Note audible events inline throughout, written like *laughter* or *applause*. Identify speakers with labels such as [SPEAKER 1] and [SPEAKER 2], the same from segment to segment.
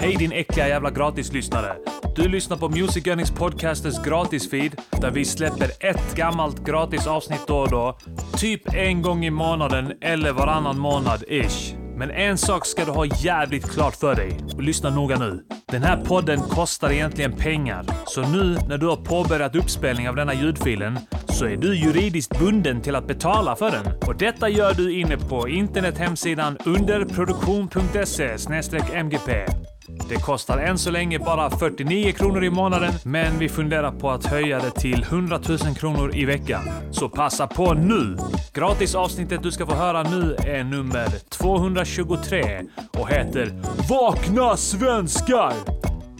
[SPEAKER 1] Hej din äckliga jävla gratislyssnare! Du lyssnar på Music Earnings Podcasters gratisfeed där vi släpper ett gammalt gratisavsnitt då och då. Typ en gång i månaden eller varannan månad ish. Men en sak ska du ha jävligt klart för dig och lyssna noga nu. Den här podden kostar egentligen pengar. Så nu när du har påbörjat uppspelning av denna ljudfilen så är du juridiskt bunden till att betala för den. Och detta gör du inne på internethemsidan underproduktion.se mgp. Det kostar än så länge bara 49 kronor i månaden, men vi funderar på att höja det till 100 000 kronor i veckan. Så passa på nu! Gratisavsnittet du ska få höra nu är nummer 223 och heter “Vakna svenskar!”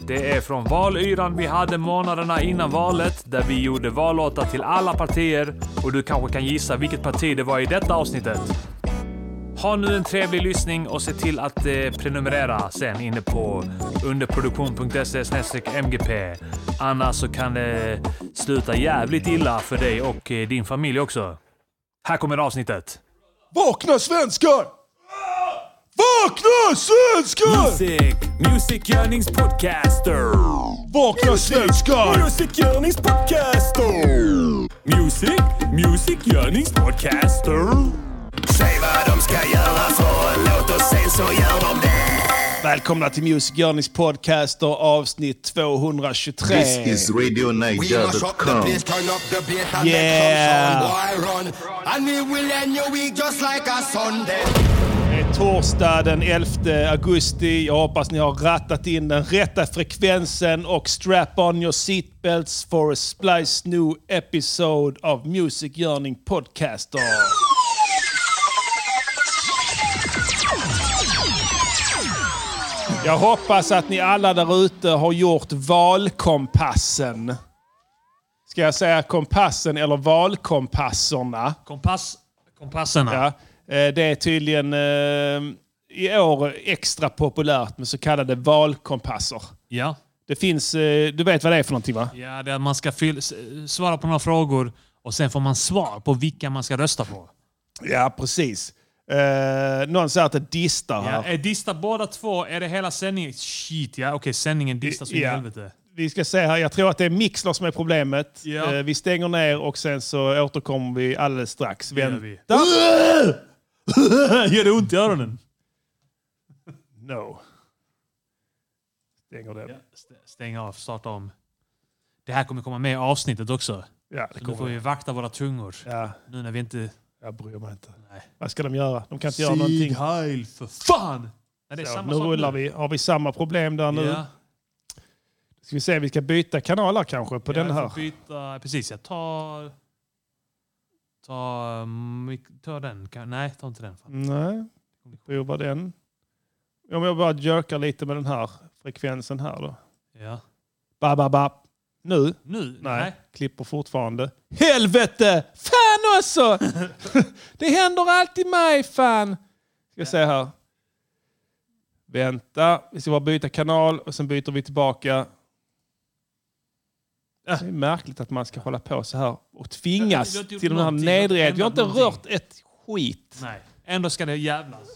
[SPEAKER 1] Det är från valyran vi hade månaderna innan valet där vi gjorde vallåtar till alla partier och du kanske kan gissa vilket parti det var i detta avsnittet. Ha nu en trevlig lyssning och se till att eh, prenumerera sen inne på underproduktion.se mgp. Annars så kan det sluta jävligt illa för dig och eh, din familj också. Här kommer avsnittet.
[SPEAKER 2] Vakna svenskar! Vakna svenskar!
[SPEAKER 1] Music, Music Yearnings Podcaster.
[SPEAKER 2] Vakna svenskar!
[SPEAKER 1] Music Yearnings Podcaster. Music, Music Yearnings Podcaster.
[SPEAKER 3] Säg vad de ska göra för en låt och sen så gör de det.
[SPEAKER 2] Välkomna till Music Journeys podcast och avsnitt 223.
[SPEAKER 4] This is RadioNiger.com.
[SPEAKER 3] turn up the bass and
[SPEAKER 2] Yeah.
[SPEAKER 3] let some sound boy run. And we will end your week just like a Sunday.
[SPEAKER 2] Det är Eh, torsdag den 11 augusti. Jag hoppas ni har rattat in den rätta frekvensen och strap on your seatbelts for a splice new episode of Music Yearning Podcaster. Jag hoppas att ni alla där ute har gjort valkompassen. Ska jag säga kompassen eller valkompasserna?
[SPEAKER 1] Kompass, kompasserna.
[SPEAKER 2] Ja, eh, det är tydligen eh, i år extra populärt med så kallade valkompasser.
[SPEAKER 1] Ja.
[SPEAKER 2] Det finns, eh, du vet vad det är för någonting va?
[SPEAKER 1] Ja, det är att man ska fyll, s- svara på några frågor och sen får man svar på vilka man ska rösta på.
[SPEAKER 2] Ja, precis. Eh, någon säger att det distar
[SPEAKER 1] Ja.
[SPEAKER 2] här.
[SPEAKER 1] Är dista båda två? Är det hela sändningen? Shit ja, okej sändningen distar så in i
[SPEAKER 2] Ja.
[SPEAKER 1] helvete.
[SPEAKER 2] Vi ska se här, jag tror att det är Mixler som är problemet.
[SPEAKER 1] Ja.
[SPEAKER 2] Eh, vi stänger ner och sen så återkommer vi alldeles strax.
[SPEAKER 1] gör
[SPEAKER 2] Vänta.
[SPEAKER 1] vi. Gör det ont i öronen?
[SPEAKER 2] No. Stänger den. Ja,
[SPEAKER 1] St- Stäng av, starta om. Det här kommer komma med i avsnittet också.
[SPEAKER 2] det
[SPEAKER 1] Nu får
[SPEAKER 2] kommer.
[SPEAKER 1] vi vakta våra tungor.
[SPEAKER 2] Ja,
[SPEAKER 1] Nu när vi inte...
[SPEAKER 2] jag bryr mig inte.
[SPEAKER 1] Nej.
[SPEAKER 2] Vad ska de göra? De kan inte göra någonting.
[SPEAKER 1] heil för fan! Nej, det är
[SPEAKER 2] Så,
[SPEAKER 1] samma
[SPEAKER 2] nu
[SPEAKER 1] sak
[SPEAKER 2] rullar vi. Har vi samma problem där nu?
[SPEAKER 1] Ja,
[SPEAKER 2] Ska vi se, vi ska byta kanaler kanske på
[SPEAKER 1] ja,
[SPEAKER 2] den
[SPEAKER 1] jag
[SPEAKER 2] här.
[SPEAKER 1] får Byta, precis, jag tar... Ta, ta den. Kan, nej, ta inte den. Fan.
[SPEAKER 2] Nej, prova den. Om jag bara jerkar lite med den här frekvensen här då.
[SPEAKER 1] Ja.
[SPEAKER 2] Ba, ba, ba. Nu?
[SPEAKER 1] Nu?
[SPEAKER 2] Nej.
[SPEAKER 1] Nej.
[SPEAKER 2] Klipper fortfarande. Helvete! Fan också! *laughs* det händer alltid mig fan! Ska se här. Vänta, vi ska bara byta kanal och sen byter vi tillbaka. Det är märkligt att man ska hålla på så här och tvingas
[SPEAKER 1] Jag har inte gjort
[SPEAKER 2] till den här
[SPEAKER 1] någonting, jag har inte
[SPEAKER 2] nedre. Vi har inte
[SPEAKER 1] ändrat någonting.
[SPEAKER 2] rört ett skit.
[SPEAKER 1] Nej. Ändå ska det jävlas.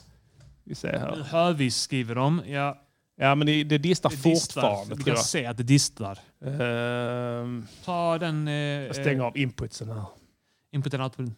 [SPEAKER 2] Vi ser
[SPEAKER 1] Nu
[SPEAKER 2] här.
[SPEAKER 1] hör vi, skriver de. Ja,
[SPEAKER 2] Ja, men det, det distar
[SPEAKER 1] det distar. Vi
[SPEAKER 2] fortfarande tror
[SPEAKER 1] kan
[SPEAKER 2] jag.
[SPEAKER 1] se att det distar.
[SPEAKER 2] Ehm,
[SPEAKER 1] Ta den... Eh,
[SPEAKER 2] jag stänger av inputsen här.
[SPEAKER 1] Input and output.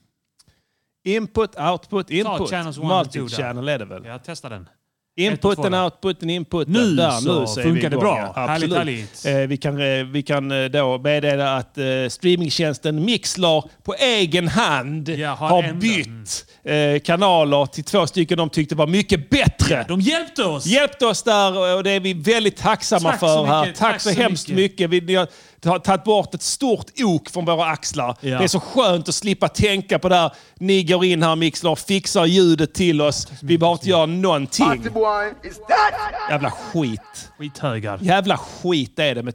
[SPEAKER 2] Input, output, input.
[SPEAKER 1] channels one and two där.
[SPEAKER 2] Multi-channel är det väl?
[SPEAKER 1] Ja, testa den. och
[SPEAKER 2] Inputen,
[SPEAKER 1] två där.
[SPEAKER 2] outputen, inputen.
[SPEAKER 1] Nu
[SPEAKER 2] där,
[SPEAKER 1] så
[SPEAKER 2] nu så är
[SPEAKER 1] funkar
[SPEAKER 2] vi
[SPEAKER 1] det
[SPEAKER 2] igång,
[SPEAKER 1] bra.
[SPEAKER 2] ja.
[SPEAKER 1] Härligt,
[SPEAKER 2] Absolut.
[SPEAKER 1] härligt.
[SPEAKER 2] Eh, vi, kan, eh, vi kan eh, då meddela att eh, streamingtjänsten Mixlar på egen hand
[SPEAKER 1] Ja, har
[SPEAKER 2] har,
[SPEAKER 1] ändrat.
[SPEAKER 2] bytt eh, kanaler till två stycken de tyckte var mycket bättre.
[SPEAKER 1] De hjälpte oss!
[SPEAKER 2] hjälpt oss där och det är vi väldigt tacksamma
[SPEAKER 1] Tack så
[SPEAKER 2] för. här.
[SPEAKER 1] mycket,
[SPEAKER 2] Tack, så, hemskt mycket. Vi, ni har ta- tagit bort ett stort ok från våra axlar.
[SPEAKER 1] Ja.
[SPEAKER 2] Det är så skönt att slippa tänka på det här. Ni går in här Mixler, fixar ljudet till oss. Vi behöver inte göra någonting. Jävla skit.
[SPEAKER 1] Skithögar.
[SPEAKER 2] Jävla skit är det med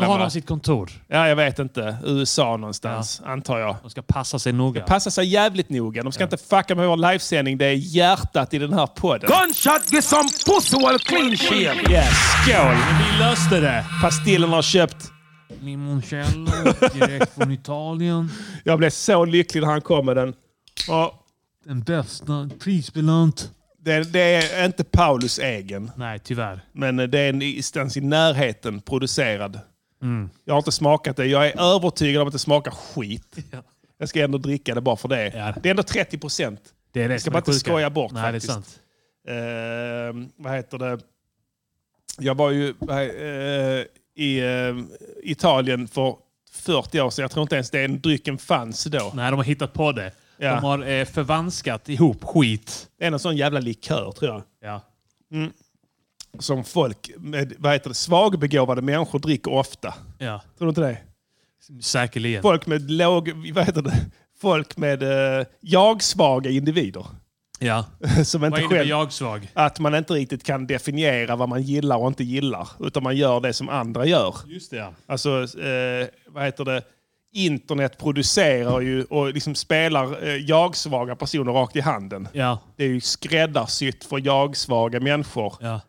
[SPEAKER 1] Var har de sitt kontor?
[SPEAKER 2] Ja, jag vet inte. USA någonstans, antar jag.
[SPEAKER 1] De ska passa sig noga.
[SPEAKER 2] Passa sig jävligt noga. De ska inte fucka med vår livesändning. Det är hjärtat i den här podden.
[SPEAKER 3] Gunshot get some pussy while clean shit.
[SPEAKER 2] Yes, skål!
[SPEAKER 1] Vi löste det!
[SPEAKER 2] Pastillerna har köpt
[SPEAKER 1] Limoncello direkt från Italien.
[SPEAKER 2] Jag blev så lycklig när han kom med den. Ja,
[SPEAKER 1] Den bästa. Prisbelönt.
[SPEAKER 2] Det, det är inte Paulus egen,
[SPEAKER 5] Nej, tyvärr.
[SPEAKER 2] men det är någonstans i närheten producerad.
[SPEAKER 5] Mm.
[SPEAKER 2] Jag har inte smakat det. Jag är övertygad om att det smakar skit.
[SPEAKER 5] Ja.
[SPEAKER 2] Jag ska ändå dricka det bara för det.
[SPEAKER 5] Ja.
[SPEAKER 2] Det är ändå 30 procent.
[SPEAKER 5] Det är det
[SPEAKER 2] Vi ska
[SPEAKER 5] som
[SPEAKER 2] bara
[SPEAKER 5] är
[SPEAKER 2] inte
[SPEAKER 5] sjuka.
[SPEAKER 2] skoja bort
[SPEAKER 5] Nej,
[SPEAKER 2] faktiskt.
[SPEAKER 5] det är sant.
[SPEAKER 2] Eh, vad heter det? Jag var ju eh, i eh, Italien för 40 år sedan. Jag tror inte ens den drycken fanns då.
[SPEAKER 5] Nej, de har hittat på det.
[SPEAKER 2] Ja.
[SPEAKER 5] De har eh, förvanskat ihop skit.
[SPEAKER 2] Det är någon sån jävla likör tror jag.
[SPEAKER 5] Ja.
[SPEAKER 2] Som folk med vad heter det, svagbegåvade människor dricker ofta.
[SPEAKER 5] ja.
[SPEAKER 2] Tror du inte det?
[SPEAKER 5] Säkerligen.
[SPEAKER 2] Folk med låg... Vad heter det? Folk med eh, jag-svaga individer. *laughs*
[SPEAKER 5] Ja.
[SPEAKER 2] Som inte
[SPEAKER 5] Vad innebär
[SPEAKER 2] själv,
[SPEAKER 5] jag svag?
[SPEAKER 2] Att man inte riktigt kan definiera vad man gillar och inte gillar. Utan man gör det som andra gör.
[SPEAKER 5] Just det, ja.
[SPEAKER 2] Alltså, eh, vad heter det? Internet producerar ju och liksom spelar eh, jag-svaga personer rakt i handen.
[SPEAKER 5] Ja.
[SPEAKER 2] Det är ju skräddarsytt för jag-svaga människor.
[SPEAKER 5] ja.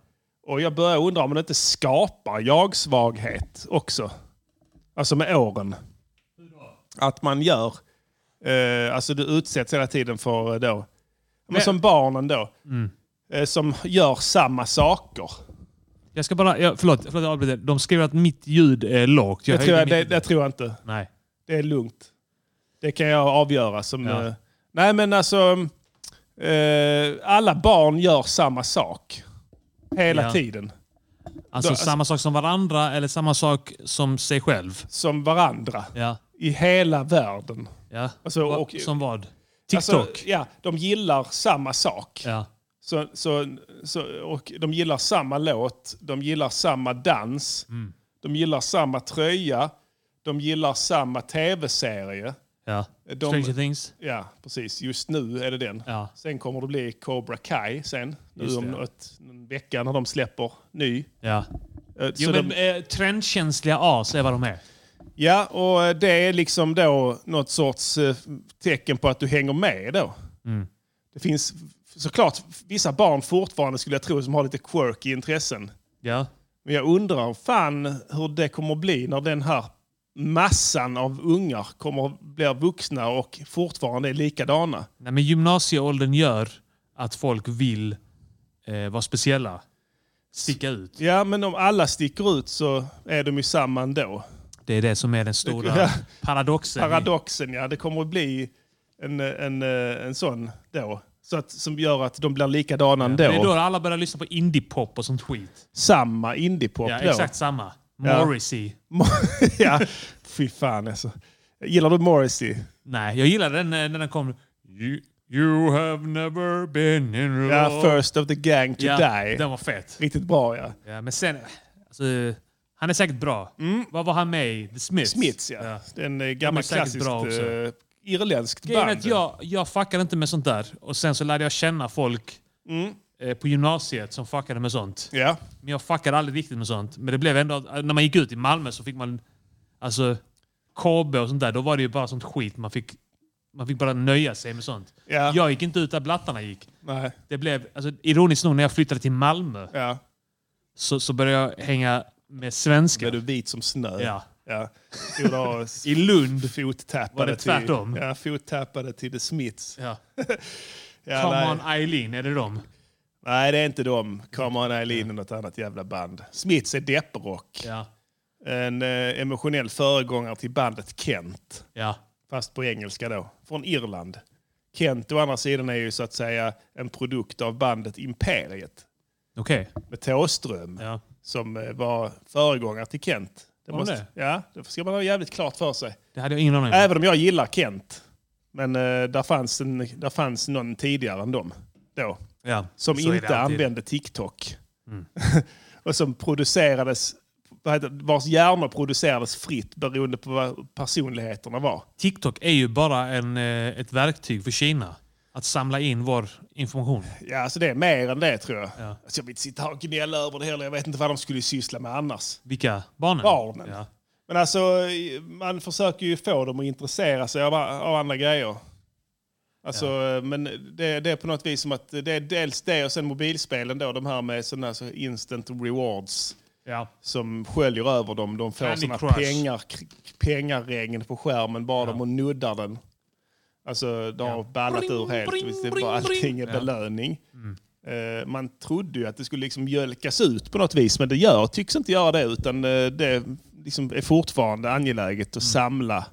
[SPEAKER 2] Och jag börjar undra om det inte skapar jag-svaghet också. Alltså med åren. Att man gör... Eh, alltså du utsätts hela tiden för eh, då... Men som barnen då. Eh, som gör samma saker.
[SPEAKER 5] Jag ska bara... Ja, förlåt, förlåt jag avbryter. De skriver att mitt ljud är lågt.
[SPEAKER 2] Det tror, jag,
[SPEAKER 5] höjde
[SPEAKER 2] det,
[SPEAKER 5] mitt-
[SPEAKER 2] det tror jag inte.
[SPEAKER 5] Nej.
[SPEAKER 2] Det är lugnt. Det kan jag avgöra. Som,
[SPEAKER 5] Ja.
[SPEAKER 2] eh, nej men alltså, eh, alla barn gör samma sak. Hela
[SPEAKER 5] Ja.
[SPEAKER 2] tiden.
[SPEAKER 5] Alltså
[SPEAKER 2] Då-
[SPEAKER 5] samma sak som varandra eller samma sak som sig själv.
[SPEAKER 2] Som varandra.
[SPEAKER 5] Ja.
[SPEAKER 2] I hela världen.
[SPEAKER 5] ja.
[SPEAKER 2] Alltså,
[SPEAKER 5] Va-
[SPEAKER 2] och-
[SPEAKER 5] som vad? TikTok?
[SPEAKER 2] Alltså, ja, de gillar samma sak.
[SPEAKER 5] ja.
[SPEAKER 2] Så, så, så, och de gillar samma låt, de gillar samma dans,
[SPEAKER 5] Mm.
[SPEAKER 2] de gillar samma tröja, de gillar samma tv-serie.
[SPEAKER 5] ja.
[SPEAKER 2] De-
[SPEAKER 5] Stranger Things?
[SPEAKER 2] Ja, precis. Just nu är det den.
[SPEAKER 5] Ja.
[SPEAKER 2] Sen kommer det bli Cobra Kai sen. Nu
[SPEAKER 5] Just det,
[SPEAKER 2] om
[SPEAKER 5] ja.
[SPEAKER 2] något, en vecka när de släpper ny.
[SPEAKER 5] Ja.
[SPEAKER 2] Eh,
[SPEAKER 5] Jo,
[SPEAKER 2] så
[SPEAKER 5] men
[SPEAKER 2] de,
[SPEAKER 5] eh, trendkänsliga as är vad de är.
[SPEAKER 2] ja, och eh, det är liksom då något sorts eh, tecken på att du hänger med då.
[SPEAKER 5] Mm.
[SPEAKER 2] Det finns f- såklart vissa barn fortfarande skulle jag tro som har lite quirky intressen.
[SPEAKER 5] Ja.
[SPEAKER 2] Men jag undrar fan hur det kommer bli när den här massan av ungar kommer blir vuxna och fortfarande är likadana.
[SPEAKER 5] Nej, men gymnasieåldern gör att folk vill eh, vara speciella. Sticka ut.
[SPEAKER 2] Ja, men om alla sticker ut så är de ju samma ändå.
[SPEAKER 5] Det är det som är den stora
[SPEAKER 2] Ja.
[SPEAKER 5] paradoxen.
[SPEAKER 2] Paradoxen, ja. Det kommer att bli en, en, eh, en sån då. Så att, som gör att de blir likadana
[SPEAKER 5] det är då
[SPEAKER 2] ändå.
[SPEAKER 5] alla börjar lyssna på indiepop och sånt skit.
[SPEAKER 2] Samma indiepop
[SPEAKER 5] Ja,
[SPEAKER 2] då.
[SPEAKER 5] exakt samma.
[SPEAKER 2] Ja.
[SPEAKER 5] Morrissey.
[SPEAKER 2] *laughs* ja, fy fan alltså. Gillar du Morrissey?
[SPEAKER 5] Nej, jag gillade den eh, när den kom. You, you have never been in love.
[SPEAKER 2] Ja, First of the gang to
[SPEAKER 5] Ja,
[SPEAKER 2] die.
[SPEAKER 5] Den var fet.
[SPEAKER 2] Riktigt bra ja.
[SPEAKER 5] Ja, men sen... Alltså, han är säkert bra. Vad var han med i? The Smiths?
[SPEAKER 2] Mm. Smiths ja. Det är en eh, gammal
[SPEAKER 5] säkert
[SPEAKER 2] klassiskt
[SPEAKER 5] bra också.
[SPEAKER 2] eh, irländskt
[SPEAKER 5] Grejen är
[SPEAKER 2] band.
[SPEAKER 5] att jag, jag fuckade inte med sånt där. Och sen så lärde jag känna folk
[SPEAKER 2] Mm.
[SPEAKER 5] eh, på gymnasiet som fuckade med sånt.
[SPEAKER 2] Ja.
[SPEAKER 5] Men jag fuckade aldrig riktigt med sånt. Men det blev ändå... När man gick ut i Malmö så fick man... Alltså, KB och sånt där, då var det ju bara sånt skit. Man fick, man fick bara nöja sig med sånt.
[SPEAKER 2] Ja.
[SPEAKER 5] Jag gick inte ut där blattarna gick.
[SPEAKER 2] Nej.
[SPEAKER 5] Det blev, alltså, ironiskt nog, när jag flyttade till Malmö
[SPEAKER 2] Ja.
[SPEAKER 5] så, så började jag hänga med
[SPEAKER 2] Blev
[SPEAKER 5] svenskar.
[SPEAKER 2] du vit som snö?
[SPEAKER 5] Ja.
[SPEAKER 2] ja. Jo, då-
[SPEAKER 5] I Lund.
[SPEAKER 2] Fottappade
[SPEAKER 5] Var det
[SPEAKER 2] till,
[SPEAKER 5] tvärtom?
[SPEAKER 2] Ja, fottappade till The Smiths.
[SPEAKER 5] Ja.
[SPEAKER 2] Ja,
[SPEAKER 5] Come
[SPEAKER 2] nej.
[SPEAKER 5] on Eileen, är det dem?
[SPEAKER 2] nej, det är inte dem. Come on Eileen och något annat jävla band. Smiths är depprock.
[SPEAKER 5] Ja.
[SPEAKER 2] En eh, emotionell föregångare till bandet Kent.
[SPEAKER 5] Ja.
[SPEAKER 2] Fast på engelska då. Från Irland. Kent å andra sidan är ju så att säga en produkt av bandet Imperiet.
[SPEAKER 5] Okej.
[SPEAKER 2] Med Thåström.
[SPEAKER 5] Ja.
[SPEAKER 2] Som eh, var föregångare till Kent. Det,
[SPEAKER 5] Var
[SPEAKER 2] det? Ja, det ska man ha jävligt klart för sig.
[SPEAKER 5] Det hade jag ingen aning om.
[SPEAKER 2] Även om jag gillar Kent. Men eh, där, fanns en, där fanns någon tidigare än dem. Då,
[SPEAKER 5] ja.
[SPEAKER 2] som
[SPEAKER 5] så är det
[SPEAKER 2] inte
[SPEAKER 5] alltid. Mm.
[SPEAKER 2] använde TikTok. *laughs* och som producerades, vad heter, det, vars hjärnor producerades fritt beroende på vad personligheterna var.
[SPEAKER 5] TikTok är ju bara en, eh, ett verktyg för Kina. Att samla in vår information.
[SPEAKER 2] Ja, alltså det är mer än det tror jag.
[SPEAKER 5] Ja.
[SPEAKER 2] Alltså, jag vill inte sitta här och gnälla över det heller. Jag vet inte vad de skulle syssla med annars.
[SPEAKER 5] Vilka? Barnen?
[SPEAKER 2] Barnen.
[SPEAKER 5] Ja.
[SPEAKER 2] Men alltså, man försöker ju få dem att intressera sig av, av andra grejer. Alltså, Men det, det är på något vis som att det är dels det och sen mobilspelen då, de här med sådana så instant rewards
[SPEAKER 5] ja.
[SPEAKER 2] som sköljer över dem. De får
[SPEAKER 5] Candy
[SPEAKER 2] sådana
[SPEAKER 5] Crush.
[SPEAKER 2] pengar, k- pengaregn på skärmen bara de och nuddar den. Alltså, de har ballat ur helt.
[SPEAKER 5] Bring,
[SPEAKER 2] Visst, det
[SPEAKER 5] bring,
[SPEAKER 2] är bara
[SPEAKER 5] bring, Mm.
[SPEAKER 2] allting är
[SPEAKER 5] bring.
[SPEAKER 2] belöning. Eh, Man trodde ju att det skulle liksom mjölkas ut på något vis, men det gör, tycks inte göra det. Utan eh, det liksom är fortfarande angeläget
[SPEAKER 5] Mm.
[SPEAKER 2] att samla.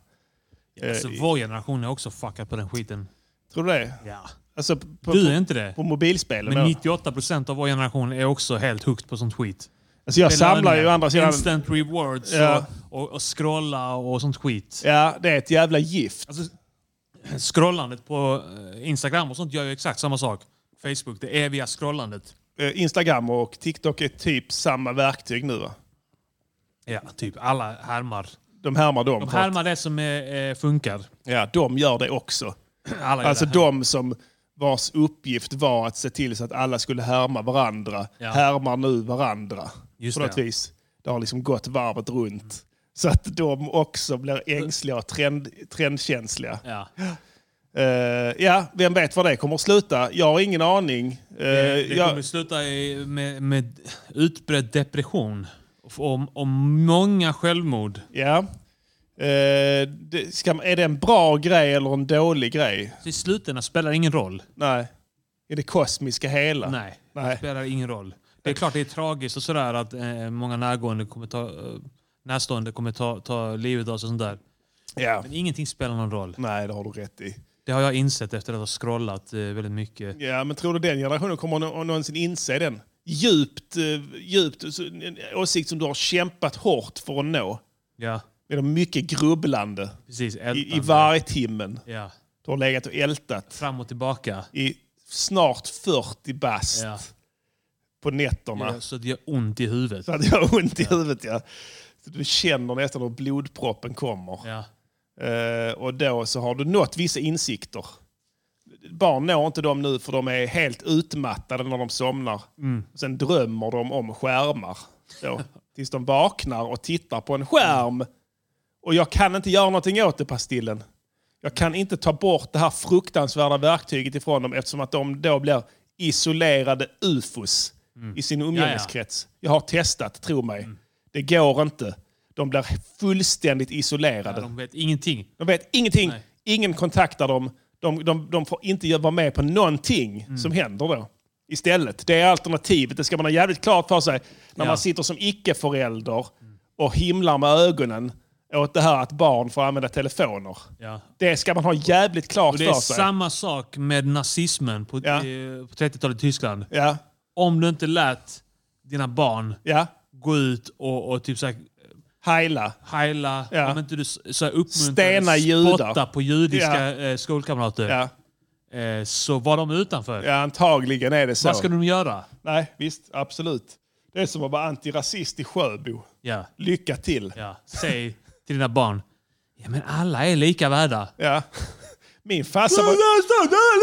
[SPEAKER 5] Alltså,
[SPEAKER 2] Eh,
[SPEAKER 5] vår generation är också fuckad på den skiten.
[SPEAKER 2] Tror du det?
[SPEAKER 5] Ja.
[SPEAKER 2] Alltså på,
[SPEAKER 5] Du är
[SPEAKER 2] på,
[SPEAKER 5] inte det.
[SPEAKER 2] på mobilspelen?
[SPEAKER 5] Men
[SPEAKER 2] Men
[SPEAKER 5] 98% av vår generation är också helt hooked på sånt skit.
[SPEAKER 2] alltså jag samlar ju å
[SPEAKER 5] Belöningar,
[SPEAKER 2] andra sidan...
[SPEAKER 5] Instant rewards
[SPEAKER 2] Ja.
[SPEAKER 5] och, och, och scrolla och sånt skit.
[SPEAKER 2] Ja, det är ett jävla gift.
[SPEAKER 5] Alltså, scrollandet på eh, Instagram och sånt gör ju exakt samma sak. Facebook, det eviga scrollandet.
[SPEAKER 2] Eh, Instagram och TikTok är typ samma verktyg nu va?
[SPEAKER 5] Ja, typ alla härmar.
[SPEAKER 2] De härmar dem.
[SPEAKER 5] De
[SPEAKER 2] för att-
[SPEAKER 5] härmar det som är, eh, funkar.
[SPEAKER 2] Ja, de gör det också.
[SPEAKER 5] Alla gör
[SPEAKER 2] Alltså
[SPEAKER 5] det.
[SPEAKER 2] de som vars uppgift var att se till så att alla skulle härma varandra,
[SPEAKER 5] Ja.
[SPEAKER 2] härmar nu varandra.
[SPEAKER 5] Just
[SPEAKER 2] på något
[SPEAKER 5] det.
[SPEAKER 2] vis. Det har liksom gått varvet runt. Så att de också blir ängsliga och trend, trendkänsliga.
[SPEAKER 5] Ja.
[SPEAKER 2] Eh, ja, vem vet var det kommer att sluta? Jag har ingen aning. Eh,
[SPEAKER 5] Det
[SPEAKER 2] jag-
[SPEAKER 5] kommer sluta i- med, med utbredd depression och, och, och många självmord.
[SPEAKER 2] Ja. Eh, det, ska, man- är det en bra grej eller en dålig grej?
[SPEAKER 5] Så I slutändan spelar det ingen roll.
[SPEAKER 2] Nej. Är det kosmiska hela?
[SPEAKER 5] Nej,
[SPEAKER 2] Nej.
[SPEAKER 5] det spelar ingen roll. Det är klart det är tragiskt och sådär att eh, många närgående kommer ta, eh, närstående kommer ta, ta livet av sig och sånt där.
[SPEAKER 2] Ja.
[SPEAKER 5] Men ingenting spelar någon roll.
[SPEAKER 2] Nej, det har du rätt i.
[SPEAKER 5] Det har jag insett efter att ha scrollat eh, väldigt mycket.
[SPEAKER 2] Ja, men tror du den generationen kommer nå- någonsin inse den? Djupt, eh, djupt, så- en åsikt som du har kämpat hårt för att nå.
[SPEAKER 5] Ja,
[SPEAKER 2] Med de mycket grubblande
[SPEAKER 5] precis.
[SPEAKER 2] i, i
[SPEAKER 5] Ältande.
[SPEAKER 2] vargtimmen.
[SPEAKER 5] Ja.
[SPEAKER 2] Du har legat och ältat
[SPEAKER 5] Fram och tillbaka.
[SPEAKER 2] i snart 40 bast
[SPEAKER 5] Ja.
[SPEAKER 2] på nätterna.
[SPEAKER 5] Ja, så det gör ont i huvudet.
[SPEAKER 2] Så att jag har ont i huvudet. Ja. Så du känner nästan hur blodproppen kommer.
[SPEAKER 5] Ja.
[SPEAKER 2] Eh, och då så har du nått vissa insikter. Barn når inte dem nu för de är helt utmattade när de somnar. Sen drömmer de om skärmar. Då, tills de vaknar och tittar på en skärm. Och jag kan inte göra någonting åt det, Pastillen. Jag kan inte ta bort det här fruktansvärda verktyget ifrån dem eftersom att de då blir isolerade ufos i sin umgängeskrets. Jag har testat, tro mig. Det går inte. De blir fullständigt isolerade.
[SPEAKER 5] De vet ingenting.
[SPEAKER 2] De vet ingenting.
[SPEAKER 5] Nej.
[SPEAKER 2] Ingen kontaktar dem. De, de, de får inte vara med på någonting
[SPEAKER 5] Mm.
[SPEAKER 2] som händer då. Istället. Det är alternativet. Det ska man ha jävligt klart för sig när
[SPEAKER 5] Ja.
[SPEAKER 2] man sitter som icke-förälder och himlar med ögonen åt det här att barn får använda telefoner.
[SPEAKER 5] Ja.
[SPEAKER 2] Det ska man ha jävligt klart
[SPEAKER 5] Och det
[SPEAKER 2] för
[SPEAKER 5] är
[SPEAKER 2] sig.
[SPEAKER 5] samma sak med nazismen på,
[SPEAKER 2] Ja.
[SPEAKER 5] eh, på 30-talet i Tyskland.
[SPEAKER 2] ja,
[SPEAKER 5] Om du inte lät dina barn
[SPEAKER 2] ja.
[SPEAKER 5] gå ut och, och typ så här,
[SPEAKER 2] Heila.
[SPEAKER 5] heila,
[SPEAKER 2] Ja.
[SPEAKER 5] om inte du s- så här uppmuntrade,
[SPEAKER 2] Stena judar.
[SPEAKER 5] spotta på judiska
[SPEAKER 2] Ja.
[SPEAKER 5] eh, skolkamrater,
[SPEAKER 2] Ja.
[SPEAKER 5] eh, så var de utanför.
[SPEAKER 2] ja, antagligen är det så.
[SPEAKER 5] Vad ska de göra?
[SPEAKER 2] Nej, visst. Absolut. Det är som att vara antirasist i Sjöbo.
[SPEAKER 5] Ja.
[SPEAKER 2] Lycka till.
[SPEAKER 5] Ja. Säg till dina barn, ja men alla är lika värda.
[SPEAKER 2] Ja. *laughs* Min farsa var...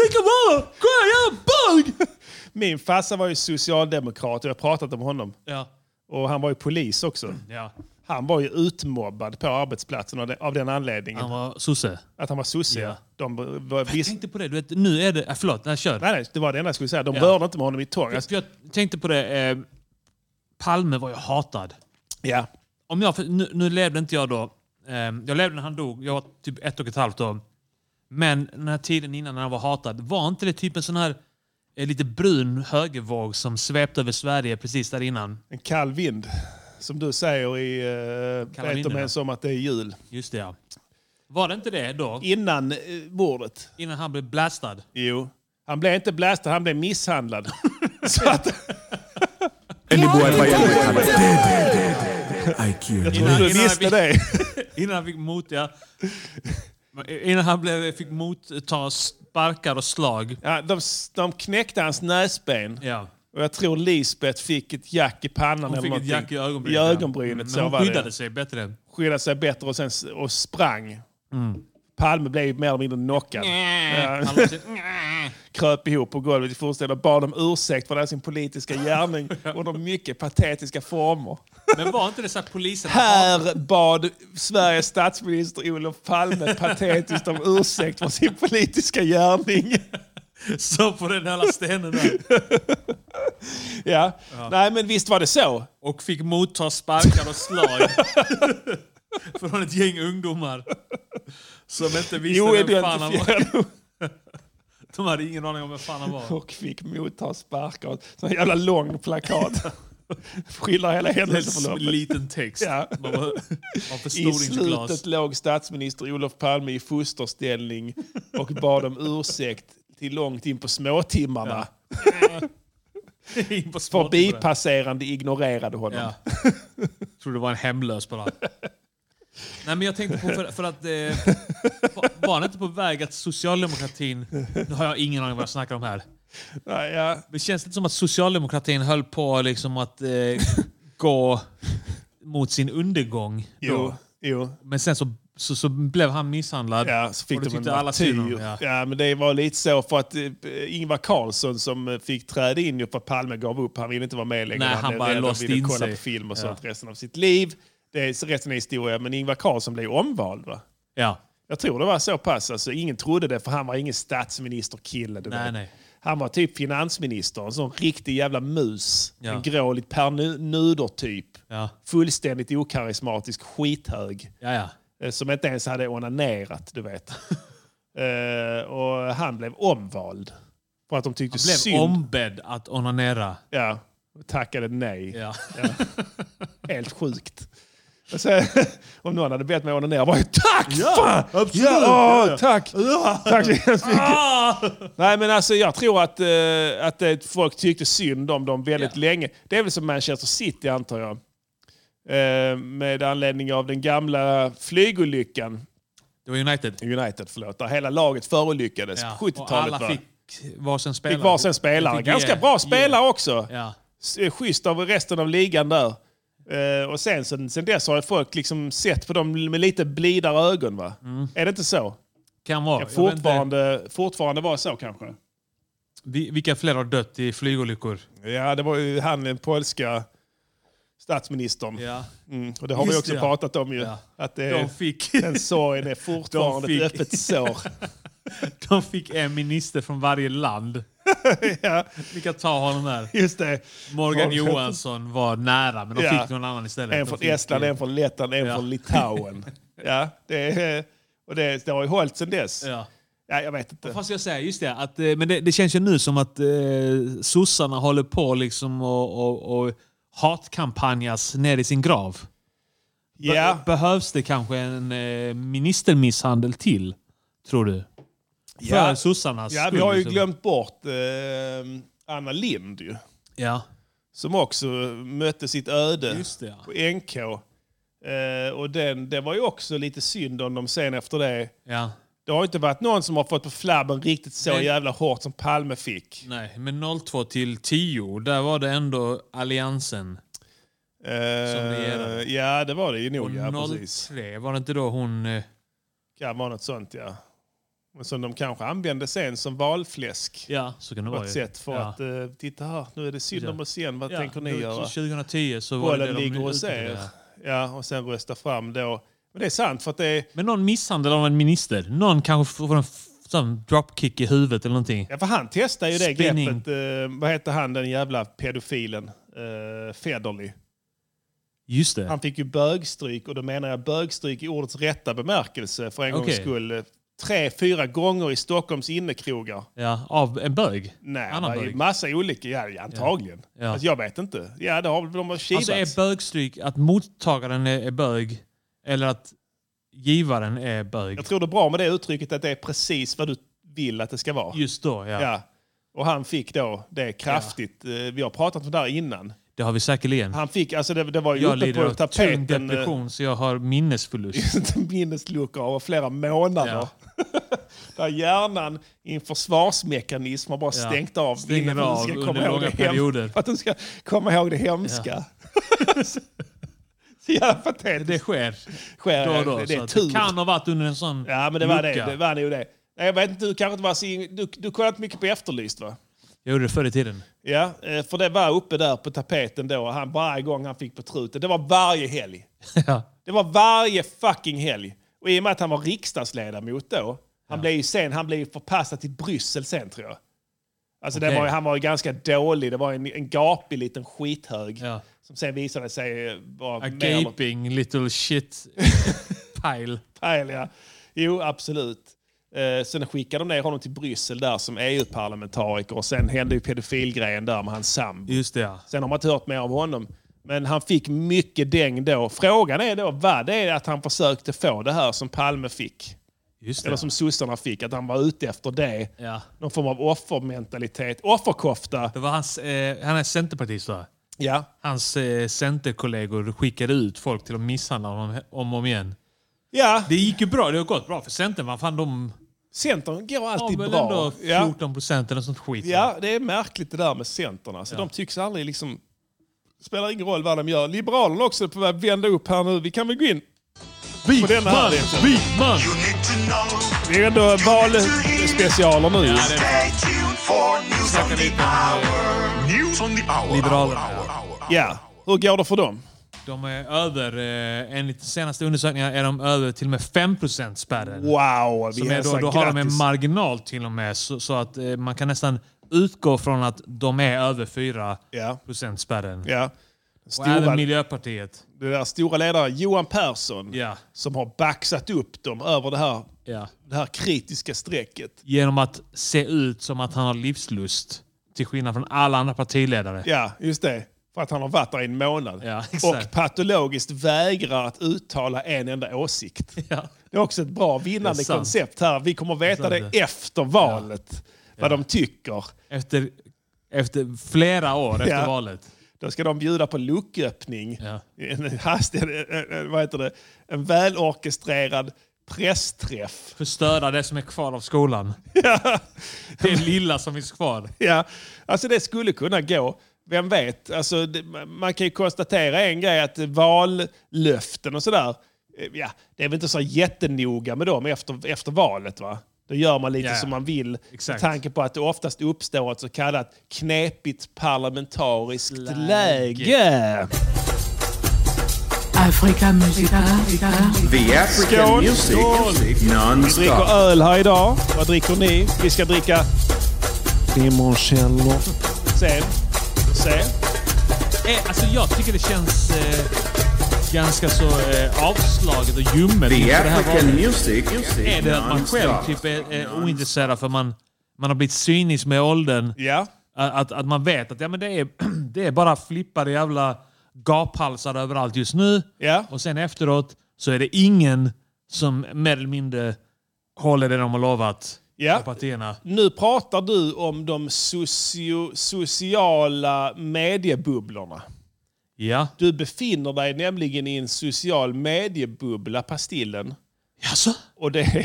[SPEAKER 5] lika värda!
[SPEAKER 2] Min farsa var ju socialdemokrat och jag har pratat om honom.
[SPEAKER 5] Ja.
[SPEAKER 2] Och han var ju polis också.
[SPEAKER 5] ja.
[SPEAKER 2] Han var ju utmobbad på arbetsplatsen av de- av den anledningen.
[SPEAKER 5] Han var sosse.
[SPEAKER 2] Att han var sosse.
[SPEAKER 5] Ja.
[SPEAKER 2] De b- var
[SPEAKER 5] Jag
[SPEAKER 2] visst...
[SPEAKER 5] tänkte på det, du vet, nu är det... Äh, förlåt, nej, kör.
[SPEAKER 2] Nej, nej, det var det enda jag skulle säga. De
[SPEAKER 5] Ja.
[SPEAKER 2] rörde inte med honom i tång. Alltså,
[SPEAKER 5] Jag tänkte på det, eh, Palme var ju hatad.
[SPEAKER 2] ja.
[SPEAKER 5] om jag, för nu, nu levde inte jag då. Eh, jag levde när han dog. Jag var typ ett och ett halvt år. Men den här tiden innan när han var hatad, var inte det typ en sån här eh, lite brun högervåg som svepte över Sverige precis där innan?
[SPEAKER 2] En kall vind. Som du säger i eh,
[SPEAKER 5] Kalla
[SPEAKER 2] uh,
[SPEAKER 5] vinden,
[SPEAKER 2] Beethoven som att det är jul.
[SPEAKER 5] Just det ja. Var det inte det då?
[SPEAKER 2] Innan uh, mordet.
[SPEAKER 5] Innan han blev blastad?
[SPEAKER 2] Jo. Han blev inte blastad, han blev misshandlad.
[SPEAKER 5] *laughs*
[SPEAKER 2] Så att,
[SPEAKER 6] Any boy by any color. I kill
[SPEAKER 2] jag tror
[SPEAKER 5] Innan-
[SPEAKER 2] du
[SPEAKER 5] innan
[SPEAKER 2] visste
[SPEAKER 5] vi-
[SPEAKER 2] det.
[SPEAKER 5] *laughs* Innan han fick mot, ja. Innan han blev, fick motta sparkar och slag.
[SPEAKER 2] Ja, de, de knäckte hans näsben.
[SPEAKER 5] Ja.
[SPEAKER 2] Och jag tror Lisbeth fick ett jack i pannan.
[SPEAKER 5] Hon
[SPEAKER 2] eller
[SPEAKER 5] fick ett
[SPEAKER 2] någonting.
[SPEAKER 5] jack i ögonbrynet. Mm,
[SPEAKER 2] I ögonbrynet,
[SPEAKER 5] Men
[SPEAKER 2] så
[SPEAKER 5] hon
[SPEAKER 2] var det.
[SPEAKER 5] skyddade sig bättre.
[SPEAKER 2] Skyddade sig bättre och, sen, s- och sprang. Palme blev mer eller mindre knockad. Ja.
[SPEAKER 5] Mm. Han
[SPEAKER 2] *laughs*
[SPEAKER 5] la sig-
[SPEAKER 2] Kröp ihop på golvet i fullständigt och bad om ursäkt för den här sin politiska
[SPEAKER 5] *laughs*
[SPEAKER 2] gärning under mycket patetiska former.
[SPEAKER 5] Men var inte det så att polisen... *laughs*
[SPEAKER 2] Här bad Sveriges statsminister Olof Palme patetiskt om ursäkt för sin politiska gärning. *laughs*
[SPEAKER 5] Så på den hela stenen där.
[SPEAKER 2] Ja. Nej, men visst var det så.
[SPEAKER 5] Och fick motta sparkar och slag. *laughs* Från ett gäng ungdomar. Som inte visste
[SPEAKER 2] Jo,
[SPEAKER 5] vem fan han var.
[SPEAKER 2] identifierade.
[SPEAKER 5] De hade ingen aning om vem fan han var.
[SPEAKER 2] och fick motta sparkar. Så en jävla lång plakat. Skildrar hela händelseförloppet.
[SPEAKER 5] Liten text.
[SPEAKER 2] Ja.
[SPEAKER 5] Man, bara, man
[SPEAKER 2] I
[SPEAKER 5] förstod inte glas. *laughs*
[SPEAKER 2] slutet låg statsminister Olof Palme i fosterställning och bad om ursäkt till långt in på småtimmarna.
[SPEAKER 5] In på spot-
[SPEAKER 2] Förbipasserande ignorerade honom.
[SPEAKER 5] Ja.
[SPEAKER 2] *laughs*
[SPEAKER 5] Tror det var en hemlös bara. *laughs* Nej men jag tänkte på för, för att... Eh, var- var han inte på väg att socialdemokratin... Nu har jag ingen aning vad jag snackar om här.
[SPEAKER 2] Ja, ja.
[SPEAKER 5] Det känns lite som att socialdemokratin höll på liksom att eh, gå mot sin undergång. då.
[SPEAKER 2] Jo, jo.
[SPEAKER 5] Men sen så, så, så blev han misshandlad.
[SPEAKER 2] Ja, så fick
[SPEAKER 5] och då
[SPEAKER 2] de en
[SPEAKER 5] tyckte alla synd om
[SPEAKER 2] martyr.
[SPEAKER 5] ja.
[SPEAKER 2] Ja. men det var lite så för att eh, Ingvar Carlsson som eh, fick träda in ju för att Palme gav upp. Han ville inte vara med längre.
[SPEAKER 5] Nej, han
[SPEAKER 2] blev
[SPEAKER 5] bara
[SPEAKER 2] rädd och
[SPEAKER 5] låste
[SPEAKER 2] ville
[SPEAKER 5] in
[SPEAKER 2] kolla
[SPEAKER 5] sig.
[SPEAKER 2] på film och sånt resten av sitt liv. Det är resten är historia. Men Ingvar Carlsson blev omvald va?
[SPEAKER 5] ja.
[SPEAKER 2] Jag tror det var så pass. Alltså, ingen trodde det för han var ingen statsministerkille. Du
[SPEAKER 5] Nej,
[SPEAKER 2] vet.
[SPEAKER 5] nej.
[SPEAKER 2] Han var typ finansminister. En sån riktig jävla mus.
[SPEAKER 5] Ja.
[SPEAKER 2] En grå, lite Per Nu- Nuder-typ.
[SPEAKER 5] Ja.
[SPEAKER 2] Fullständigt okarismatisk, skithög.
[SPEAKER 5] Ja, ja.
[SPEAKER 2] Eh, som inte ens hade onanerat, du vet. *laughs* Eh, och han blev omvald. För att de tyckte
[SPEAKER 5] Blev
[SPEAKER 2] synd.
[SPEAKER 5] ombedd att onanera.
[SPEAKER 2] Ja, och tackade nej.
[SPEAKER 5] Ja.
[SPEAKER 2] Helt sjukt. Och sen, *laughs* om någon hade bett mig onanera, bara tack!
[SPEAKER 5] Ja,
[SPEAKER 2] fan!
[SPEAKER 5] absolut.
[SPEAKER 2] Ja, åh, tack! Tack så hemskt mycket. Nej men alltså jag tror att, eh, att eh, folk tyckte synd om dem väldigt
[SPEAKER 5] Ja.
[SPEAKER 2] länge. Det är väl som Manchester City antar jag. Eh, med anledning av den gamla flygolyckan.
[SPEAKER 5] Det var United.
[SPEAKER 2] United, förlåt. Där hela laget förolyckades
[SPEAKER 5] Ja.
[SPEAKER 2] på
[SPEAKER 5] Och
[SPEAKER 2] 70-talet.
[SPEAKER 5] alla
[SPEAKER 2] va?
[SPEAKER 5] fick varsin spelare.
[SPEAKER 2] fick varsin spelare.
[SPEAKER 5] Fick
[SPEAKER 2] Ganska
[SPEAKER 5] ge-
[SPEAKER 2] bra
[SPEAKER 5] ge.
[SPEAKER 2] spelare också.
[SPEAKER 5] Ja.
[SPEAKER 2] S- eh, Schysst av resten av ligan där. Eh, och sen, sen, sen dess har folk liksom sett på dem med lite blidare ögon. Va? Är det inte så?
[SPEAKER 5] Kan vara.
[SPEAKER 2] Kan
[SPEAKER 5] Jag vet inte
[SPEAKER 2] fortfarande, fortfarande vara så kanske?
[SPEAKER 5] vi- Vilka fler har dött i flygolyckor?
[SPEAKER 2] Ja, det var ju han den polska statsministern.
[SPEAKER 5] Ja.
[SPEAKER 2] Mm, och det har
[SPEAKER 5] Just
[SPEAKER 2] vi också
[SPEAKER 5] det, ja.
[SPEAKER 2] pratat om ju.
[SPEAKER 5] Ja.
[SPEAKER 2] Att det,
[SPEAKER 5] De
[SPEAKER 2] är-
[SPEAKER 5] fick,
[SPEAKER 2] Eh, den sorgen *laughs* är fortfarande
[SPEAKER 5] De
[SPEAKER 2] ett
[SPEAKER 5] fick-
[SPEAKER 2] öppet sår.
[SPEAKER 5] *laughs* de fick en minister från varje land.
[SPEAKER 2] *laughs* ja,
[SPEAKER 5] Vilka tar honom där?
[SPEAKER 2] just det.
[SPEAKER 5] Morgan
[SPEAKER 2] Morgan.
[SPEAKER 5] Johansson var nära, men de
[SPEAKER 2] Ja.
[SPEAKER 5] fick någon annan istället.
[SPEAKER 2] En
[SPEAKER 5] De
[SPEAKER 2] från
[SPEAKER 5] fick,
[SPEAKER 2] Estland,
[SPEAKER 5] eh,
[SPEAKER 2] en från Lettland, en
[SPEAKER 5] Ja.
[SPEAKER 2] från Litauen. *laughs* Ja, det, är- och det, det har ju hållit sedan dess. Ja.
[SPEAKER 5] Ja.
[SPEAKER 2] jag vet inte.
[SPEAKER 5] Fast jag säger just det, att, eh, men det, det känns ju nu som att eh, sossarna håller på liksom och, och, och hatkampanjas ner i sin grav. Be-
[SPEAKER 2] Ja,
[SPEAKER 5] Behövs det kanske en eh, ministermisshandel till, tror du? För
[SPEAKER 2] Ja.
[SPEAKER 5] sossarnas
[SPEAKER 2] ja, vi
[SPEAKER 5] skull,
[SPEAKER 2] har ju
[SPEAKER 5] liksom.
[SPEAKER 2] glömt bort eh, Anna Lind ju,
[SPEAKER 5] Ja,
[SPEAKER 2] som också mötte sitt öde
[SPEAKER 5] Just det, ja.
[SPEAKER 2] på NK. Eh, och den, det var ju också lite synd om dem sen efter det.
[SPEAKER 5] ja.
[SPEAKER 2] Det har inte varit någon som har fått på flabben riktigt så
[SPEAKER 5] Nej.
[SPEAKER 2] jävla hårt som Palme fick.
[SPEAKER 5] Nej, men 02 till 10, där var det ändå Alliansen.
[SPEAKER 2] Eh,
[SPEAKER 5] Som regerade.
[SPEAKER 2] ja, det var det ju
[SPEAKER 5] Och
[SPEAKER 2] nog. Ja, precis.
[SPEAKER 5] 03, var det inte då hon... eh,
[SPEAKER 2] kan vara något sånt, ja. Men som de kanske använde sen som valfläsk.
[SPEAKER 5] Ja, så kan det
[SPEAKER 2] På
[SPEAKER 5] vara
[SPEAKER 2] ett
[SPEAKER 5] ju.
[SPEAKER 2] sätt för
[SPEAKER 5] ja.
[SPEAKER 2] att, eh, titta här, nu är det synd om oss igen, vad
[SPEAKER 5] Ja,
[SPEAKER 2] tänker ni
[SPEAKER 5] då-
[SPEAKER 2] göra?
[SPEAKER 5] 2010 så var det
[SPEAKER 2] Bollen
[SPEAKER 5] det de
[SPEAKER 2] ligger hos er.
[SPEAKER 5] utvärderade.
[SPEAKER 2] Ja, och sen rösta fram då. Men det är sant, för att det är,
[SPEAKER 5] Men någon misshandel av en minister. Någon kanske får en f- sån dropkick i huvudet eller någonting.
[SPEAKER 2] ja, för han testar ju det
[SPEAKER 5] Spinning.
[SPEAKER 2] greppet. Eh, vad heter han, den jävla pedofilen? Eh, Federley.
[SPEAKER 5] Just det.
[SPEAKER 2] Han fick ju bögstryk, och då menar jag bögstryk i ordets rätta bemärkelse för en gångs
[SPEAKER 5] Okej.
[SPEAKER 2] skull. Eh, Tre, fyra gånger i Stockholms innekrogar.
[SPEAKER 5] Ja, av en bög.
[SPEAKER 2] Nej,
[SPEAKER 5] Annan
[SPEAKER 2] det är ju
[SPEAKER 5] bög.
[SPEAKER 2] massa olika. Ja, ja, antagligen.
[SPEAKER 5] Ja.
[SPEAKER 2] Alltså, jag vet inte. Ja, det har, de har kivats.
[SPEAKER 5] Alltså är bögstryk att mottagaren är, är bög eller att givaren är bög?
[SPEAKER 2] Jag tror det är bra med det uttrycket att det är precis vad du vill att det ska vara.
[SPEAKER 5] Just då, ja.
[SPEAKER 2] Ja. Och han fick då det kraftigt. Eh, Vi har pratat om det där innan.
[SPEAKER 5] Det har vi säkerligen.
[SPEAKER 2] Han fick, alltså det, det var ju
[SPEAKER 5] Jag
[SPEAKER 2] uppe
[SPEAKER 5] lider
[SPEAKER 2] på
[SPEAKER 5] av tung
[SPEAKER 2] tapeten. eh,
[SPEAKER 5] depression så jag
[SPEAKER 2] *laughs*
[SPEAKER 5] har minnesförlust.
[SPEAKER 2] minnesluckor över flera månader. *laughs* Där hjärnan i en försvarsmekanism har bara
[SPEAKER 5] Ja.
[SPEAKER 2] stängt av.
[SPEAKER 5] Stänger
[SPEAKER 2] innan den
[SPEAKER 5] av under långa
[SPEAKER 2] det hem-
[SPEAKER 5] perioder.
[SPEAKER 2] För *laughs* att den ska komma ihåg det hemska. *laughs* Så jävla patetiskt.
[SPEAKER 5] Det sker
[SPEAKER 2] sker.
[SPEAKER 5] då och då.
[SPEAKER 2] det,
[SPEAKER 5] så
[SPEAKER 2] är
[SPEAKER 5] att
[SPEAKER 2] tur.
[SPEAKER 5] det kan ha varit under en sån
[SPEAKER 2] Ja, men det var det.
[SPEAKER 5] lucka.
[SPEAKER 2] Det var nog det. Nej, jag vet inte, du kanske inte var så in... Du, du kollade inte mycket på Efterlyst va?
[SPEAKER 5] Jag gjorde det förr
[SPEAKER 2] *laughs*
[SPEAKER 5] i tiden.
[SPEAKER 2] Ja, eh, för det var uppe där på tapeten då. och Han, varje gång han fick på truten. Det var varje helg.
[SPEAKER 5] ja.
[SPEAKER 2] Det var varje fucking helg. Och i och med att han var riksdagsledamot då. Han blev ju sen han blev ju förpassad till Bryssel sen tror jag. Alltså det
[SPEAKER 5] Okej.
[SPEAKER 2] var, ju- han var ju ganska dålig. Det var en, en gapig liten skithög.
[SPEAKER 5] Ja.
[SPEAKER 2] Som sen visade sig eh, vara
[SPEAKER 5] A
[SPEAKER 2] mer eller- *laughs*
[SPEAKER 5] gaping little shit pile.
[SPEAKER 2] pile. Ja. Jo, absolut. Eh, sen skickade de ner honom till Bryssel där som EU-parlamentariker och sen hände ju pedofilgrejen där med hans sambo.
[SPEAKER 5] Just det, ja.
[SPEAKER 2] Sen har man inte hört mer av honom. Men han fick mycket däng då. Frågan är då vad det är att han försökte få det här som Palme fick.
[SPEAKER 5] Just det.
[SPEAKER 2] Eller som sossarna fick, att han var ute efter det.
[SPEAKER 5] ja.
[SPEAKER 2] Någon form av offermentalitet. Offerkofta!
[SPEAKER 5] Det var hans, eh, han är centerpartist va?
[SPEAKER 2] Ja.
[SPEAKER 5] Hans eh, centerkollegor skickade ut folk till att misshandla honom he- om och om igen.
[SPEAKER 2] Ja,
[SPEAKER 5] Det gick ju bra. Det har gått bra för Centern. Man fan, de
[SPEAKER 2] Centern går
[SPEAKER 5] har
[SPEAKER 2] alltid
[SPEAKER 5] väl ändå
[SPEAKER 2] bra. Ja.
[SPEAKER 5] 14 procent eller sånt skit.
[SPEAKER 2] ja, det är märkligt det där med Centern. Alltså, De tycks aldrig liksom... Spelar ingen roll vad de gör. Liberalerna också är på väg att vända upp här nu. Vi kan väl gå in på denna här. lite.
[SPEAKER 5] Wikman!
[SPEAKER 2] Det är ändå valspecialer nu. Ja,
[SPEAKER 5] Liberalerna.
[SPEAKER 2] Hur går det för dem?
[SPEAKER 5] De är över, eh, enligt senaste undersökningar är de över till och med 5 procent spärren.
[SPEAKER 2] Wow, vi
[SPEAKER 5] Som är
[SPEAKER 2] hälsar
[SPEAKER 5] då, då har de en
[SPEAKER 2] grattis.
[SPEAKER 5] marginal till och med, så, så att eh, man kan nästan utgå från att de är över 4
[SPEAKER 2] Ja.
[SPEAKER 5] procent spärren.
[SPEAKER 2] Ja.
[SPEAKER 5] Och även
[SPEAKER 2] Stora,
[SPEAKER 5] Miljöpartiet.
[SPEAKER 2] det där stora ledaren Johan Persson
[SPEAKER 5] Ja.
[SPEAKER 2] som har baxat upp dem över det här,
[SPEAKER 5] Ja.
[SPEAKER 2] det här kritiska strecket.
[SPEAKER 5] Genom att se ut som att han har livslust. Till skillnad från alla andra partiledare.
[SPEAKER 2] Ja, just det. För att han har varit där i en månad.
[SPEAKER 5] Ja, exakt.
[SPEAKER 2] och patologiskt vägrar att uttala en enda åsikt.
[SPEAKER 5] *laughs* Ja.
[SPEAKER 2] Det är också ett bra vinnande
[SPEAKER 5] Det är sant.
[SPEAKER 2] koncept här. Vi kommer veta
[SPEAKER 5] Det
[SPEAKER 2] det,
[SPEAKER 5] är sant
[SPEAKER 2] efter valet. Vad de tycker.
[SPEAKER 5] Efter, efter flera år efter
[SPEAKER 2] Ja.
[SPEAKER 5] valet.
[SPEAKER 2] Då ska de bjuda på lucköppning.
[SPEAKER 5] Ja.
[SPEAKER 2] En, hastig, en, en, eh, vad heter det? en välorkestrerad pressträff.
[SPEAKER 5] Förstöra det som är kvar av skolan. Det lilla som finns kvar.
[SPEAKER 2] Ja, alltså det skulle kunna gå. Vem vet? Alltså, det, man kan ju konstatera en grej att vallöften och sådär. eh, Ja, det är väl inte så jättenoga med dem efter, efter valet va? Då gör man lite
[SPEAKER 5] Ja, ja.
[SPEAKER 2] som man vill.
[SPEAKER 5] Exakt.
[SPEAKER 2] Med tanke på att det oftast uppstår ett så kallat knepigt parlamentariskt läge.
[SPEAKER 7] Africa Musica.
[SPEAKER 4] The African music
[SPEAKER 2] dricker
[SPEAKER 4] non-stop.
[SPEAKER 2] öl här idag. Vad dricker ni? Vi ska dricka limoncello. Sen. Sen.
[SPEAKER 5] Eh, alltså jag tycker det känns eh, ganska så eh, avslaget och ljummet
[SPEAKER 4] The
[SPEAKER 5] inför det här
[SPEAKER 4] African
[SPEAKER 5] valet.
[SPEAKER 4] music
[SPEAKER 5] Är det att man själv
[SPEAKER 4] non-stop.
[SPEAKER 5] typ är, är ointresserad för man, man har blivit cynisk med åldern?
[SPEAKER 2] Ja.
[SPEAKER 5] Att, att- att man vet att ja, men det, är, *clears throat* det är bara flippade jävla gaphalsar överallt just nu.
[SPEAKER 2] Ja.
[SPEAKER 5] Och sen efteråt så är det ingen som mer eller mindre håller det de har lovat.
[SPEAKER 2] Ja.
[SPEAKER 5] av Partierna.
[SPEAKER 2] Nu pratar du om de socio- sociala mediebubblorna.
[SPEAKER 5] Ja.
[SPEAKER 2] Du befinner dig nämligen i en social mediebubbla, Pastillen.
[SPEAKER 5] Jaså?
[SPEAKER 2] Och det *laughs*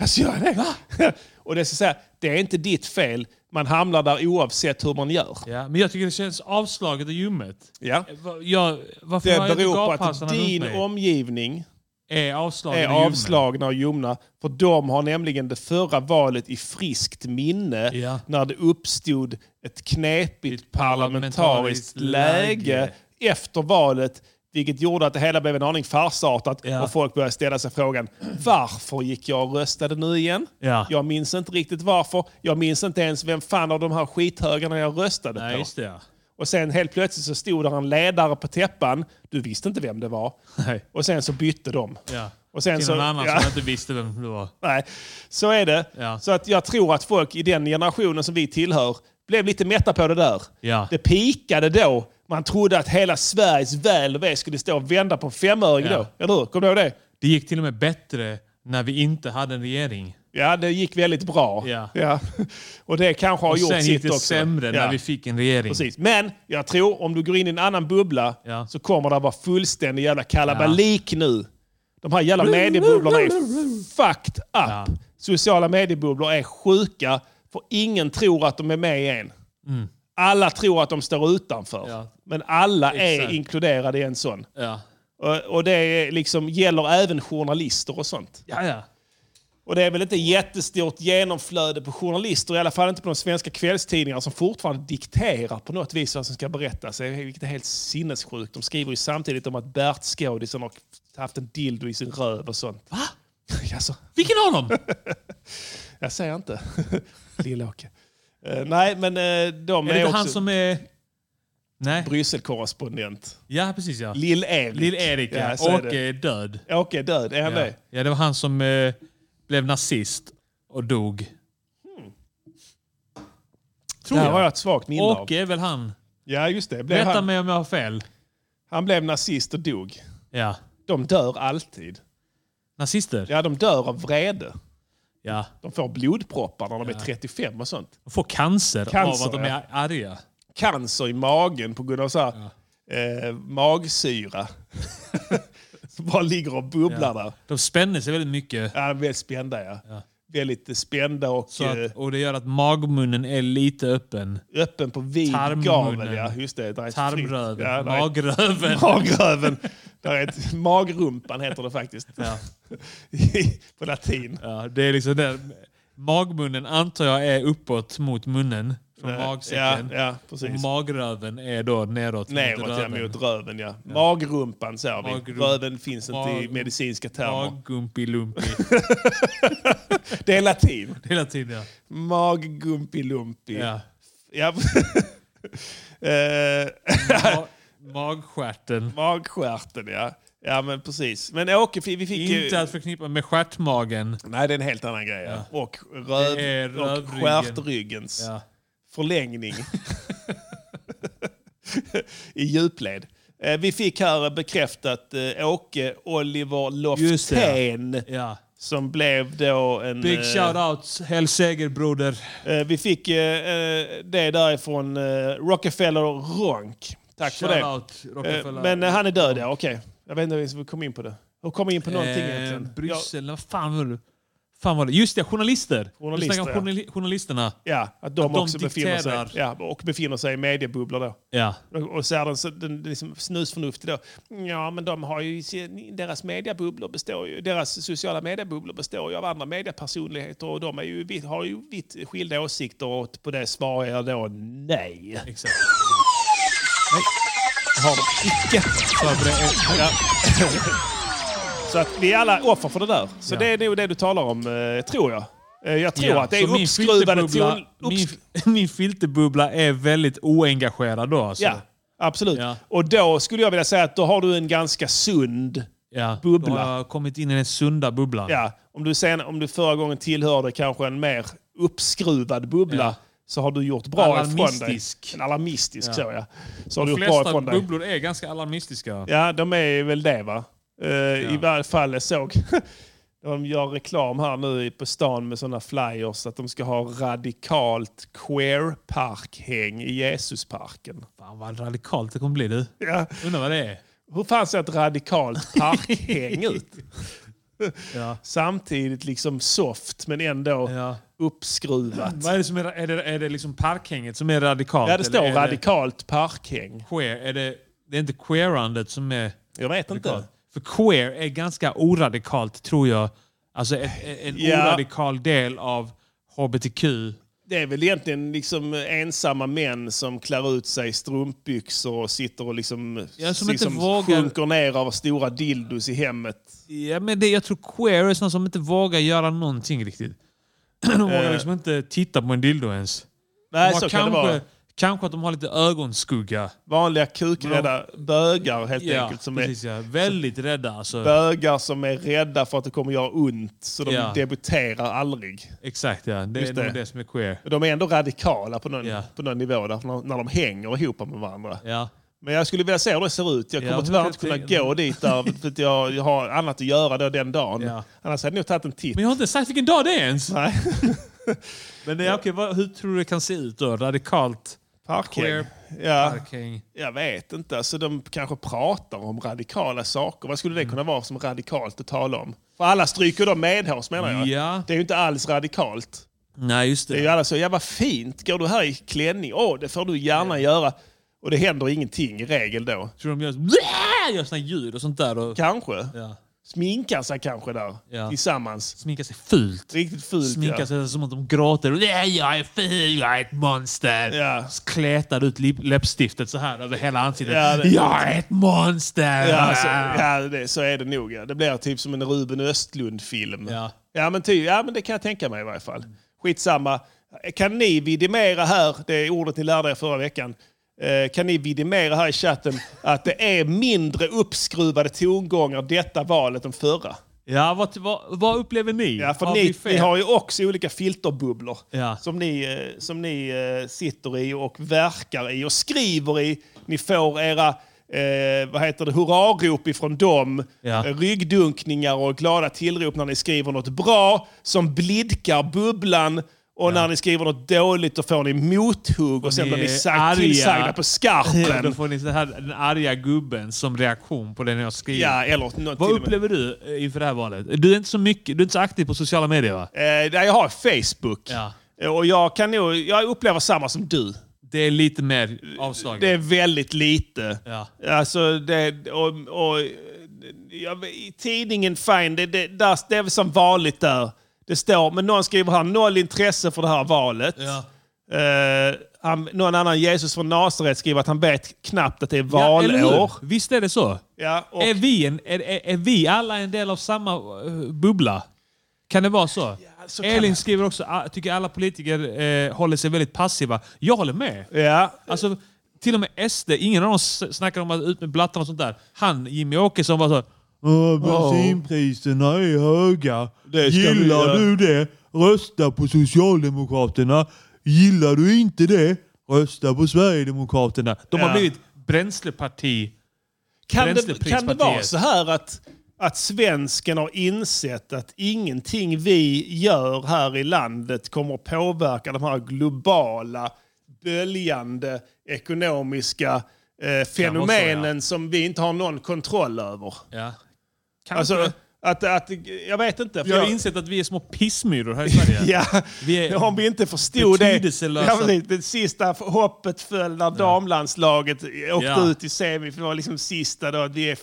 [SPEAKER 2] alltså jag är det. *laughs* Och det, är så att säga, det är inte ditt fel. Man hamnar där oavsett hur man gör.
[SPEAKER 5] Ja, men jag tycker det känns avslaget och ljummet.
[SPEAKER 2] Ja.
[SPEAKER 5] Va- Jag, varför
[SPEAKER 2] Det
[SPEAKER 5] har jag inte
[SPEAKER 2] beror på att
[SPEAKER 5] gaphalsarna runt
[SPEAKER 2] din
[SPEAKER 5] mig?
[SPEAKER 2] omgivning
[SPEAKER 5] är avslagen
[SPEAKER 2] är
[SPEAKER 5] och ljummen.
[SPEAKER 2] avslagna och ljumna. För de har nämligen det förra valet i friskt minne
[SPEAKER 5] Ja.
[SPEAKER 2] när det uppstod ett knepigt
[SPEAKER 5] Ett
[SPEAKER 2] parlamentariskt
[SPEAKER 5] parlamentariskt
[SPEAKER 2] läge,
[SPEAKER 5] läge.
[SPEAKER 2] efter valet. Vilket gjorde att det hela blev en aning farsartat
[SPEAKER 5] Ja.
[SPEAKER 2] och folk började ställa sig frågan varför gick jag och röstade nu igen?
[SPEAKER 5] Ja.
[SPEAKER 2] Jag minns inte riktigt varför. Jag minns inte ens vem fan av de här skithögarna jag röstade
[SPEAKER 5] Nej,
[SPEAKER 2] på.
[SPEAKER 5] just det. ja.
[SPEAKER 2] Och sen helt plötsligt så stod där en ledare på täppan. Du visste inte vem det var.
[SPEAKER 5] Nej.
[SPEAKER 2] Och sen så bytte de.
[SPEAKER 5] Ja.
[SPEAKER 2] Och sen
[SPEAKER 5] Till
[SPEAKER 2] så-
[SPEAKER 5] någon annan
[SPEAKER 2] ja.
[SPEAKER 5] som jag inte visste vem det var.
[SPEAKER 2] *laughs* Nej, så är det.
[SPEAKER 5] Ja.
[SPEAKER 2] Så att jag tror att folk i den generationen som vi tillhör blev lite mätta på det där.
[SPEAKER 5] Ja.
[SPEAKER 2] Det pikade då. Man trodde att hela Sveriges väl och ve skulle stå och vända på en femöring
[SPEAKER 5] Ja.
[SPEAKER 2] då. Eller hur? Kommer du ihåg det?
[SPEAKER 5] Det gick till och med bättre när vi inte hade en regering.
[SPEAKER 2] Ja, det gick väldigt bra.
[SPEAKER 5] Ja.
[SPEAKER 2] *laughs* Och det kanske har
[SPEAKER 5] Och
[SPEAKER 2] gjort
[SPEAKER 5] sen
[SPEAKER 2] sitt
[SPEAKER 5] gick
[SPEAKER 2] också.
[SPEAKER 5] det sämre
[SPEAKER 2] Ja.
[SPEAKER 5] när vi fick en regering.
[SPEAKER 2] Precis. Men jag tror om du går in i en annan bubbla
[SPEAKER 5] Ja.
[SPEAKER 2] så kommer det vara fullständig jävla kalabalik nu. De här jävla mediebubblorna är fucked up.
[SPEAKER 5] Ja.
[SPEAKER 2] Sociala mediebubblor är sjuka för ingen tror att de är med i en. Alla tror att de står utanför.
[SPEAKER 5] Mm. Ja.
[SPEAKER 2] Men alla är
[SPEAKER 5] Exakt.
[SPEAKER 2] inkluderade i en sån.
[SPEAKER 5] Ja.
[SPEAKER 2] Och, och det är liksom, gäller även journalister och sånt.
[SPEAKER 5] Ja, ja.
[SPEAKER 2] Och det är väl inte jättestort genomflöde på journalister, i alla fall inte på de svenska kvällstidningarna som fortfarande dikterar på något vis vad som ska berättas. Vilket är helt sinnessjukt. De skriver ju samtidigt om att Bert Skådisen har haft en dildo i sin röv och sånt. *laughs* Va? Jaså?
[SPEAKER 5] Vilken av dem?
[SPEAKER 2] Jag säger inte. *laughs* Lill-Åke. Eh, nej, men eh, de
[SPEAKER 5] är
[SPEAKER 2] är,
[SPEAKER 5] det inte
[SPEAKER 2] också
[SPEAKER 5] han som är... Nej.
[SPEAKER 2] Brysselkorrespondent.
[SPEAKER 5] Ja, precis ja.
[SPEAKER 2] Lill-Erik.
[SPEAKER 5] Lill-Erik ja.
[SPEAKER 2] så är
[SPEAKER 5] Åke
[SPEAKER 2] det.
[SPEAKER 5] är död.
[SPEAKER 2] Åke är död, är han
[SPEAKER 5] Ja.
[SPEAKER 2] det?
[SPEAKER 5] ja, det var han som eh, blev nazist och dog.
[SPEAKER 2] Tror jag. har jag ett svagt minne av.
[SPEAKER 5] Åke är väl han?
[SPEAKER 2] Ja, just det. Blev
[SPEAKER 5] Rätta
[SPEAKER 2] han,
[SPEAKER 5] mig om jag har fel.
[SPEAKER 2] han blev nazist och dog.
[SPEAKER 5] Ja.
[SPEAKER 2] De dör alltid.
[SPEAKER 5] Nazister?
[SPEAKER 2] Ja, de dör av vrede.
[SPEAKER 5] Ja.
[SPEAKER 2] De får blodproppar när de är 35 och sånt.
[SPEAKER 5] De får cancer,
[SPEAKER 2] Cancer,
[SPEAKER 5] av att
[SPEAKER 2] ja.
[SPEAKER 5] de är arga.
[SPEAKER 2] Cancer i magen på grund av så här, eh, magsyra. *laughs* Som bara ligger och bubblar där.
[SPEAKER 5] De spänner sig väldigt mycket.
[SPEAKER 2] Ja, de är väldigt spända ja. Väldigt eh, spända och
[SPEAKER 5] Så
[SPEAKER 2] eh,
[SPEAKER 5] att, och det gör att magmunnen är lite öppen.
[SPEAKER 2] öppen på vid
[SPEAKER 5] Tarmmunnen.
[SPEAKER 2] gavel. Ja, just det. Där är ett fritt-
[SPEAKER 5] Tarmröven.
[SPEAKER 2] Ja, där är- *laughs*
[SPEAKER 5] magröven.
[SPEAKER 2] Magröven. Där är ett, magrumpan heter det faktiskt. *laughs*
[SPEAKER 5] Ja.
[SPEAKER 2] på latin.
[SPEAKER 5] Ja, det är liksom där. Magmunnen antar jag är uppåt mot munnen. Från
[SPEAKER 2] Ja,
[SPEAKER 5] magsäcken.
[SPEAKER 2] ja
[SPEAKER 5] och
[SPEAKER 2] precis.
[SPEAKER 5] magröven är då neråt,
[SPEAKER 2] Neråt, ja, mot röven. Ja. Magrumpan säger vi.
[SPEAKER 5] Magrum-
[SPEAKER 2] Röven finns inte i
[SPEAKER 5] Mag-
[SPEAKER 2] medicinska termer. *laughs*
[SPEAKER 5] Maggumpilumpi.
[SPEAKER 2] Det är latin.
[SPEAKER 5] Hela tiden ja.
[SPEAKER 2] Maggumpilumpi.
[SPEAKER 5] ja.
[SPEAKER 2] Ja. *laughs* Eh,
[SPEAKER 5] Ma- Magstjärten.
[SPEAKER 2] Magstjärten, ja. Ja, men precis. Men Åke, vi fick ju...
[SPEAKER 5] Inte att förknippa med stjärtmagen.
[SPEAKER 2] Nej, det är en helt annan grej. Ja. Och, röv...
[SPEAKER 5] Det är
[SPEAKER 2] och
[SPEAKER 5] rövryggen.
[SPEAKER 2] stjärtryggens
[SPEAKER 5] Ja. *laughs*
[SPEAKER 2] förlängning. I djupled. Eh, Vi fick här bekräftat eh, Åke Oliver
[SPEAKER 5] Just det,
[SPEAKER 2] Loftén
[SPEAKER 5] ja.
[SPEAKER 2] som blev då en...
[SPEAKER 5] Big
[SPEAKER 2] eh,
[SPEAKER 5] shout-out, Hell Seger broder.
[SPEAKER 2] eh, Vi fick eh, eh, det därifrån eh, Rockefeller Ronk. Tack för det.
[SPEAKER 5] Shoutout,
[SPEAKER 2] Eh,
[SPEAKER 5] Rockefeller.
[SPEAKER 2] Men eh, han är död, ja. Okej. Jag vet inte ens hur vi kom in på det. Hur kom vi in på någonting
[SPEAKER 5] eh,
[SPEAKER 2] egentligen? Ja,
[SPEAKER 5] Bryssel, vad fan var det? Fan var det? Just det, journalister.
[SPEAKER 2] Journalister,
[SPEAKER 5] Vi snackar om journali- journalisterna.
[SPEAKER 2] ja, att de
[SPEAKER 5] att de
[SPEAKER 2] också befinner sig,
[SPEAKER 5] dikterar.
[SPEAKER 2] ja, och befinner sig i mediebubblor då.
[SPEAKER 5] Ja.
[SPEAKER 2] Och- Och så är den, så- den liksom snusförnuftig då. Ja, men de har ju, sin- deras mediebubblor består ju, deras sociala mediebubblor består ju av andra mediepersonligheter och de är ju, vitt- har ju vitt skilda åsikter och på det svarar jag då nej.
[SPEAKER 5] Exakt.
[SPEAKER 2] Har de icke. Ja. Så att vi är alla offer för det där. Så det är nog det du talar om, eh, tror jag. Eh, Jag tror att det
[SPEAKER 5] så
[SPEAKER 2] är
[SPEAKER 5] min
[SPEAKER 2] uppskruvade till...
[SPEAKER 5] filterbubbla-
[SPEAKER 2] Upps-
[SPEAKER 5] Min, *laughs* min filterbubbla är väldigt oengagerad då. Alltså.
[SPEAKER 2] ja, absolut.
[SPEAKER 5] Ja.
[SPEAKER 2] Och då skulle jag vilja säga att då har du en ganska sund
[SPEAKER 5] ja.
[SPEAKER 2] Bubbla.
[SPEAKER 5] Då har jag kommit in i den sunda bubblan.
[SPEAKER 2] Ja, om du, sen, om du förra gången tillhörde kanske en mer uppskruvad bubbla
[SPEAKER 5] Ja.
[SPEAKER 2] så har du gjort bra ifrån dig.
[SPEAKER 5] Alarmistisk.
[SPEAKER 2] En alarmistisk. Så, ja. Så har du gjort
[SPEAKER 5] De
[SPEAKER 2] bra
[SPEAKER 5] flesta
[SPEAKER 2] ifrån dig.
[SPEAKER 5] bubblor är ganska alarmistiska.
[SPEAKER 2] Ja, de är väl det va? Eh, I varje fall jag såg *laughs* de gör reklam här nu i- på stan med sådana flyers att de ska ha radikalt queer-parkhäng i Jesusparken.
[SPEAKER 5] Fan vad radikalt det kommer bli du.
[SPEAKER 2] Ja.
[SPEAKER 5] Undrar vad det är.
[SPEAKER 2] Hur fan ser ett radikalt
[SPEAKER 5] *laughs*
[SPEAKER 2] parkhäng ut?
[SPEAKER 5] Ja.
[SPEAKER 2] Samtidigt liksom soft men ändå
[SPEAKER 5] Ja.
[SPEAKER 2] uppskruvat.
[SPEAKER 5] Vad är det som är, är, det, är det liksom parkhänget som är radikalt?
[SPEAKER 2] Ja, det står
[SPEAKER 5] eller är
[SPEAKER 2] radikalt parkhäng.
[SPEAKER 5] Det, queer, är det, det är inte queerandet som är...
[SPEAKER 2] Jag vet inte.
[SPEAKER 5] radikalt. För queer är ganska oradikalt tror jag. Alltså ett, en
[SPEAKER 2] Ja.
[SPEAKER 5] oradikal del av hbtq.
[SPEAKER 2] Det är väl egentligen liksom ensamma män som klär ut sig i strumpbyxor och sitter och liksom,
[SPEAKER 5] Ja, som
[SPEAKER 2] si-
[SPEAKER 5] inte vågar-
[SPEAKER 2] sjunker ner av stora dildos i hemmet.
[SPEAKER 5] Ja, men det, jag tror queer är såna som inte vågar göra någonting riktigt. *clears throat* De vågar liksom inte titta på en dildo ens.
[SPEAKER 2] Eh. Nej,
[SPEAKER 5] De har
[SPEAKER 2] så kan det vara.
[SPEAKER 5] kanske, kanske att de har lite ögonskugga.
[SPEAKER 2] Vanliga kukrädda bögar helt enkelt. Som
[SPEAKER 5] precis,
[SPEAKER 2] är
[SPEAKER 5] ja. Väldigt rädda. Alltså.
[SPEAKER 2] bögar som är rädda för att det kommer göra ont, så de
[SPEAKER 5] Ja.
[SPEAKER 2] debuterar aldrig.
[SPEAKER 5] Exakt, ja. Det är
[SPEAKER 2] Just det.
[SPEAKER 5] nog det som är queer.
[SPEAKER 2] De är ändå radikala på någon,
[SPEAKER 5] Ja.
[SPEAKER 2] på någon nivå där, när- när de hänger ihop med varandra.
[SPEAKER 5] Ja.
[SPEAKER 2] Men jag skulle vilja se hur det ser ut. Jag
[SPEAKER 5] Ja,
[SPEAKER 2] kommer
[SPEAKER 5] men
[SPEAKER 2] tyvärr
[SPEAKER 5] jag
[SPEAKER 2] inte kunna
[SPEAKER 5] tänker-
[SPEAKER 2] gå dit där, för att jag, jag har annat att göra då den dagen.
[SPEAKER 5] Ja.
[SPEAKER 2] Annars hade jag nog tagit en titt.
[SPEAKER 5] Men jag har inte sagt vilken dag det är ens.
[SPEAKER 2] Nej. *laughs*
[SPEAKER 5] Men det är, okej, vad, hur tror du det kan se ut då? Radikalt?
[SPEAKER 2] Parkhäng.
[SPEAKER 5] Queer
[SPEAKER 2] Ja,
[SPEAKER 5] Parking.
[SPEAKER 2] jag vet inte. Alltså, de kanske pratar om radikala saker. Vad skulle
[SPEAKER 5] Mm.
[SPEAKER 2] det kunna vara som radikalt att tala om? För alla stryker de medhårs menar jag.
[SPEAKER 5] Ja.
[SPEAKER 2] Det är ju inte alls radikalt.
[SPEAKER 5] Nej, just
[SPEAKER 2] Det är
[SPEAKER 5] det.
[SPEAKER 2] ju alla så, ja vad fint, går du här i klänning? Åh, det får du gärna göra. Och det händer ingenting i regel då.
[SPEAKER 5] Tror de gör, så- gör såna ljud och sånt där. Och,
[SPEAKER 2] Kanske.
[SPEAKER 5] ja.
[SPEAKER 2] Sminkar sig kanske där
[SPEAKER 5] Ja.
[SPEAKER 2] tillsammans.
[SPEAKER 5] Sminkar sig fult.
[SPEAKER 2] Riktigt fult
[SPEAKER 5] Sminkar
[SPEAKER 2] ja.
[SPEAKER 5] sig som att de gråter. "Nej, Jag är ful, jag är ett monster.
[SPEAKER 2] Ja.
[SPEAKER 5] Klätar ut lip- läppstiftet så här över hela ansiktet.
[SPEAKER 2] Ja, det-
[SPEAKER 5] Jag är ett monster!
[SPEAKER 2] Ja, alltså, ja det, så är det nog. Ja. Det blir typ som en Ruben Östlund-film.
[SPEAKER 5] Ja.
[SPEAKER 2] Ja, men ty, ja, men det kan jag tänka mig i varje fall. Skitsamma. Kan ni vidimera här, det är ordet ni lärde er förra veckan, eh, kan ni vidimera här i chatten att det är mindre uppskruvade tongångar detta valet än förra?
[SPEAKER 5] Ja, vad, vad, vad upplever ni?
[SPEAKER 2] Ja, för
[SPEAKER 5] Har vi
[SPEAKER 2] ni,
[SPEAKER 5] fel?
[SPEAKER 2] ni har ju också olika filterbubblor
[SPEAKER 5] Ja.
[SPEAKER 2] som ni, eh, som ni eh, sitter i och verkar i och skriver i. Ni får era eh, vad heter det, hurrarop ifrån dem,
[SPEAKER 5] Ja.
[SPEAKER 2] eh, ryggdunkningar och glada tillrop när ni skriver något bra som blidkar bubblan. Och när ni skriver något dåligt då får ni mothugg och sen
[SPEAKER 5] ni
[SPEAKER 2] blir ni
[SPEAKER 5] är
[SPEAKER 2] sagt-
[SPEAKER 5] arga.
[SPEAKER 2] tillsagda på
[SPEAKER 5] *laughs* Ja, Då
[SPEAKER 2] skarpen.
[SPEAKER 5] får ni så här, den arga gubben som reaktion på det ni har skrivit.
[SPEAKER 2] Ja, eller något
[SPEAKER 5] Vad
[SPEAKER 2] till och med.
[SPEAKER 5] upplever du eh, inför det här valet? Du är inte så, mycket, du är inte så aktiv på sociala medier va?
[SPEAKER 2] Eh, där jag har Facebook.
[SPEAKER 5] Ja.
[SPEAKER 2] Eh, Och jag, kan nog, jag upplever samma som du.
[SPEAKER 5] Det är lite mer avslaget.
[SPEAKER 2] Det är väldigt lite.
[SPEAKER 5] Ja.
[SPEAKER 2] Alltså, det, och, och, jag, i tidningen Fine, det, det, där, det är väl som vanligt där. Det står, men någon skriver här, noll intresse för det här valet.
[SPEAKER 5] Ja.
[SPEAKER 2] Eh, han, någon annan, Jesus från Nasaret, skriver att han vet knappt att det är
[SPEAKER 5] Ja, eller hur?
[SPEAKER 2] valår.
[SPEAKER 5] Visst är det så?
[SPEAKER 2] Ja, och,
[SPEAKER 5] Är vi, en, är, är, är vi alla en del av samma eh, bubbla? Kan det vara så?
[SPEAKER 2] så kan
[SPEAKER 5] Elin
[SPEAKER 2] det.
[SPEAKER 5] skriver också "Ah, tycker alla politiker eh, håller sig väldigt passiva. Jag håller med.
[SPEAKER 2] ja,
[SPEAKER 5] Alltså, till och med SD, ingen av dem s- snackar om att ut med blattarna och sånt där. Han, Jimmy Åkesson, var så "Åh, Bensinpriserna är höga.
[SPEAKER 2] Det ska vi
[SPEAKER 5] Gillar
[SPEAKER 2] göra."
[SPEAKER 5] du det? Rösta på Socialdemokraterna. Gillar du inte det? Rösta på Sverigedemokraterna. De har
[SPEAKER 2] Ja.
[SPEAKER 5] blivit bränsleparti.
[SPEAKER 2] kan, det, kan det
[SPEAKER 5] Bränsleprispartiet.
[SPEAKER 2] vara så här att, att svensken har insett att ingenting vi gör här i landet kommer att påverka de här globala, böljande ekonomiska eh, fenomenen som vi inte har någon kontroll över?
[SPEAKER 5] Ja.
[SPEAKER 2] Alltså, att, att, jag vet inte. för
[SPEAKER 5] Vi har
[SPEAKER 2] jag-
[SPEAKER 5] insett att vi är små pissmyror här i Sverige.
[SPEAKER 2] *laughs* Ja,
[SPEAKER 5] Vi är-
[SPEAKER 2] om vi inte förstod det.
[SPEAKER 5] Betydelselösa.
[SPEAKER 2] Ja, precis. det sista hoppet föll när damlandslaget åkte
[SPEAKER 5] Ja.
[SPEAKER 2] ut i semi. För det var liksom sista då. att Vi är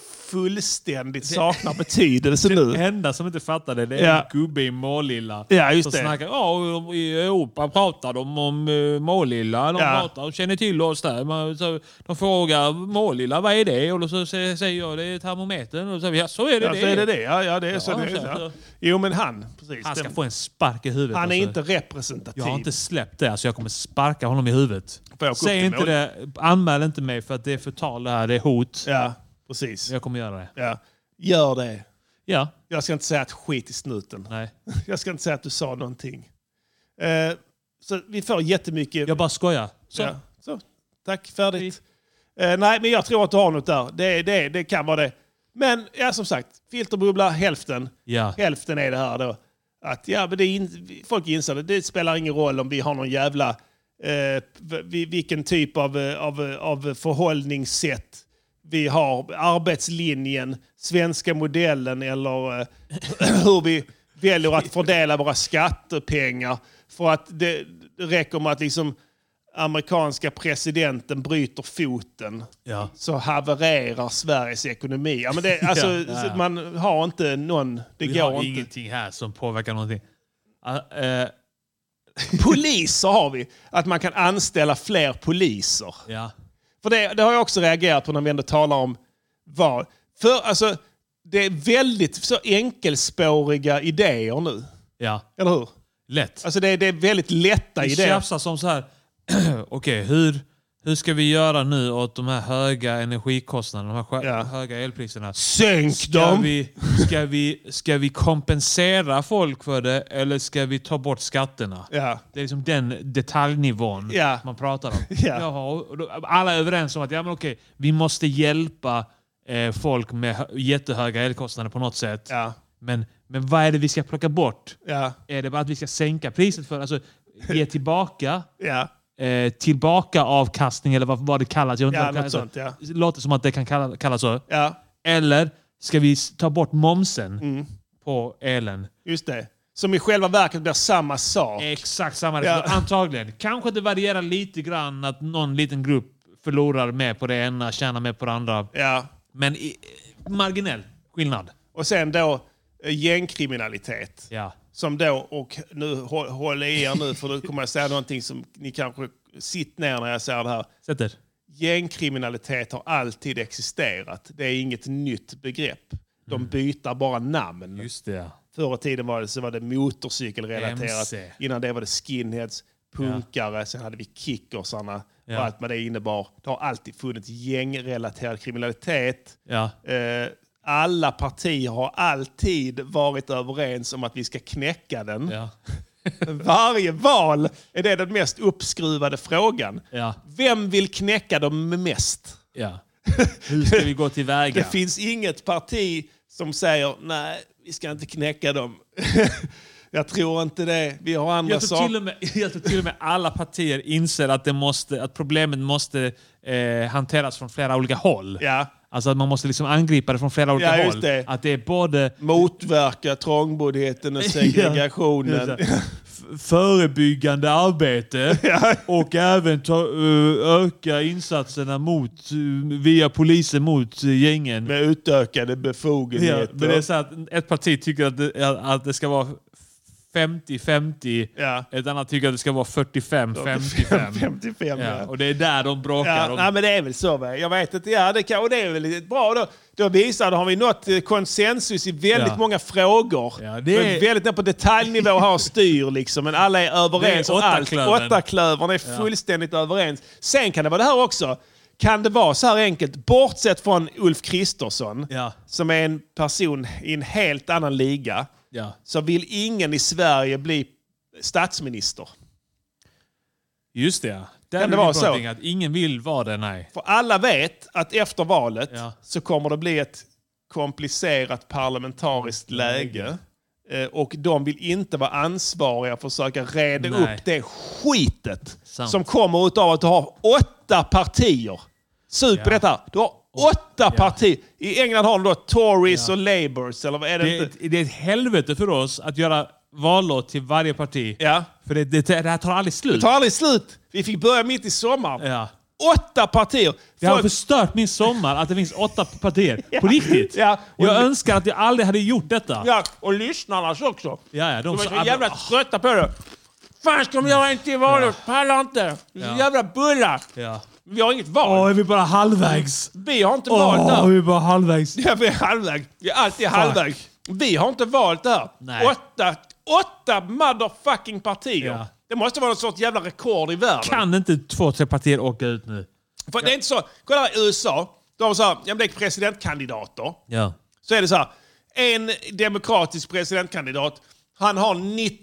[SPEAKER 2] fullständigt saknar betydelse
[SPEAKER 5] *laughs* Det
[SPEAKER 2] nu.
[SPEAKER 5] enda som inte fattar det, det är
[SPEAKER 2] Ja.
[SPEAKER 5] en gubbe i Målilla
[SPEAKER 2] Ja, just
[SPEAKER 5] som
[SPEAKER 2] det.
[SPEAKER 5] snackar ja, och i Europa pratar de om eh, Målilla. De
[SPEAKER 2] Ja.
[SPEAKER 5] pratar och känner till oss där. Man, så, de frågar Målilla, vad är det? Och då så sä- säger jag, det är termometern. Och så, ja, så är det
[SPEAKER 2] Ja,
[SPEAKER 5] det.
[SPEAKER 2] så är det det. Ja, ja, det är så
[SPEAKER 5] Ja,
[SPEAKER 2] det är.
[SPEAKER 5] så-
[SPEAKER 2] Ja. Jo, men han. Precis.
[SPEAKER 5] Han ska
[SPEAKER 2] Det-
[SPEAKER 5] få en spark i huvudet.
[SPEAKER 2] han är
[SPEAKER 5] alltså.
[SPEAKER 2] inte representativ.
[SPEAKER 5] Jag har inte släppt det, så jag kommer sparka honom i huvudet.
[SPEAKER 2] Får jag åka upp
[SPEAKER 5] Säg
[SPEAKER 2] till
[SPEAKER 5] inte det. Anmäl inte mig för att det är förtal det här. Det är hot.
[SPEAKER 2] Ja, precis.
[SPEAKER 5] Jag kommer göra det.
[SPEAKER 2] Ja. Gör det.
[SPEAKER 5] Ja.
[SPEAKER 2] Jag ska inte säga ett skit i snuten.
[SPEAKER 5] Nej.
[SPEAKER 2] *laughs* Jag ska inte säga att du sa någonting. Eh, så vi får jättemycket...
[SPEAKER 5] Jag bara skojar. Så.
[SPEAKER 2] Ja. Så. Tack, färdigt. Eh, nej, men jag tror att du har något där. Det, det, det kan vara det. Men ja, som sagt, filterbubbla hälften.
[SPEAKER 5] Ja.
[SPEAKER 2] Hälften är det här då. Att, ja, men det är in, folk inser det. Det spelar ingen roll om vi har någon jävla... Eh, vi- vilken typ av, eh, av, eh, av förhållningssätt vi har. Arbetslinjen, svenska modellen eller eh, *clears throat* hur vi väljer att fördela våra skattepengar. För att det det räcker med att liksom amerikanska presidenten bryter foten
[SPEAKER 5] Ja.
[SPEAKER 2] så havererar Sveriges ekonomi. Ja, men
[SPEAKER 5] *laughs*
[SPEAKER 2] det, alltså,
[SPEAKER 5] Ja, ja, ja.
[SPEAKER 2] Man har inte någon... Det
[SPEAKER 5] Vi
[SPEAKER 2] går
[SPEAKER 5] har
[SPEAKER 2] inte.
[SPEAKER 5] ingenting här som påverkar någonting. Ah, eh,
[SPEAKER 2] Poliser har vi. Att man kan anställa fler poliser.
[SPEAKER 5] ja.
[SPEAKER 2] För det, det har jag också reagerat på när vi ändå talar om val. För alltså, det är väldigt så enkelspåriga idéer nu.
[SPEAKER 5] ja,
[SPEAKER 2] Eller hur?
[SPEAKER 5] lätt.
[SPEAKER 2] Alltså det, är- det är väldigt lätta
[SPEAKER 5] Det
[SPEAKER 2] idéer.
[SPEAKER 5] tjafsas om så här. *clears throat* Okej, hur, hur ska vi göra nu åt de här höga energikostnaderna, de här skär-
[SPEAKER 2] Ja.
[SPEAKER 5] höga elpriserna?
[SPEAKER 2] Sänk
[SPEAKER 5] Ska
[SPEAKER 2] dem!
[SPEAKER 5] vi, ska, vi, ska vi kompensera folk för det eller ska vi ta bort skatterna?
[SPEAKER 2] Ja.
[SPEAKER 5] Det är liksom den detaljnivån
[SPEAKER 2] Ja.
[SPEAKER 5] man pratar om.
[SPEAKER 2] *laughs* Ja.
[SPEAKER 5] Jaha, och då- alla är överens om att ja, men okej, vi måste hjälpa eh, folk med hö- jättehöga elkostnader på något sätt.
[SPEAKER 2] Ja.
[SPEAKER 5] Men, men vad är det vi ska plocka bort?
[SPEAKER 2] Ja.
[SPEAKER 5] Är det bara att vi ska sänka priset för Alltså, ge tillbaka
[SPEAKER 2] Ja.
[SPEAKER 5] eh, tillbaka avkastning eller vad, vad det kallas. Jag vet inte
[SPEAKER 2] Ja,
[SPEAKER 5] vad det
[SPEAKER 2] något
[SPEAKER 5] kallas.
[SPEAKER 2] sånt,
[SPEAKER 5] Det låter som att det kan kalla, kallas så.
[SPEAKER 2] Ja.
[SPEAKER 5] Eller ska vi s- ta bort momsen
[SPEAKER 2] Mm.
[SPEAKER 5] på elen?
[SPEAKER 2] Just det. Som i själva verket blir samma sak.
[SPEAKER 5] Exakt samma
[SPEAKER 2] Ja.
[SPEAKER 5] resultat. *laughs* Antagligen. Kanske det varierar lite grann att någon liten grupp förlorar mer på det ena, tjänar mer på det andra.
[SPEAKER 2] Ja.
[SPEAKER 5] Men i, eh, marginell skillnad.
[SPEAKER 2] Och sen då eh, gängkriminalitet.
[SPEAKER 5] Ja.
[SPEAKER 2] Som då, och nu håll, håll i er nu för då kommer jag säga någonting som ni kanske... Sitt ner när jag säger det här.
[SPEAKER 5] Sätter.
[SPEAKER 2] gängkriminalitet har alltid existerat. Det är inget nytt begrepp. De byter bara namn.
[SPEAKER 5] Mm. Just det. ja.
[SPEAKER 2] Förr i tiden var det, så var det motorcykelrelaterat.
[SPEAKER 5] MC.
[SPEAKER 2] Innan det var det skinheads, punkare, sen hade vi kickersarna.
[SPEAKER 5] Ja.
[SPEAKER 2] Och allt vad det innebar. Det har alltid funnits gängrelaterad kriminalitet.
[SPEAKER 5] Ja.
[SPEAKER 2] Eh, alla partier har alltid varit överens om att vi ska knäcka den.
[SPEAKER 5] Ja.
[SPEAKER 2] Varje val är det den mest uppskruvade frågan.
[SPEAKER 5] Ja.
[SPEAKER 2] Vem vill knäcka dem mest? *laughs*
[SPEAKER 5] ja. Hur ska vi gå tillväga?
[SPEAKER 2] Det finns inget parti som säger nej, vi ska inte knäcka dem. *laughs* jag tror inte det. Vi har andra
[SPEAKER 5] jag, tror till
[SPEAKER 2] saker.
[SPEAKER 5] och med, *laughs* jag tror till och med alla partier inser att, det måste, att problemen måste eh, hanteras från flera olika håll.
[SPEAKER 2] Ja.
[SPEAKER 5] Alltså att man måste liksom angripa det från flera olika
[SPEAKER 2] Ja, just
[SPEAKER 5] håll.
[SPEAKER 2] det.
[SPEAKER 5] Att det är både *laughs*
[SPEAKER 2] Motverka trångboddheten och segregationen.
[SPEAKER 5] f- förebyggande arbete och även ta, eh, öka insatserna mot, eh, via polisen mot eh,
[SPEAKER 2] *laughs*
[SPEAKER 5] gängen.
[SPEAKER 2] Med utökade
[SPEAKER 5] Ja,
[SPEAKER 2] befogenheter.
[SPEAKER 5] men
[SPEAKER 2] *laughs*
[SPEAKER 5] det är så att ett parti tycker att det, att det ska vara 50-50.
[SPEAKER 2] Ja.
[SPEAKER 5] Ett annat tycker att det ska vara 45-55.
[SPEAKER 2] 55
[SPEAKER 5] Ja,
[SPEAKER 2] ja.
[SPEAKER 5] och det är där de bråkar.
[SPEAKER 2] Ja,
[SPEAKER 5] om.
[SPEAKER 2] nej, men det är väl så. Va? Jag vet inte. Ja, det, kan, och det är väl lite bra. Då, då visar det, har vi nått eh, konsensus i väldigt
[SPEAKER 5] Ja.
[SPEAKER 2] många frågor.
[SPEAKER 5] Ja, det är-
[SPEAKER 2] Men Väldigt ner på detaljnivå har styr liksom, men alla är överens
[SPEAKER 5] Det är
[SPEAKER 2] om allt.
[SPEAKER 5] åttaklövern.
[SPEAKER 2] Åttaklövern är fullständigt överens. Sen kan det vara det här också. Kan det vara så här enkelt, bortsett från Ulf Kristersson,
[SPEAKER 5] Ja.
[SPEAKER 2] som är en person i en helt annan liga,
[SPEAKER 5] Ja.
[SPEAKER 2] så vill ingen i Sverige bli statsminister.
[SPEAKER 5] Just det, ja. Där
[SPEAKER 2] Kan det
[SPEAKER 5] är
[SPEAKER 2] vara
[SPEAKER 5] på
[SPEAKER 2] så?
[SPEAKER 5] någonting Att ingen vill vara det, nej.
[SPEAKER 2] För alla vet att efter valet
[SPEAKER 5] Ja.
[SPEAKER 2] så kommer det bli ett komplicerat parlamentariskt
[SPEAKER 5] Mm.
[SPEAKER 2] läge. Eh, Och de vill inte vara ansvariga för att försöka reda
[SPEAKER 5] Nej.
[SPEAKER 2] upp det skitet
[SPEAKER 5] Sant.
[SPEAKER 2] som kommer utav att du har åtta partier. Sug på
[SPEAKER 5] Ja.
[SPEAKER 2] detta. Du har åtta partier. I England har de då Tories och Labours. Eller vad är det,
[SPEAKER 5] Det är,
[SPEAKER 2] inte?
[SPEAKER 5] ett- det är ett helvete för oss att göra vallår till varje parti.
[SPEAKER 2] Ja.
[SPEAKER 5] För det, det, det här tar aldrig slut.
[SPEAKER 2] Det tar aldrig slut. Vi fick börja mitt i sommaren.
[SPEAKER 5] Ja.
[SPEAKER 2] Åtta partier.
[SPEAKER 5] Det har
[SPEAKER 2] Folk-
[SPEAKER 5] förstört min sommar att det finns åtta partier. På
[SPEAKER 2] *laughs*
[SPEAKER 5] riktigt.
[SPEAKER 2] Ja.
[SPEAKER 5] Jag önskar att jag aldrig hade gjort detta.
[SPEAKER 2] ja, och lyssnarnas också.
[SPEAKER 5] Ja, ja, de
[SPEAKER 2] De är
[SPEAKER 5] sa-
[SPEAKER 2] så Ah. jävla trötta på det. Fan ska de göra en till valet? Pallar inte. Det är så
[SPEAKER 5] Ja.
[SPEAKER 2] Jävla bullar.
[SPEAKER 5] Ja.
[SPEAKER 2] Vi har inget
[SPEAKER 5] Åh,
[SPEAKER 2] val.
[SPEAKER 5] är vi bara halvvägs?
[SPEAKER 2] Vi har inte valt
[SPEAKER 5] Åh, är
[SPEAKER 2] där.
[SPEAKER 5] vi bara halvvägs?
[SPEAKER 2] Ja, vi är halvväg. Vi är alltid halvväg. Vi har inte valt där.
[SPEAKER 5] Nej.
[SPEAKER 2] Åtta, åtta motherfucking partier.
[SPEAKER 5] Ja.
[SPEAKER 2] Det måste vara något sorts jävla rekord i världen.
[SPEAKER 5] Kan inte två, tre partier åka ut nu?
[SPEAKER 2] För det är inte så. Kolla här i USA. De har så här, ja, men det är presidentkandidater.
[SPEAKER 5] Ja.
[SPEAKER 2] så är det så här. En demokratisk presidentkandidat, han har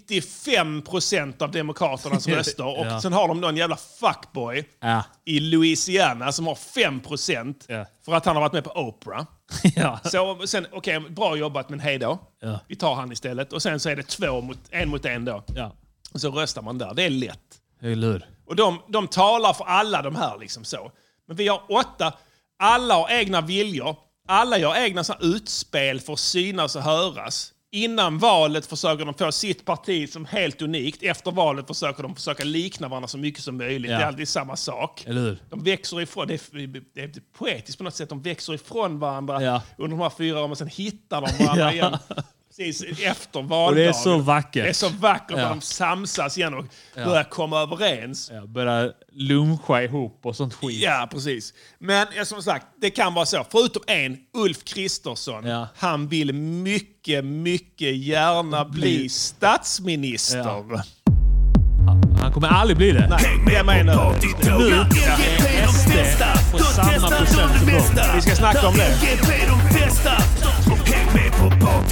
[SPEAKER 2] 95 procent av demokraternas röster. Och
[SPEAKER 5] *laughs* Ja.
[SPEAKER 2] sen har de någon jävla fuckboy
[SPEAKER 5] Ja.
[SPEAKER 2] i Louisiana som har 5 procent
[SPEAKER 5] Ja.
[SPEAKER 2] för att han har varit med på
[SPEAKER 5] *laughs*
[SPEAKER 2] Oprah.
[SPEAKER 5] *laughs* ja.
[SPEAKER 2] Så sen, okej, bra jobbat men hej då.
[SPEAKER 5] Ja.
[SPEAKER 2] Vi tar han istället. Och sen så är det två mot, en mot en då.
[SPEAKER 5] ja.
[SPEAKER 2] Och så röstar man där. Det är lätt.
[SPEAKER 5] Eller hur?
[SPEAKER 2] Och de, de talar för alla de här. liksom så. Men vi har åtta. Alla har egna viljor. Alla gör egna så här utspel för att synas och höras. Innan valet försöker de få sitt parti som helt unikt. Efter valet försöker de försöka likna varandra så mycket som möjligt.
[SPEAKER 5] Ja.
[SPEAKER 2] Det är alltid samma sak.
[SPEAKER 5] Eller hur?
[SPEAKER 2] De växer ifrån, det är, det är poetiskt på något sätt, de växer ifrån varandra
[SPEAKER 5] Ja.
[SPEAKER 2] under de här fyra åren och sen hittar de varandra
[SPEAKER 5] *laughs* Ja.
[SPEAKER 2] igen. Precis efter valdagen.
[SPEAKER 5] Och det är så vackert.
[SPEAKER 2] Det är så vackert när
[SPEAKER 5] Ja.
[SPEAKER 2] de samsas igen och börjar komma överens.
[SPEAKER 5] Ja, börja luncha ihop och sånt skit.
[SPEAKER 2] Ja, precis. Men ja, som sagt, det kan vara så. Förutom en, Ulf Kristersson.
[SPEAKER 5] Ja.
[SPEAKER 2] Han vill mycket, mycket gärna bli statsminister.
[SPEAKER 5] Han kommer aldrig bli det.
[SPEAKER 2] Nej, jag menar...
[SPEAKER 3] Nu är SD
[SPEAKER 5] på samma procent som
[SPEAKER 2] Vi ska snacka om det.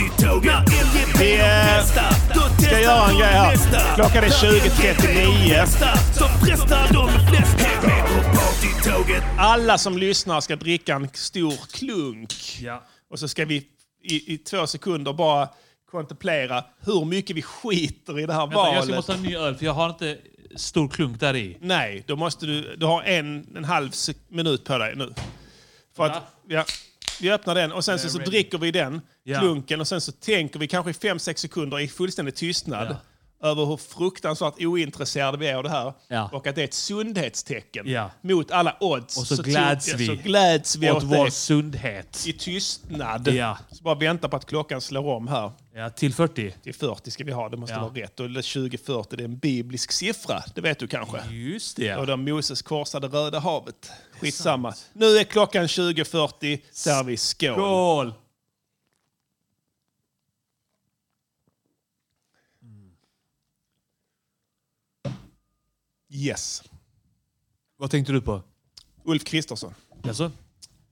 [SPEAKER 2] Vi, eh,
[SPEAKER 3] Vi
[SPEAKER 2] ska göra en grej här. Klockan är 20.39.
[SPEAKER 3] Så frestar de flesta. Häng med på partytåget.
[SPEAKER 2] Alla som lyssnar ska dricka en stor klunk.
[SPEAKER 5] Ja.
[SPEAKER 2] Och så ska vi i, i två sekunder bara kontemplera hur mycket vi skiter i det här
[SPEAKER 5] Vänta, jag
[SPEAKER 2] valet.
[SPEAKER 5] ska måste ha en ny öl för jag har inte stor klunk där i.
[SPEAKER 2] Nej, då måste du... Du har en, en halv sek- minut på dig nu. För att, ja, vi öppnar den och sen så, så
[SPEAKER 5] ready.
[SPEAKER 2] dricker vi den
[SPEAKER 5] Ja.
[SPEAKER 2] klunken och sen så tänker vi kanske i fem sex sekunder i fullständig tystnad över hur fruktansvärt ointresserade vi är av det här.
[SPEAKER 5] Ja.
[SPEAKER 2] Och att det är ett sundhetstecken.
[SPEAKER 5] Ja.
[SPEAKER 2] Mot alla odds.
[SPEAKER 5] Och så gläds
[SPEAKER 2] tror-
[SPEAKER 5] vi.
[SPEAKER 2] Så gläds vi
[SPEAKER 5] Åt
[SPEAKER 2] åt,
[SPEAKER 5] vår
[SPEAKER 2] det.
[SPEAKER 5] sundhet.
[SPEAKER 2] I tystnad.
[SPEAKER 5] Ja.
[SPEAKER 2] Så bara vänta på att klockan slår om här.
[SPEAKER 5] Ja, till 40.
[SPEAKER 2] Till 40 ska vi ha, det måste
[SPEAKER 5] Ja.
[SPEAKER 2] vara rätt. Och 2040, det är en biblisk siffra. Det vet du kanske?
[SPEAKER 5] Just det.
[SPEAKER 2] Och där Moses korsade Röda havet. Skitsamma. Nu är klockan 20.40. Där vi skål.
[SPEAKER 5] Skål!
[SPEAKER 2] Yes.
[SPEAKER 5] Vad tänkte du på?
[SPEAKER 2] Ulf Kristersson.
[SPEAKER 5] Alltså?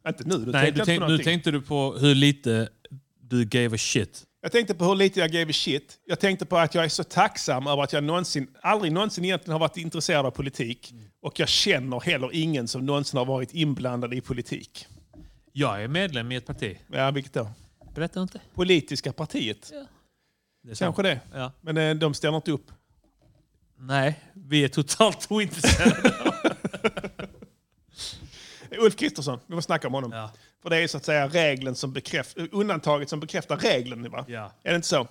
[SPEAKER 2] Inte nu, du tänkte
[SPEAKER 5] Nej, du
[SPEAKER 2] inte
[SPEAKER 5] tänk,
[SPEAKER 2] på
[SPEAKER 5] nu
[SPEAKER 2] någonting.
[SPEAKER 5] tänkte du på hur lite du gave a shit.
[SPEAKER 2] Jag tänkte på hur lite jag gave a shit. Jag tänkte på att jag är så tacksam över att jag någonsin, aldrig någonsin egentligen har varit intresserad av politik.
[SPEAKER 5] Mm.
[SPEAKER 2] Och jag känner heller ingen som någonsin har varit inblandad i politik.
[SPEAKER 5] Jag är medlem i ett parti.
[SPEAKER 2] Ja, vilket då?
[SPEAKER 5] Berätta inte.
[SPEAKER 2] Politiska partiet.
[SPEAKER 5] Det är sant.
[SPEAKER 2] Kanske det.
[SPEAKER 5] Ja.
[SPEAKER 2] Men eh, de ställer inte upp.
[SPEAKER 5] Nej, vi är totalt *laughs* ointresserade.
[SPEAKER 2] Ulf Kristersson, vi måste snacka om honom.
[SPEAKER 5] Ja.
[SPEAKER 2] För det är så att säga regeln som bekräftar, undantaget som bekräftar regeln. Va?
[SPEAKER 5] Ja.
[SPEAKER 2] Är det inte så?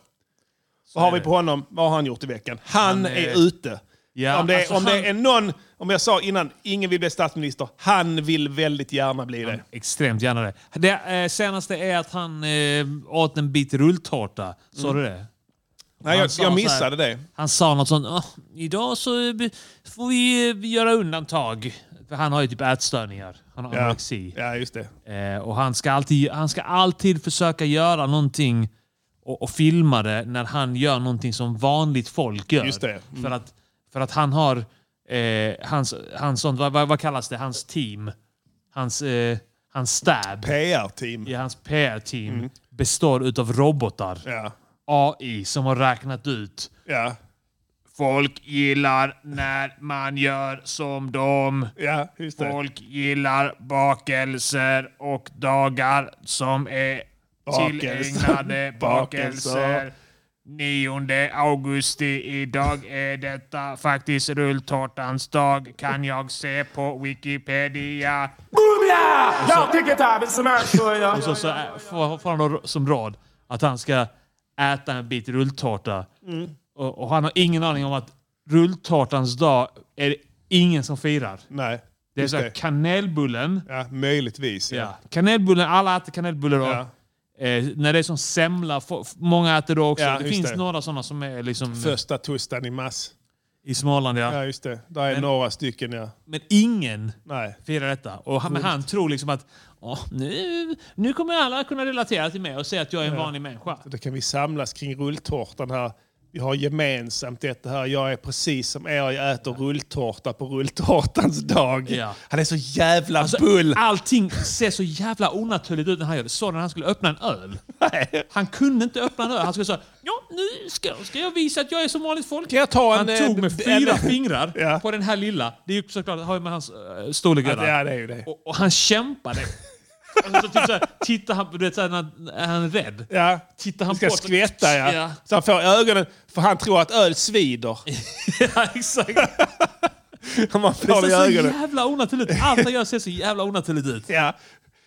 [SPEAKER 2] Vad har
[SPEAKER 5] är
[SPEAKER 2] vi
[SPEAKER 5] det.
[SPEAKER 2] på honom? Vad har han gjort i veckan? Han,
[SPEAKER 5] Han
[SPEAKER 2] är...
[SPEAKER 5] är-
[SPEAKER 2] ute.
[SPEAKER 5] Ja,
[SPEAKER 2] om det, är-
[SPEAKER 5] alltså
[SPEAKER 2] om
[SPEAKER 5] han-
[SPEAKER 2] det är någon, om jag sa innan, ingen vill bli statsminister. Han vill väldigt gärna bli det.
[SPEAKER 5] Extremt gärna det. Det eh, senaste är att han eh, åt en bit rulltårta. Sa du det?
[SPEAKER 2] Nej, jag,
[SPEAKER 5] sa
[SPEAKER 2] jag
[SPEAKER 5] så
[SPEAKER 2] missade det.
[SPEAKER 5] Han sa något sånt. "Åh, idag så eh, be- får vi eh, göra undantag. För han har ju typ ätstörningar. Han har anorexi.
[SPEAKER 2] Ja, just det.
[SPEAKER 5] Eh, och han ska, alltid, han ska alltid försöka göra någonting och, och filma det när han gör någonting som vanligt folk gör.
[SPEAKER 2] Just det. Mm.
[SPEAKER 5] För, att, för att han har... Eh, hans, hans sånt, vad, vad, vad kallas det? Hans team. Hans, eh, hans stab.
[SPEAKER 2] PR-team.
[SPEAKER 5] I hans PR-team består av robotar.
[SPEAKER 2] Mm. Ja.
[SPEAKER 5] AI som har räknat ut.
[SPEAKER 2] Ja.
[SPEAKER 5] Folk gillar när man gör som dem.
[SPEAKER 2] ja, just det.
[SPEAKER 5] Folk gillar bakelser och dagar som är
[SPEAKER 2] Bakels-
[SPEAKER 5] *laughs* tillägnade
[SPEAKER 2] bakelser.
[SPEAKER 5] bakelser. 9 augusti, idag är detta faktiskt rulltårtans dag, kan jag se på Wikipedia.
[SPEAKER 6] Jag tycker Taben som är så jag.
[SPEAKER 5] Och så, så ä- får får han då som rad att han ska äta en bit rulltårta. Och, och han har ingen aning om att rulltårtans dag är det ingen som firar.
[SPEAKER 2] Nej.
[SPEAKER 5] Det är
[SPEAKER 2] just
[SPEAKER 5] så här, kanelbullen,
[SPEAKER 2] Ja, möjligtvis. Ja.
[SPEAKER 5] Ja. Kanelbullen, alla äter kanelbullar. då.
[SPEAKER 2] Ja.
[SPEAKER 5] Eh, när det är som semla, få- f- många äter då också.
[SPEAKER 2] Ja,
[SPEAKER 5] det
[SPEAKER 2] just
[SPEAKER 5] finns
[SPEAKER 2] det.
[SPEAKER 5] några sådana som är liksom
[SPEAKER 2] Första tostan i mass.
[SPEAKER 5] i Småland. Ja.
[SPEAKER 2] Ja, just det. Där är några stycken, ja.
[SPEAKER 5] Men ingen
[SPEAKER 2] Nej.
[SPEAKER 5] firar detta. Och han, men han tror liksom att "Åh, nu, nu kommer alla kunna relatera till mig och säga att jag är en vanlig människa.
[SPEAKER 2] Då kan vi samlas kring rulltårtan här. Vi har gemensamt detta här. Jag är precis som er. Jag äter rulltårta på rulltårtans dag.
[SPEAKER 5] Ja. Alltså,
[SPEAKER 2] Han är så jävla bull.
[SPEAKER 5] Allting ser så jävla onaturligt ut när han gör det. Så när han skulle öppna en
[SPEAKER 2] *laughs*
[SPEAKER 5] öl. Han kunde inte öppna en öl. Han skulle säga ja, nu ska, ska jag visa att jag är som vanligt folk.
[SPEAKER 2] Kan jag ta
[SPEAKER 5] han
[SPEAKER 2] en,
[SPEAKER 5] tog
[SPEAKER 2] eh,
[SPEAKER 5] med fyra
[SPEAKER 2] en-
[SPEAKER 5] fingrar
[SPEAKER 2] *laughs* Ja.
[SPEAKER 5] på den här lilla. Det är ju såklart, det har ju med hans äh, storlek att göra.
[SPEAKER 2] Ja, det är ju det.
[SPEAKER 5] Och, och han kämpade. alltså, så typ såhär, tittar han, du vet såhär, när, är han rädd?
[SPEAKER 2] Ja.
[SPEAKER 5] Tittar han
[SPEAKER 2] Han ska
[SPEAKER 5] på-
[SPEAKER 2] skvätta, ja.
[SPEAKER 5] Ja. *laughs*
[SPEAKER 2] Så han får ögonen... För han tror att öl svider. *laughs*
[SPEAKER 5] ja, exakt.
[SPEAKER 2] Man
[SPEAKER 5] Det
[SPEAKER 2] får det i
[SPEAKER 5] ser så
[SPEAKER 2] ögonen.
[SPEAKER 5] jävla onaturligt ut. Allt han gör ser så jävla onaturligt
[SPEAKER 2] *laughs*
[SPEAKER 5] ut.
[SPEAKER 2] Ja.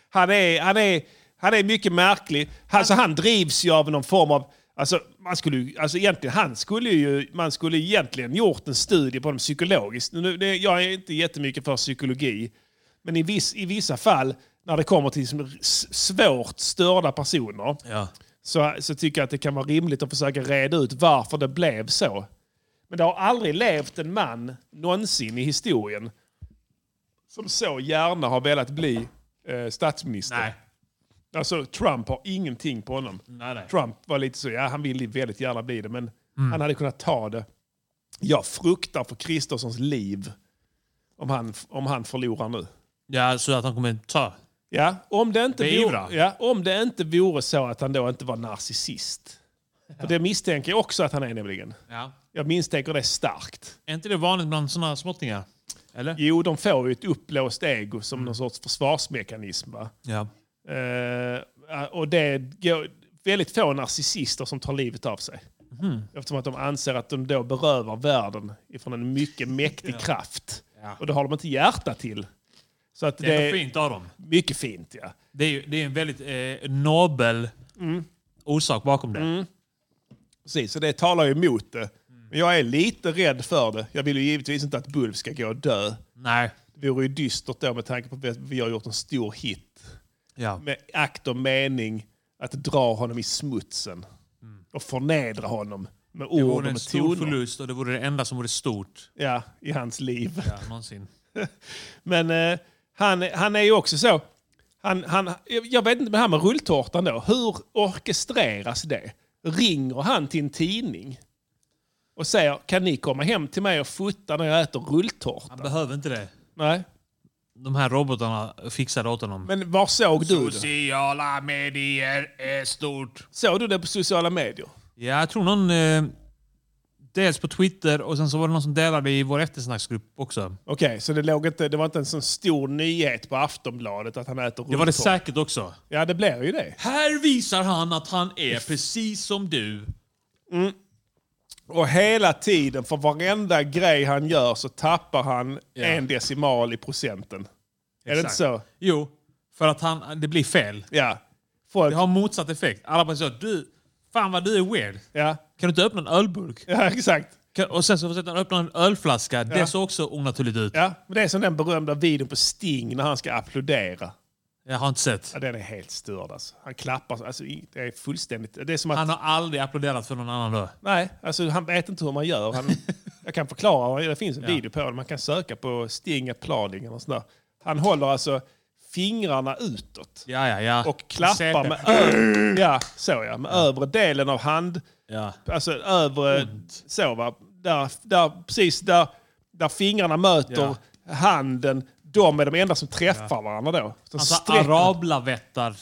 [SPEAKER 2] Han, är, han, är, han är mycket märklig. Alltså, han drivs ju av någon form av... Alltså, man skulle, ju- alltså egentligen, han skulle ju, man skulle egentligen gjort en studie på honom psykologiskt. Nu, det, jag är inte jättemycket för psykologi. Men i, viss, i vissa fall, när det kommer till som s- svårt störda personer,
[SPEAKER 5] Ja.
[SPEAKER 2] så, så tycker jag att det kan vara rimligt att försöka reda ut varför det blev så. Men det har aldrig levt en man någonsin i historien som så gärna har velat bli eh, statsminister.
[SPEAKER 5] Nej.
[SPEAKER 2] Alltså Trump har ingenting på honom.
[SPEAKER 5] Nej, Mm. nej.
[SPEAKER 2] Trump var lite så, ja han ville väldigt gärna bli det men han hade kunnat ta det. Jag fruktar för Kristerssons liv om han, om han förlorar nu.
[SPEAKER 5] Ja, så att han kommer ta.
[SPEAKER 2] Ja, om det inte,
[SPEAKER 5] Beivra.
[SPEAKER 2] vore, ja, om det inte vore så att han då inte var narcissist. För det misstänker jag också att han är nämligen.
[SPEAKER 5] Ja.
[SPEAKER 2] Jag misstänker det starkt.
[SPEAKER 5] Är inte det vanligt bland sådana småttingar? Eller?
[SPEAKER 2] Jo, de får ju ett uppblåst ego som någon sorts försvarsmekanism. Va?
[SPEAKER 5] Ja.
[SPEAKER 2] Eh, och det går väldigt få narcissister som tar livet av sig.
[SPEAKER 5] Mhm.
[SPEAKER 2] Eftersom att de anser att de då berövar världen ifrån en mycket mäktig kraft. Och det har de inte hjärta till. Så att det,
[SPEAKER 5] Det är
[SPEAKER 2] är
[SPEAKER 5] ändå fint av dem.
[SPEAKER 2] mycket fint. Ja.
[SPEAKER 5] Det är, ju- det är en väldigt eh, nobel
[SPEAKER 2] Mm.
[SPEAKER 5] orsak bakom det.
[SPEAKER 2] Precis, så det talar ju emot det. Men jag är lite rädd för det. Jag vill ju givetvis inte att Bulf ska gå och dö.
[SPEAKER 5] Nej.
[SPEAKER 2] Det vore ju dystert då med tanke på att vi har gjort en stor hit.
[SPEAKER 5] Ja.
[SPEAKER 2] Med akt och mening att dra honom i smutsen. Och förnedra honom med
[SPEAKER 5] Mm. det
[SPEAKER 2] ord och
[SPEAKER 5] vore en
[SPEAKER 2] med
[SPEAKER 5] stor
[SPEAKER 2] toner.
[SPEAKER 5] förlust och det vore det enda som vore stort
[SPEAKER 2] Ja, i hans liv.
[SPEAKER 5] ja, någonsin.
[SPEAKER 2] Men eh, han, han är ju också så... Han, han, jag jag vet inte med det här med rulltårtan då. Hur orkestreras det? Ringer han till en tidning och säger kan ni komma hem till mig och fota när jag äter rulltårta?
[SPEAKER 5] Han behöver inte det.
[SPEAKER 2] Nej.
[SPEAKER 5] de här robotarna fixade åt honom.
[SPEAKER 2] Men var såg du det?
[SPEAKER 5] Sociala medier är stort.
[SPEAKER 2] Såg du det på sociala medier?
[SPEAKER 5] Ja, jag tror någon... Eh, dels på Twitter och sen så var det någon som delade i vår eftersnacksgrupp också.
[SPEAKER 2] Okej, så det, låg inte, det var inte en sån stor nyhet på Aftonbladet att han äter
[SPEAKER 5] Det var det
[SPEAKER 2] rulltårta?
[SPEAKER 5] säkert också.
[SPEAKER 2] Ja, det blev ju det.
[SPEAKER 5] Här visar han att han är precis som du.
[SPEAKER 2] Och hela tiden, för varenda grej han gör så tappar han
[SPEAKER 5] Ja.
[SPEAKER 2] en decimal i procenten. Är det inte
[SPEAKER 5] Exakt.
[SPEAKER 2] så?
[SPEAKER 5] Jo, för att han, det blir fel.
[SPEAKER 2] Ja. Folk,
[SPEAKER 5] Det har motsatt effekt. Alla bara säger du, fan vad du är weird.
[SPEAKER 2] ja.
[SPEAKER 5] Kan du inte öppna en ölburk?
[SPEAKER 2] ja, *laughs* exakt.
[SPEAKER 5] Kan, och sen så försökte han öppna en ölflaska. Det såg också onaturligt ut.
[SPEAKER 2] Ja, men det är som den berömda videon på Sting när han ska applådera.
[SPEAKER 5] Jag har inte sett.
[SPEAKER 2] Ja, den är helt störd alltså. Han klappar. så- Alltså, i- det är fullständigt... Det är som att...
[SPEAKER 5] Han har aldrig applåderat för någon annan då.
[SPEAKER 2] Nej, alltså, han vet inte hur man gör.
[SPEAKER 5] *laughs*
[SPEAKER 2] Han, jag kan förklara. Det finns en video på det. Man kan söka på Sting applauding eller sådär. Han håller alltså fingrarna utåt.
[SPEAKER 5] Ja, ja, ja.
[SPEAKER 2] Och klappar
[SPEAKER 5] CP.
[SPEAKER 2] med, ö- ja, så ja, med övre delen av hand...
[SPEAKER 5] Ja.
[SPEAKER 2] Alltså övre... Så va. Där, där, precis där, där fingrarna möter handen. De är de enda som träffar varandra då. De
[SPEAKER 5] Alltså
[SPEAKER 2] sträcker-
[SPEAKER 5] arablavettar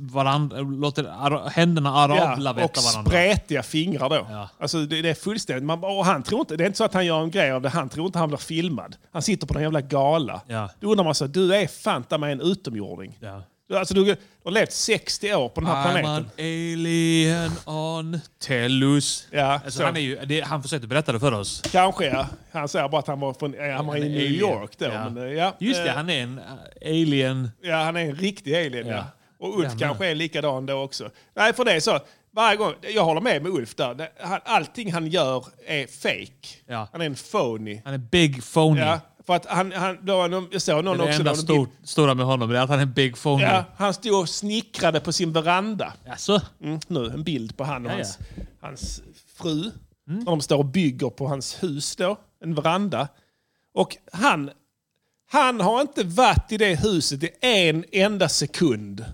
[SPEAKER 5] varandra, låter ara, händerna arablavetta
[SPEAKER 2] och
[SPEAKER 5] varandra.
[SPEAKER 2] spretiga fingrar då.
[SPEAKER 5] Ja.
[SPEAKER 2] Alltså det, det är fullständigt. Man, och han tror inte, det är inte så att han gör en grej av det. Han tror inte han blir filmad. Han sitter på någon jävla gala.
[SPEAKER 5] Ja.
[SPEAKER 2] Då undrar man så här, du är fan ta mig en utomjording.
[SPEAKER 5] Ja.
[SPEAKER 2] Du, alltså, du, du har levt 60 år på den här planeten.
[SPEAKER 5] I'm an alien on Tellus.
[SPEAKER 2] Ja,
[SPEAKER 5] alltså,
[SPEAKER 2] så.
[SPEAKER 5] han, är ju, det, han försökte berätta det för oss.
[SPEAKER 2] Kanske ja. Han säger bara att han var, från, eh, han var i
[SPEAKER 5] En
[SPEAKER 2] New
[SPEAKER 5] alien.
[SPEAKER 2] York då.
[SPEAKER 5] Ja.
[SPEAKER 2] Men, eh, ja,
[SPEAKER 5] Just det,
[SPEAKER 2] Eh,
[SPEAKER 5] han är en äh, alien.
[SPEAKER 2] Ja, han är en riktig alien. Ja.
[SPEAKER 5] Ja.
[SPEAKER 2] Och Ulf
[SPEAKER 5] Ja, men-
[SPEAKER 2] kanske är likadan då också. Nej, för det är så. Varje gång, jag håller med med Ulf där. Det- han- Allting han gör är fake.
[SPEAKER 5] Ja. Mm.
[SPEAKER 2] Han är en phony.
[SPEAKER 5] Han är big phony.
[SPEAKER 2] Ja, för att han, han, då, var någon- jag såg någon
[SPEAKER 5] det är det
[SPEAKER 2] också...
[SPEAKER 5] enda
[SPEAKER 2] någon
[SPEAKER 5] stor,
[SPEAKER 2] bild-
[SPEAKER 5] stora med honom, det är att han är en big phony.
[SPEAKER 2] ja, han stod och snickrade på sin veranda.
[SPEAKER 5] Alltså,
[SPEAKER 2] Mm, nu, en bild på han och
[SPEAKER 5] Ja, Mm.
[SPEAKER 2] hans, hans fru. När de står och bygger på hans hus då, en veranda. Och han, han har inte varit i det huset i en enda sekund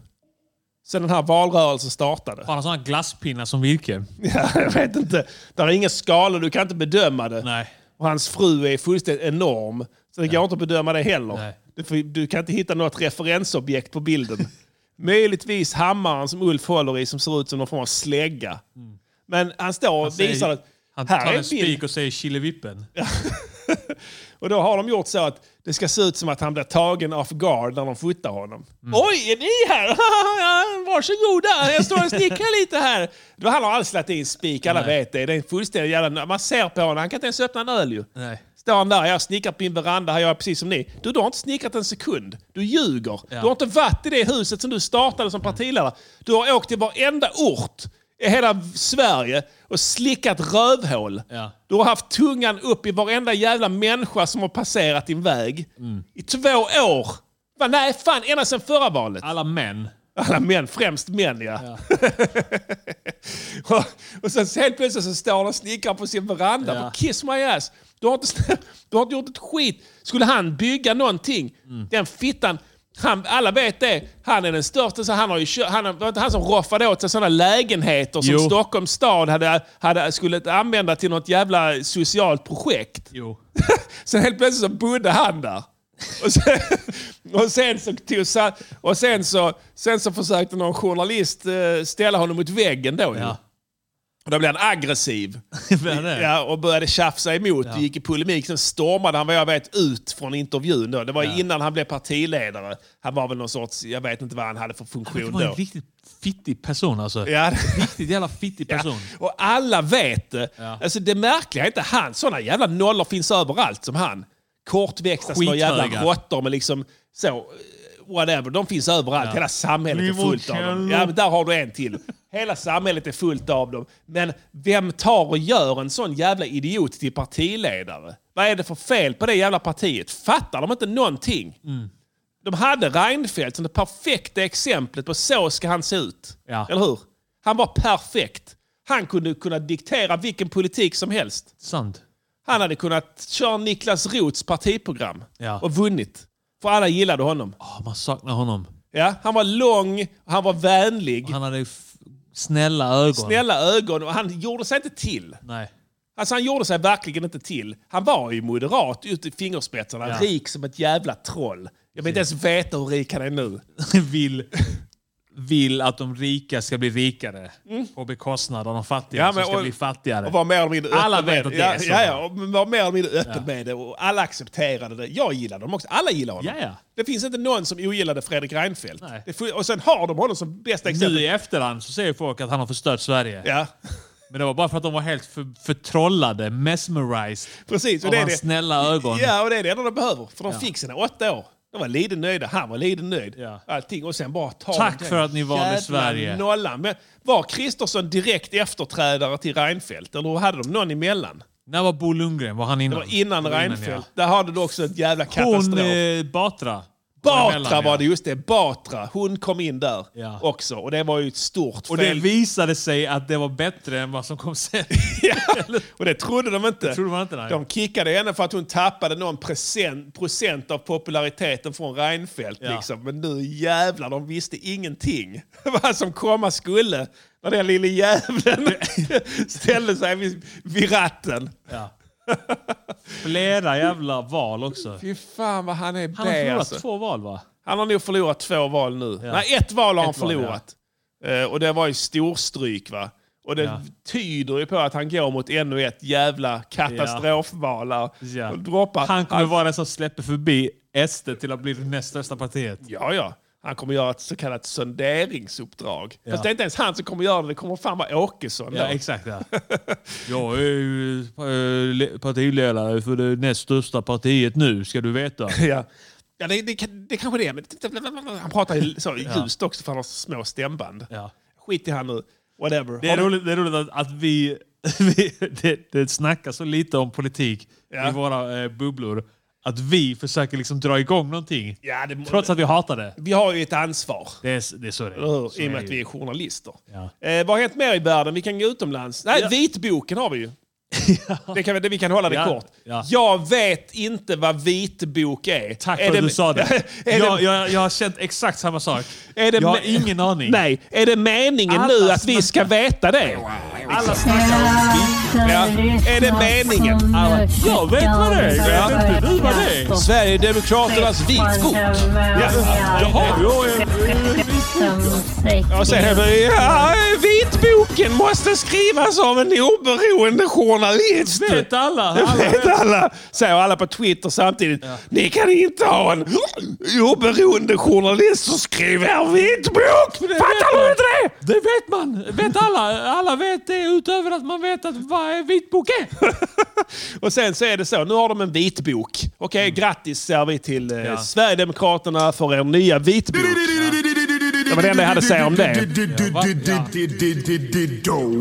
[SPEAKER 2] sedan den här valrörelsen startade.
[SPEAKER 5] har han sådana glasspinnar som virke?
[SPEAKER 2] *laughs* Ja, jag vet inte. Där är inga skalor, du kan inte bedöma det.
[SPEAKER 5] Nej.
[SPEAKER 2] Och hans fru är fullständigt enorm. Så det går inte att bedöma det heller.
[SPEAKER 5] Nej.
[SPEAKER 2] Du, får- du kan inte hitta något referensobjekt på
[SPEAKER 5] *laughs*
[SPEAKER 2] bilden. Möjligtvis hammaren som Ulf håller i som ser ut som någon form av slägga. Men han står och
[SPEAKER 5] säger-
[SPEAKER 2] visar att
[SPEAKER 5] Mm. Han
[SPEAKER 2] här
[SPEAKER 5] tar
[SPEAKER 2] är
[SPEAKER 5] en
[SPEAKER 2] en bild.
[SPEAKER 5] spik och säger Killevippen.
[SPEAKER 2] Och då har de gjort så att det ska se ut som att han blir tagen off guard när de fotar honom.
[SPEAKER 5] Mm.
[SPEAKER 2] Oj, är ni här? *laughs* Ja, Varsågoda, jag står och snickrar lite här. Då han har alls lagt i en spik, alla vet det. Det är en fullständig jävla... Man ser på honom, han kan inte ens öppna en öl ju.
[SPEAKER 5] Nej.
[SPEAKER 2] Står han där, jag snickrar på min veranda, här gör jag precis som ni. Du, du har inte snickrat en sekund. Du ljuger. Du har inte varit i det huset som du startade som partiledare. Du har åkt till varenda ort i hela Sverige och slickat rövhål.
[SPEAKER 5] Ja.
[SPEAKER 2] Du har haft tungan upp i varenda jävla människa som har passerat din väg. I två år! Va, nej, fan, ända sedan förra valet.
[SPEAKER 5] Alla män.
[SPEAKER 2] Alla män, främst män ja. *laughs* och, och sen helt plötsligt så står han och snickrar på sin veranda.
[SPEAKER 5] Ja.
[SPEAKER 2] But Kiss my ass! Du har, inte, sn- *laughs* du har inte gjort ett skit. Skulle han bygga någonting,
[SPEAKER 5] Mm.
[SPEAKER 2] den fittan, han, alla vet det, han är den största. Så han har ju, kö- han, har- det var inte han som roffade åt sig sådana lägenheter som
[SPEAKER 5] Jo.
[SPEAKER 2] Stockholms stad hade, hade, skulle använda till något jävla socialt projekt.
[SPEAKER 5] Jo.
[SPEAKER 2] *laughs* Sen helt plötsligt så bodde han där. Och sen, *laughs* och sen så, tog, sa- och sen så, sen så försökte någon journalist eh, ställa honom mot väggen då. ju.
[SPEAKER 5] Ja. *laughs*
[SPEAKER 2] Och då blev han aggressiv
[SPEAKER 5] Vad är det?
[SPEAKER 2] ja, och började tjafsa emot och gick i polemik. Sen stormade han vad jag vet ut från intervjun. Då. Det var innan han blev partiledare. Han var väl någon sorts, jag vet inte vad han hade för
[SPEAKER 5] Det
[SPEAKER 2] funktion
[SPEAKER 5] var en
[SPEAKER 2] då.
[SPEAKER 5] riktigt fittig person alltså.
[SPEAKER 2] Ja.
[SPEAKER 5] Riktigt jävla fittig person.
[SPEAKER 2] Och alla vet det. Alltså det märkliga är inte han. Sådana jävla nollor finns överallt som han. Kortväxta små
[SPEAKER 5] Skithöga.
[SPEAKER 2] jävla råttor med liksom så... eh, Whatever. De finns överallt. Hela samhället är fullt av dem. Ja, men där har du en till. Hela samhället är fullt av dem. Men vem tar och gör en sån jävla idiot till partiledare? Vad är det för fel på det jävla partiet? Fattar de inte någonting? De hade Reinfeldt som det perfekta exemplet på så ska han se ut.
[SPEAKER 5] Ja.
[SPEAKER 2] Eller hur? Han var perfekt. Han kunde kunna diktera vilken politik som helst.
[SPEAKER 5] Sant.
[SPEAKER 2] Han hade kunnat köra Niklas Roths partiprogram
[SPEAKER 5] Ja.
[SPEAKER 2] och vunnit. För alla gillade honom.
[SPEAKER 5] Ah, man saknar honom.
[SPEAKER 2] Ja, han var lång, han var vänlig,
[SPEAKER 5] Han hade f- snälla ögon.
[SPEAKER 2] snälla ögon och han gjorde sig inte till.
[SPEAKER 5] Nej.
[SPEAKER 2] Alltså han gjorde sig verkligen inte till. Han var ju moderat ut i fingerspetsarna.
[SPEAKER 5] Ja.
[SPEAKER 2] Rik som ett jävla troll. Jag vill inte ens veta hur rik han är nu.
[SPEAKER 5] *laughs* vill, vill att de rika ska bli rikare på bekostnad av de fattiga
[SPEAKER 2] Mm. Ja, men
[SPEAKER 5] som ska
[SPEAKER 2] och-
[SPEAKER 5] bli fattigare.
[SPEAKER 2] Och var mer eller mindre
[SPEAKER 5] Alla
[SPEAKER 2] öppen med
[SPEAKER 5] vet att det
[SPEAKER 2] ja,
[SPEAKER 5] är så.
[SPEAKER 2] Ja, ja, och var mer eller mindre öppen med det och alla accepterade det. Jag gillade dem också. Alla gillar honom.
[SPEAKER 5] Ja, ja.
[SPEAKER 2] Det finns inte någon som ogillade Fredrik Reinfeldt.
[SPEAKER 5] Nej.
[SPEAKER 2] Det får- och sen har de honom som bästa
[SPEAKER 5] nu
[SPEAKER 2] exempel.
[SPEAKER 5] i efterhand så säger folk att han har förstört Sverige.
[SPEAKER 2] Ja, *laughs*
[SPEAKER 5] Men det var bara för att de var helt för, förtrollade, mesmerized
[SPEAKER 2] precis. Och
[SPEAKER 5] av
[SPEAKER 2] det är
[SPEAKER 5] hans
[SPEAKER 2] det.
[SPEAKER 5] snälla ögon.
[SPEAKER 2] Ja, och det är det enda de behöver. För de fick sina åtta år. De var liden nöjda, han var liden nöjd.
[SPEAKER 5] Ja.
[SPEAKER 2] Allting. Och sen bara ta
[SPEAKER 5] Tack
[SPEAKER 2] den
[SPEAKER 5] för att ni valde
[SPEAKER 2] jävla
[SPEAKER 5] Sverige.
[SPEAKER 2] Nollan. Men var Kristersson direkt efterträdare till Reinfeldt? Eller hade de någon emellan?
[SPEAKER 5] När var Bo Lundgren? Var han
[SPEAKER 2] Det
[SPEAKER 5] innan?
[SPEAKER 2] var innan
[SPEAKER 5] ja.
[SPEAKER 2] Reinfeldt. Där hade du också ett jävla katastrof.
[SPEAKER 5] Hon, eh, Batra.
[SPEAKER 2] Batra
[SPEAKER 5] emellan,
[SPEAKER 2] var
[SPEAKER 5] ja.
[SPEAKER 2] det, just det. Batra. Hon kom in där
[SPEAKER 5] Ja.
[SPEAKER 2] också. Och det var ju ett stort
[SPEAKER 5] Och det
[SPEAKER 2] fel.
[SPEAKER 5] visade sig att det var bättre än vad som kom sen.
[SPEAKER 2] *laughs* ja. Och det trodde de inte.
[SPEAKER 5] trodde man inte, nej.
[SPEAKER 2] de kickade henne för att hon tappade någon procent, procent av populariteten från Reinfeldt.
[SPEAKER 5] Ja.
[SPEAKER 2] Liksom. Men nu jävlar, de visste ingenting. *laughs* Vad som komma skulle när den lille jäveln *laughs* ställde sig vid, vid
[SPEAKER 5] *laughs*
[SPEAKER 2] ratten.
[SPEAKER 5] Ja. Flera jävla val också.
[SPEAKER 2] Fy fan vad han är
[SPEAKER 5] Han har
[SPEAKER 2] B
[SPEAKER 5] förlorat
[SPEAKER 2] alltså.
[SPEAKER 5] två val va?
[SPEAKER 2] Han har nog förlorat två val nu.
[SPEAKER 5] Ja.
[SPEAKER 2] Nej, ett val har han
[SPEAKER 5] Ett val,
[SPEAKER 2] förlorat. Eh, och det var ju storstryk va. Och det
[SPEAKER 5] Ja.
[SPEAKER 2] tyder ju på att han går mot ännu ett jävla katastrofval. där.
[SPEAKER 5] Ja.
[SPEAKER 2] Och droppar.
[SPEAKER 5] Han kommer vara den som släpper förbi SD till att bli det näst största partiet.
[SPEAKER 2] Ja, ja. Han kommer göra ett så kallat sonderingsuppdrag.
[SPEAKER 5] Ja.
[SPEAKER 2] Fast det är inte ens han som kommer göra det. Det kommer fan vara Åkesson.
[SPEAKER 5] Ja,
[SPEAKER 2] då.
[SPEAKER 5] exakt. Ja. Jag är ju eh, le- partiledare för det näst största partiet nu, ska
[SPEAKER 2] *laughs*
[SPEAKER 5] du veta.
[SPEAKER 2] *laughs* ja. ja det, det, kan- det kanske det är. Men han pratar ju så ljust också för han har så små stämband.
[SPEAKER 5] Ja.
[SPEAKER 2] Skit i han nu. Whatever.
[SPEAKER 5] Det,
[SPEAKER 2] Har
[SPEAKER 5] är
[SPEAKER 2] du-
[SPEAKER 5] roligt, det är roligt att, att vi... *laughs* vi det, det snackas så lite om politik
[SPEAKER 2] Ja.
[SPEAKER 5] i våra eh, bubblor. Att vi försöker liksom dra igång någonting.
[SPEAKER 2] Ja, det,
[SPEAKER 5] Trots att vi hatar det.
[SPEAKER 2] Vi har ju ett ansvar.
[SPEAKER 5] Det är, det är så det
[SPEAKER 2] Eller hur?
[SPEAKER 5] Så
[SPEAKER 2] I och
[SPEAKER 5] är
[SPEAKER 2] med
[SPEAKER 5] det
[SPEAKER 2] att
[SPEAKER 5] ju.
[SPEAKER 2] vi är journalister.
[SPEAKER 5] Ja.
[SPEAKER 2] Eh, vad har hänt mer i världen? Vi kan gå utomlands. Nej, vitboken har vi ju. Det kan, vi- det, vi kan hålla det
[SPEAKER 5] *laughs* Ja.
[SPEAKER 2] kort.
[SPEAKER 5] Ja.
[SPEAKER 2] Jag vet inte vad vitbok är.
[SPEAKER 5] Tack
[SPEAKER 2] är
[SPEAKER 5] för att du sa det.
[SPEAKER 2] *laughs* Är
[SPEAKER 5] Jag,
[SPEAKER 2] det,
[SPEAKER 5] jag, jag har känt exakt
[SPEAKER 2] *laughs*
[SPEAKER 5] samma sak.
[SPEAKER 2] är det
[SPEAKER 5] jag har
[SPEAKER 2] me-
[SPEAKER 5] ingen
[SPEAKER 2] *laughs*
[SPEAKER 5] aning.
[SPEAKER 2] Nej, är det meningen
[SPEAKER 5] Alla
[SPEAKER 2] nu att vi ska
[SPEAKER 5] snackar.
[SPEAKER 2] veta det?
[SPEAKER 5] Alla snackar om bilar.
[SPEAKER 2] Ja. Är det meningen?
[SPEAKER 5] Alla, jag vet vad det är. Jag vet inte du vad det är.
[SPEAKER 2] Sverigedemokraternas vitbok. Ja.
[SPEAKER 5] Jaha, jag är...
[SPEAKER 2] Och sen är det, ja, vitboken måste skrivas av en oberoende journalist.
[SPEAKER 5] Vet alla. alla.
[SPEAKER 2] vet alla, säger alla på Twitter samtidigt. Ni kan inte ha en oberoende journalist som skriver en vitbok! Fattar du inte det?
[SPEAKER 5] Det vet man. Vet alla. Alla vet det utöver att man vet att vad en vitbok
[SPEAKER 2] *laughs*
[SPEAKER 5] är.
[SPEAKER 2] Och sen så är det så, nu har de en vitbok. Okej, grattis säger vi till eh,
[SPEAKER 5] Mm. Ja.
[SPEAKER 2] Sverigedemokraterna för er nya vitbok. Det var det enda jag hade att säga om det.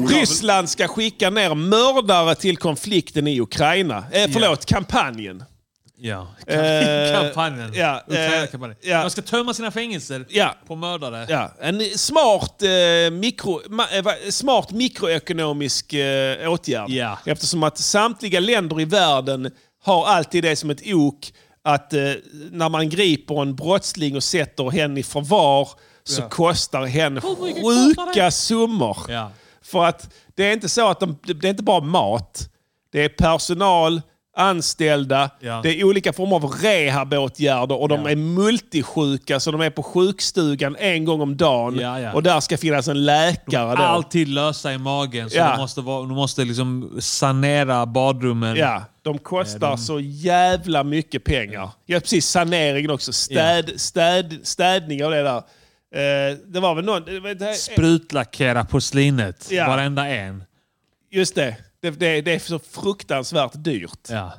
[SPEAKER 2] Ryssland ska skicka ner mördare till konflikten i Ukraina. Eh, förlåt, kampanjen.
[SPEAKER 5] Ja.
[SPEAKER 2] Eh,
[SPEAKER 5] *laughs* Kampanjen.
[SPEAKER 2] ja, eh,
[SPEAKER 5] Ukraina-kampanjen.
[SPEAKER 2] ja.
[SPEAKER 5] Man ska tömma sina fängelser
[SPEAKER 2] Ja.
[SPEAKER 5] på mördare.
[SPEAKER 2] Ja, en smart, eh, mikro, ma, eh, va- smart mikroekonomisk eh, åtgärd.
[SPEAKER 5] Ja.
[SPEAKER 2] Eftersom att samtliga länder i världen har alltid det som ett ok att eh, när man griper en brottsling och sätter henne i förvar så kostar henne
[SPEAKER 5] Hur mycket kostar
[SPEAKER 2] sjuka
[SPEAKER 5] det?
[SPEAKER 2] summor.
[SPEAKER 5] Ja.
[SPEAKER 2] För att det är inte så att de, det är inte bara mat. Det är personal, anställda,
[SPEAKER 5] Ja.
[SPEAKER 2] det är olika former av rehabåtgärder och de
[SPEAKER 5] Ja.
[SPEAKER 2] är multisjuka så de är på sjukstugan en gång om dagen
[SPEAKER 5] Ja, ja.
[SPEAKER 2] och där ska finnas en läkare. Då.
[SPEAKER 5] Alltid lösa i magen. Så
[SPEAKER 2] Ja.
[SPEAKER 5] de måste, vara, de måste liksom sanera badrummen.
[SPEAKER 2] Ja, de kostar så jävla mycket pengar. Ja, precis. Saneringen också. Städ, städ, städning och det där. Eh, det var väl någon... det var- det-
[SPEAKER 5] Sprutlackera porslinet.
[SPEAKER 2] Ja.
[SPEAKER 5] Varenda en.
[SPEAKER 2] Just det. Det, det. det är så fruktansvärt dyrt.
[SPEAKER 5] Ja.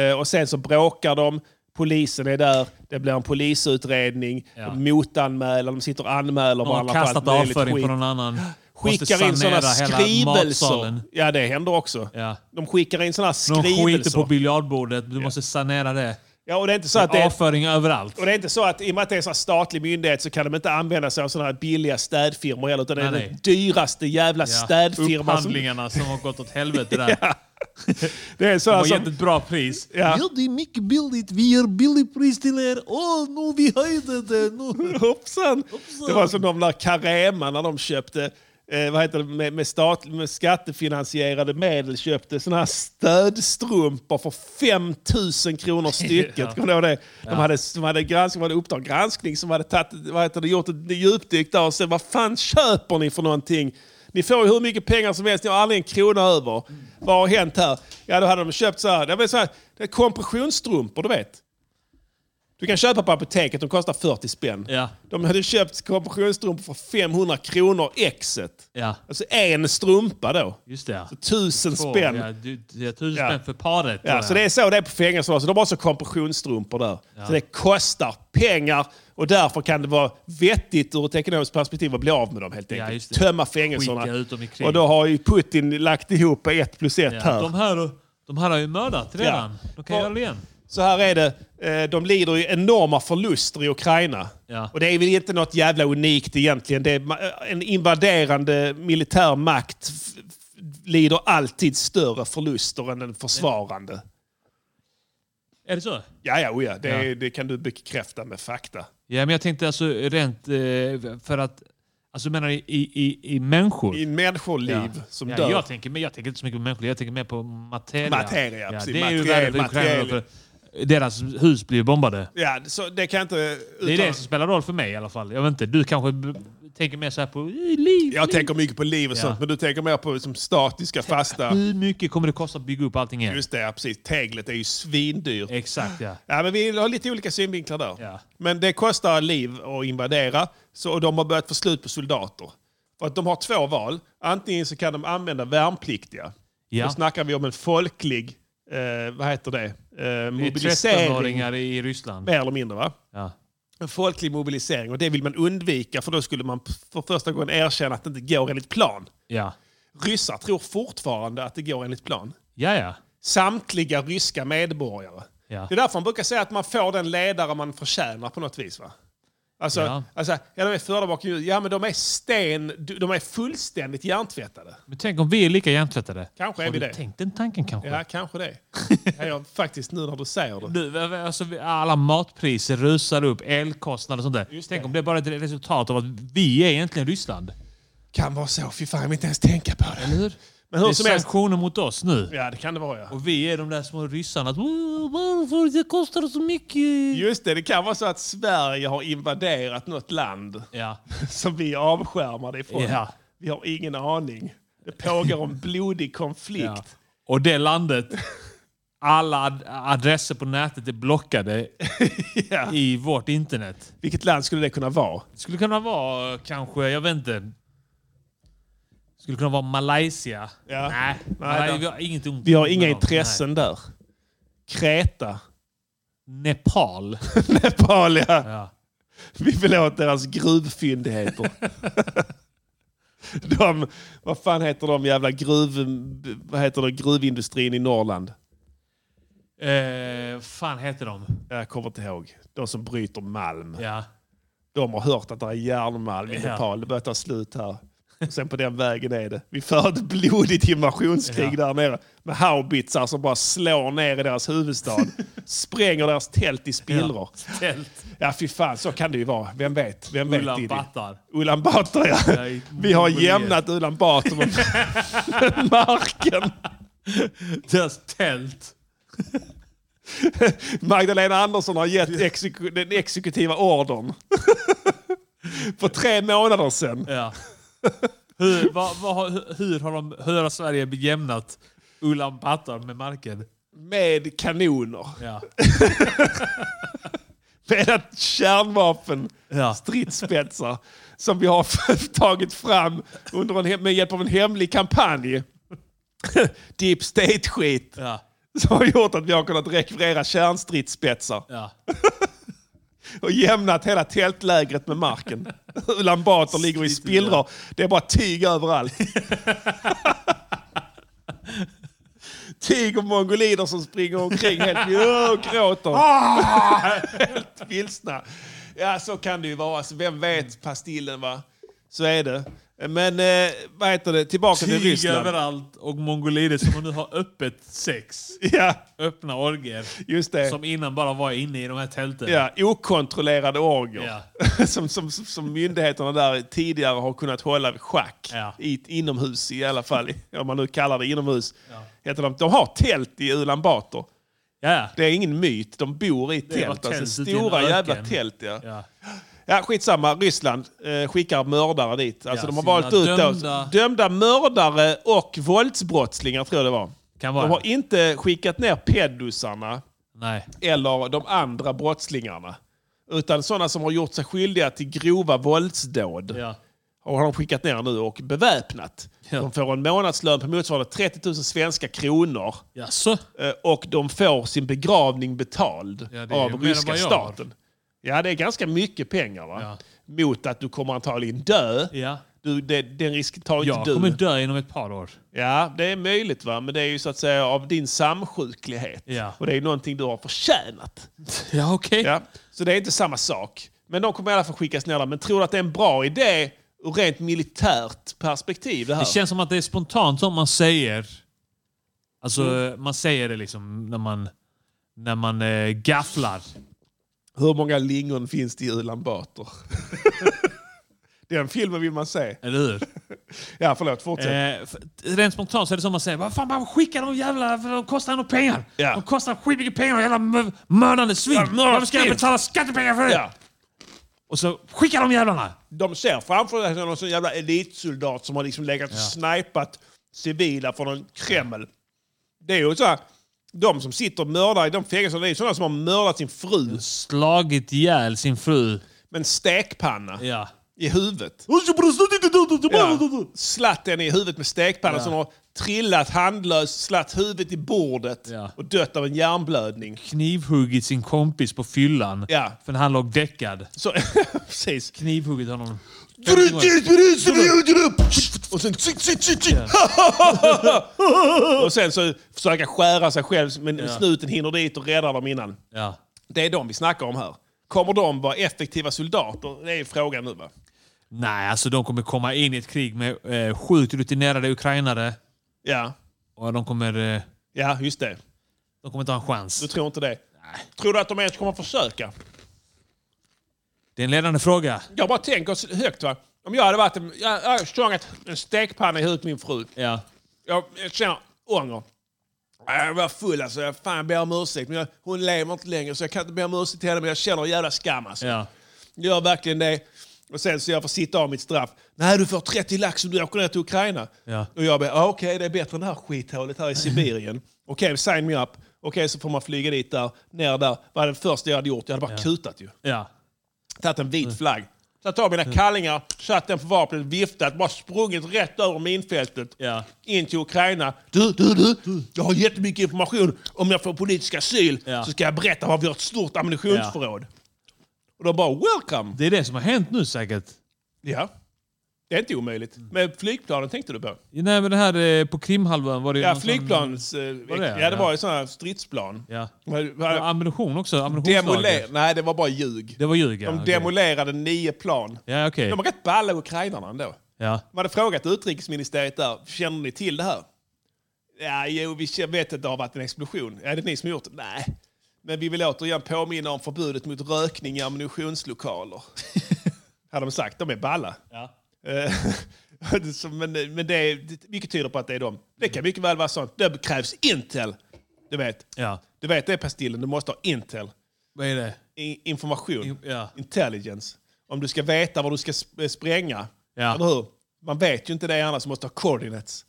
[SPEAKER 2] Eh, Och sen så bråkar de, polisen är där, det blir en polisutredning,
[SPEAKER 5] Ja.
[SPEAKER 2] de motanmäler, de sitter och anmäler
[SPEAKER 5] De har
[SPEAKER 2] varandra
[SPEAKER 5] kastat
[SPEAKER 2] möjligt
[SPEAKER 5] avföring på
[SPEAKER 2] skit.
[SPEAKER 5] någon annan. Måste
[SPEAKER 2] Skickar in sådana
[SPEAKER 5] sanera hela
[SPEAKER 2] skrivelser.
[SPEAKER 5] matsalen.
[SPEAKER 2] Ja, det händer också.
[SPEAKER 5] Ja.
[SPEAKER 2] De skickar in sådana
[SPEAKER 5] De skiter
[SPEAKER 2] skrivelser.
[SPEAKER 5] på biljardbordet. Du måste sanera det.
[SPEAKER 2] ja, och det är inte så att det är,
[SPEAKER 5] Avföring överallt.
[SPEAKER 2] och det är inte så att i och med att det är en sån här statlig myndighet så kan de inte använda sig av sådana här billiga städfirmor heller. Utan det är
[SPEAKER 5] Nej,
[SPEAKER 2] den
[SPEAKER 5] nej.
[SPEAKER 2] dyraste jävla
[SPEAKER 5] Ja.
[SPEAKER 2] städfirman. Som,
[SPEAKER 5] Upphandlingarna som har gått åt
[SPEAKER 2] *laughs*
[SPEAKER 5] helvete där. De
[SPEAKER 2] det är sådana
[SPEAKER 5] har gett
[SPEAKER 2] som,
[SPEAKER 5] ett bra pris.
[SPEAKER 2] alltså- Ja.
[SPEAKER 5] det är mycket billigt. Vi ger billigt pris till er. Åh, nu vi höjde det. Nu.
[SPEAKER 2] *laughs* Hoppsan! Det var som de där Carema när de köpte eh, vad heter det, med, med, stat, med skattefinansierade medel köpte såna här stödstrumpor för 5000
[SPEAKER 5] *laughs*
[SPEAKER 2] kronor stycket.
[SPEAKER 5] Ja.
[SPEAKER 2] Kommer du ihåg det? De hade, de hade, gransk, de hade Uppdrag granskning som hade tagit, vad heter det, gjort ett djupdyk där och sen vad fan köper ni för någonting? Ni får ju hur mycket pengar som helst, ni har aldrig en krona över. Vad har hänt här? Ja, då hade de köpt så här, det var så här det är kompressionsstrumpor, du vet. Du kan köpa på apoteket, de kostar 40 spänn.
[SPEAKER 5] Ja.
[SPEAKER 2] De hade köpt kompressionsstrumpor för 500 kronor exet.
[SPEAKER 5] Ja,
[SPEAKER 2] Alltså en strumpa då.
[SPEAKER 5] just det. Ja.
[SPEAKER 2] Tusen
[SPEAKER 5] Två,
[SPEAKER 2] spänn.
[SPEAKER 5] Ja, du, ja, tusen
[SPEAKER 2] Ja.
[SPEAKER 5] spänn för paret.
[SPEAKER 2] Ja, så det är så det är på fängelser också. De har också kompressionsstrumpor där. Så det kostar pengar och därför kan det vara vettigt ur ett ekonomiskt perspektiv att bli av med dem helt
[SPEAKER 5] Ja,
[SPEAKER 2] enkelt.
[SPEAKER 5] just det.
[SPEAKER 2] Tömma fängelserna.
[SPEAKER 5] Skicka ut dem i krig.
[SPEAKER 2] och då har ju Putin lagt ihop ett plus ett
[SPEAKER 5] Ja,
[SPEAKER 2] här.
[SPEAKER 5] de, här, de här har ju mördat redan.
[SPEAKER 2] Ja.
[SPEAKER 5] De kan
[SPEAKER 2] Och-
[SPEAKER 5] göra det igen.
[SPEAKER 2] Så här är det. Eh, De lider ju enorma förluster i Ukraina.
[SPEAKER 5] Ja.
[SPEAKER 2] Och det är väl inte något jävla unikt egentligen. Det är ma- en invaderande militär makt f- f- lider alltid större förluster än en försvarande.
[SPEAKER 5] Är det så?
[SPEAKER 2] Ja, ja, oja. Det, är- det kan du bekräfta med fakta.
[SPEAKER 5] Ja, men jag tänkte alltså rent eh, för att... Alltså du menar i, i, i, i människor?
[SPEAKER 2] I människoliv som
[SPEAKER 5] ja,
[SPEAKER 2] dör.
[SPEAKER 5] Jag tänker, men jag tänker inte så mycket på människor, jag tänker mer på materia.
[SPEAKER 2] Materia,
[SPEAKER 5] ja,
[SPEAKER 2] precis.
[SPEAKER 5] Det är ju
[SPEAKER 2] Materiell,
[SPEAKER 5] värre för Ukraina.
[SPEAKER 2] materiell.
[SPEAKER 5] För deras hus blir ju bombade.
[SPEAKER 2] Ja, så det kan jag inte...
[SPEAKER 5] Det är
[SPEAKER 2] uttala-
[SPEAKER 5] det som spelar roll för mig i alla fall. Jag vet inte, du kanske b- tänker mer så här på eh, liv.
[SPEAKER 2] Jag
[SPEAKER 5] liv.
[SPEAKER 2] tänker mycket på liv och
[SPEAKER 5] Ja.
[SPEAKER 2] sånt, men du tänker mer på som statiska, fasta...
[SPEAKER 5] Hur mycket kommer det kosta att bygga upp allting igen?
[SPEAKER 2] Just det, ja, precis. Teglet är ju svindyrt.
[SPEAKER 5] Exakt ja.
[SPEAKER 2] Ja, men vi har lite olika synvinklar där.
[SPEAKER 5] Ja.
[SPEAKER 2] Men det kostar liv att invadera, så och de har börjat få slut på soldater. För att de har två val. Antingen så kan de använda värnpliktiga. Då
[SPEAKER 5] ja.
[SPEAKER 2] snackar vi om en folklig, eh, vad heter det, eh,
[SPEAKER 5] Det är
[SPEAKER 2] mobilisering.
[SPEAKER 5] 13-åringar i Ryssland.
[SPEAKER 2] Mer eller mindre va?
[SPEAKER 5] Ja.
[SPEAKER 2] En folklig mobilisering och det vill man undvika för då skulle man p- för första gången erkänna att det inte går enligt plan.
[SPEAKER 5] Ja.
[SPEAKER 2] Ryssar tror fortfarande att det går enligt plan.
[SPEAKER 5] Ja, ja.
[SPEAKER 2] Samtliga ryska medborgare.
[SPEAKER 5] Ja.
[SPEAKER 2] Det är därför man brukar säga att man får den ledare man förtjänar på något vis. Va? Alltså,
[SPEAKER 5] Ja.
[SPEAKER 2] ja. alltså, ja, de är förda bakom ljuset. Ja, men de är sten... De är fullständigt hjärntvättade.
[SPEAKER 5] Men tänk om vi är lika hjärntvättade.
[SPEAKER 2] Kanske är
[SPEAKER 5] Har
[SPEAKER 2] vi
[SPEAKER 5] du
[SPEAKER 2] det.
[SPEAKER 5] tänkt den tanken kanske?
[SPEAKER 2] Ja, kanske *laughs* det. Ja, jag, faktiskt, nu när du säger det.
[SPEAKER 5] Nu, alltså, vi- alla matpriser rusar upp, elkostnader och sånt där.
[SPEAKER 2] Just
[SPEAKER 5] Tänk
[SPEAKER 2] det.
[SPEAKER 5] om det bara är ett resultat av att vi är egentligen Ryssland.
[SPEAKER 2] Kan vara så. Fy fan, jag vill inte ens tänka på det.
[SPEAKER 5] Eller hur?
[SPEAKER 2] Men
[SPEAKER 5] Det är
[SPEAKER 2] hur som helst.
[SPEAKER 5] sanktioner mot oss nu.
[SPEAKER 2] Ja, det kan det vara, ja.
[SPEAKER 5] Och vi är de där små ryssarna. Att, "Åh, Varför det kostar så mycket?
[SPEAKER 2] Just det, det kan vara så att Sverige har invaderat något land
[SPEAKER 5] Ja.
[SPEAKER 2] som vi är avskärmade ifrån.
[SPEAKER 5] Ja.
[SPEAKER 2] Vi har ingen aning. Det pågår en blodig konflikt.
[SPEAKER 5] ja. Och det landet. Alla ad- adresser på nätet är blockade
[SPEAKER 2] *laughs* Ja.
[SPEAKER 5] i vårt internet.
[SPEAKER 2] Vilket land skulle det kunna vara?
[SPEAKER 5] Det skulle kunna vara eh, kanske, jag vet inte. Det skulle kunna vara Malaysia.
[SPEAKER 2] Ja.
[SPEAKER 5] Nej,
[SPEAKER 2] då.
[SPEAKER 5] Malaysia, vi har inget ont
[SPEAKER 2] Vi har
[SPEAKER 5] med
[SPEAKER 2] inga
[SPEAKER 5] dem.
[SPEAKER 2] intressen där. Kreta. *laughs*
[SPEAKER 5] Nej. Nepal.
[SPEAKER 2] Nepal, ja.
[SPEAKER 5] Ja.
[SPEAKER 2] Vi vill åt deras gruvfyndigheter. *laughs* de, vad fan heter de jävla gruv, vad heter det, gruvindustrin i Norrland?
[SPEAKER 5] Eh, fan heter de?
[SPEAKER 2] Jag kommer inte ihåg. De som bryter malm.
[SPEAKER 5] Ja.
[SPEAKER 2] De har hört att det är järnmalm i
[SPEAKER 5] Ja.
[SPEAKER 2] Nepal. Det börjar ta slut här. Och sen på den vägen är det. Vi för ett blodigt invasionskrig där nere med haubitsar som bara slår ner i deras
[SPEAKER 5] *laughs*
[SPEAKER 2] huvudstad. spränger deras tält i spillror.
[SPEAKER 5] Tält.
[SPEAKER 2] Ja, fy fan. Så kan det ju vara. Vem vet? Vem vet,
[SPEAKER 5] Ulan
[SPEAKER 2] Diddy?
[SPEAKER 5] Batar.
[SPEAKER 2] Ulan Bator, ja.
[SPEAKER 5] Ja, i
[SPEAKER 2] Vi har
[SPEAKER 5] Mongoliet.
[SPEAKER 2] jämnat Ulan Bator
[SPEAKER 5] *laughs*
[SPEAKER 2] med marken.
[SPEAKER 5] Deras tält.
[SPEAKER 2] Magdalena Andersson har gett exeku- den exekutiva
[SPEAKER 5] *laughs*
[SPEAKER 2] ordern. För tre månader sedan.
[SPEAKER 5] Ja. Hur, vad, vad, har- hur, har de, hur har Sverige jämnat Ulan Batar med marken?
[SPEAKER 2] Med kanoner.
[SPEAKER 5] Ja.
[SPEAKER 2] Med att kärnvapen,
[SPEAKER 5] Ja.
[SPEAKER 2] stridsspetsar, som vi har *laughs* tagit fram under en, he- med hjälp av en hemlig kampanj. *laughs* Deep state-skit.
[SPEAKER 5] Ja.
[SPEAKER 2] som har gjort att vi har kunnat rekvirera kärnstridsspetsar
[SPEAKER 5] Ja.
[SPEAKER 2] och jämnat hela tältlägret med marken. *laughs* Ulan Bator ligger i spillror. Det är bara tyg överallt. *laughs* tyg och mongolider som springer omkring helt *laughs* Åh, och gråter. Ah! *laughs* Alltså, helt vilsna. Ja, så kan det ju vara. Så vem vet, Pastillen va? Så är det. Men eh, vad heter det? Tillbaka till
[SPEAKER 5] Krig
[SPEAKER 2] Ryssland.
[SPEAKER 5] överallt och mongolider som nu har öppet sex.
[SPEAKER 2] Ja,
[SPEAKER 5] Öppna orger.
[SPEAKER 2] just det.
[SPEAKER 5] Som innan bara var inne i de här tälten.
[SPEAKER 2] Ja, okontrollerade orger. *laughs*
[SPEAKER 5] Ja.
[SPEAKER 2] som, som, som- som myndigheterna där tidigare har kunnat hålla i schack.
[SPEAKER 5] Ja.
[SPEAKER 2] I, inomhus i alla fall, *laughs* om man nu kallar det inomhus. Heter de, de har tält i Ulan Bator.
[SPEAKER 5] Ja.
[SPEAKER 2] Det är ingen myt, de bor i
[SPEAKER 5] var
[SPEAKER 2] tält. Alltså,
[SPEAKER 5] tält ute i en
[SPEAKER 2] stora
[SPEAKER 5] öken.
[SPEAKER 2] jävla tält. Ja. Ja.
[SPEAKER 5] ja.
[SPEAKER 2] skitsamma, Ryssland eh, skickar mördare dit. Alltså,
[SPEAKER 5] Ja,
[SPEAKER 2] de har
[SPEAKER 5] sina
[SPEAKER 2] valt ut dömda...
[SPEAKER 5] dömda-
[SPEAKER 2] dömda mördare och våldsbrottslingar, tror jag det var.
[SPEAKER 5] Kan vara.
[SPEAKER 2] De har inte skickat ner pedosarna
[SPEAKER 5] Nej.
[SPEAKER 2] eller de andra brottslingarna. Utan sådana som har gjort sig skyldiga till grova våldsdåd.
[SPEAKER 5] Ja.
[SPEAKER 2] Och har de skickat ner nu och beväpnat.
[SPEAKER 5] Ja.
[SPEAKER 2] De får en månadslön på motsvarande 30 000 svenska kronor.
[SPEAKER 5] Jaså?
[SPEAKER 2] Eh, Och de får sin begravning betald
[SPEAKER 5] Ja, det är ju
[SPEAKER 2] av
[SPEAKER 5] mer än
[SPEAKER 2] ryska
[SPEAKER 5] vad jag har.
[SPEAKER 2] staten. Ja, det är ganska mycket pengar. Va?
[SPEAKER 5] Ja.
[SPEAKER 2] Mot att du kommer antagligen dö.
[SPEAKER 5] Ja.
[SPEAKER 2] Du, det, den risken tar inte
[SPEAKER 5] Jag
[SPEAKER 2] du.
[SPEAKER 5] kommer dö inom ett par år.
[SPEAKER 2] Ja, det är möjligt. va Men det är ju så att säga av din samsjuklighet.
[SPEAKER 5] Ja.
[SPEAKER 2] Och det är ju någonting du har förtjänat.
[SPEAKER 5] Ja, okej.
[SPEAKER 2] *laughs* Ja, så det är inte samma sak. Men de kommer i alla fall skickas ner där. Men tror du att det är en bra idé ur rent militärt perspektiv det här?
[SPEAKER 5] Det känns som att det är spontant som man säger. Alltså, man säger det liksom när man, när man eh, gafflar.
[SPEAKER 2] Hur många lingon finns det i Ulan Bator? *laughs* Den filmen vill man se.
[SPEAKER 5] Eller hur?
[SPEAKER 2] Ja, förlåt. Fortsätt.
[SPEAKER 5] Eh, för- rent spontant så är det som man säger, vad fan bara skicka de jävla, för de kostar nog pengar.
[SPEAKER 2] Ja.
[SPEAKER 5] De kostar skitmycket pengar, jävla mö- mördande svin. Varför ska jag
[SPEAKER 2] svin.
[SPEAKER 5] betala skattepengar för det?
[SPEAKER 2] Ja.
[SPEAKER 5] Och så skicka de jävlarna!
[SPEAKER 2] De ser framför sig någon sån jävla elitsoldat som har liksom legat och snipat civila från en Kreml. Det är ju så här, de som sitter och mördar i de fängelserna, det är ju sådana som har mördat sin fru
[SPEAKER 5] Slagit ihjäl sin fru.
[SPEAKER 2] med en stekpanna
[SPEAKER 5] Ja.
[SPEAKER 2] i huvudet. Ja. Slatt en i huvudet med stekpannan som har trillat handlöst, slatt huvudet i bordet
[SPEAKER 5] Ja.
[SPEAKER 2] och dött av en hjärnblödning.
[SPEAKER 5] Knivhuggit sin kompis på fyllan.
[SPEAKER 2] Ja.
[SPEAKER 5] För han låg däckad.
[SPEAKER 2] Så, *laughs* precis.
[SPEAKER 5] Knivhuggit honom.
[SPEAKER 2] Och sen... *laughs* Och sen så försöka skära sig själv, men snuten hinner dit och räddar dem innan.
[SPEAKER 5] Ja.
[SPEAKER 2] Det är de vi snackar om här. Kommer de vara effektiva soldater? Det är frågan nu va?
[SPEAKER 5] Nej, alltså de kommer komma in i ett krig med eh, sjukt rutinerade ukrainare.
[SPEAKER 2] Ja,
[SPEAKER 5] Och de kommer, eh,
[SPEAKER 2] ja just det.
[SPEAKER 5] de kommer inte ha en chans.
[SPEAKER 2] Du tror inte det? Tror du att de ens kommer försöka?
[SPEAKER 5] Det är en ledande fråga.
[SPEAKER 2] Jag bara tänker så högt va. Om jag hade varit en... Jag jag har stångat en stekpanna i huvudet på min fru.
[SPEAKER 5] Ja.
[SPEAKER 2] Jag, jag känner ånger. Jag var full alltså. Jag fan jag ber om ursäkt. Men jag, hon lever inte längre så jag kan inte be om ursäkt till henne. Men jag känner en jävla skam alltså.
[SPEAKER 5] ja.
[SPEAKER 2] Gör verkligen det. Och sen så jag får sitta av mitt straff. Nej, du får 30 lax om du åker ner till Ukraina.
[SPEAKER 5] Ja.
[SPEAKER 2] Och jag bara, ah, okej det är bättre än det här skithålet här i Sibirien. okej, sign me up. Okej, så får man flyga dit där, ner där. Vad är det första jag hade gjort? Jag hade bara kutat ju.
[SPEAKER 5] Ja.
[SPEAKER 2] Tagit en
[SPEAKER 5] Mm.
[SPEAKER 2] vit flagg. Tagit av mina kallingar, satt den på vapnet, viftat, bara sprungit rätt över minfältet.
[SPEAKER 5] Ja.
[SPEAKER 2] In till Ukraina. Du, du, du! Jag har jättemycket information. Om jag får politisk asyl
[SPEAKER 5] Ja.
[SPEAKER 2] så ska jag berätta varför vi har ett stort ammunitionsförråd. Och de bara, welcome!
[SPEAKER 5] Det är det som har hänt nu säkert.
[SPEAKER 2] Ja. Det är inte omöjligt. Men flygplanen tänkte du på?
[SPEAKER 5] Nej, men Mm. det här eh, på Krimhalvön var det ju
[SPEAKER 2] Ja,
[SPEAKER 5] någon sån-
[SPEAKER 2] flygplans... eh,
[SPEAKER 5] Var det?
[SPEAKER 2] Ja, det var
[SPEAKER 5] Ja.
[SPEAKER 2] ju sådana stridsplan.
[SPEAKER 5] Ja.
[SPEAKER 2] Men-
[SPEAKER 5] Ja, Ammunition också.
[SPEAKER 2] Demoler...
[SPEAKER 5] Ammunitionslager.
[SPEAKER 2] Nej, det var bara ljug.
[SPEAKER 5] Det var ljug, ja.
[SPEAKER 2] De
[SPEAKER 5] Okej.
[SPEAKER 2] demolerade nio plan.
[SPEAKER 5] Ja, okej.
[SPEAKER 2] De var rätt balla ukrainarna ändå.
[SPEAKER 5] Ja.
[SPEAKER 2] De hade frågat utrikesministeriet där, känner ni till det här? Ja, jo, vi k- vet att det har varit en explosion. Ja, det är ni som har gjort det? Nej. Men vi vill återigen påminna om förbudet mot rökning i ammunitionslokaler. *laughs* hade de sagt. De är balla.
[SPEAKER 5] Ja.
[SPEAKER 2] *laughs* Eh, så, men men det, är- det, mycket tyder på att det är de. Det kan mycket väl vara sånt. Det krävs Intel. Du vet,
[SPEAKER 5] ja.
[SPEAKER 2] du vet det är Pastillen. Du måste ha Intel.
[SPEAKER 5] Vad är det?
[SPEAKER 2] I, information.
[SPEAKER 5] In- ja.
[SPEAKER 2] Intelligence. Om du ska veta var du ska sp- eh, spränga.
[SPEAKER 5] Ja.
[SPEAKER 2] Eller hur? Man vet ju inte det annars. Du måste ha coordinates.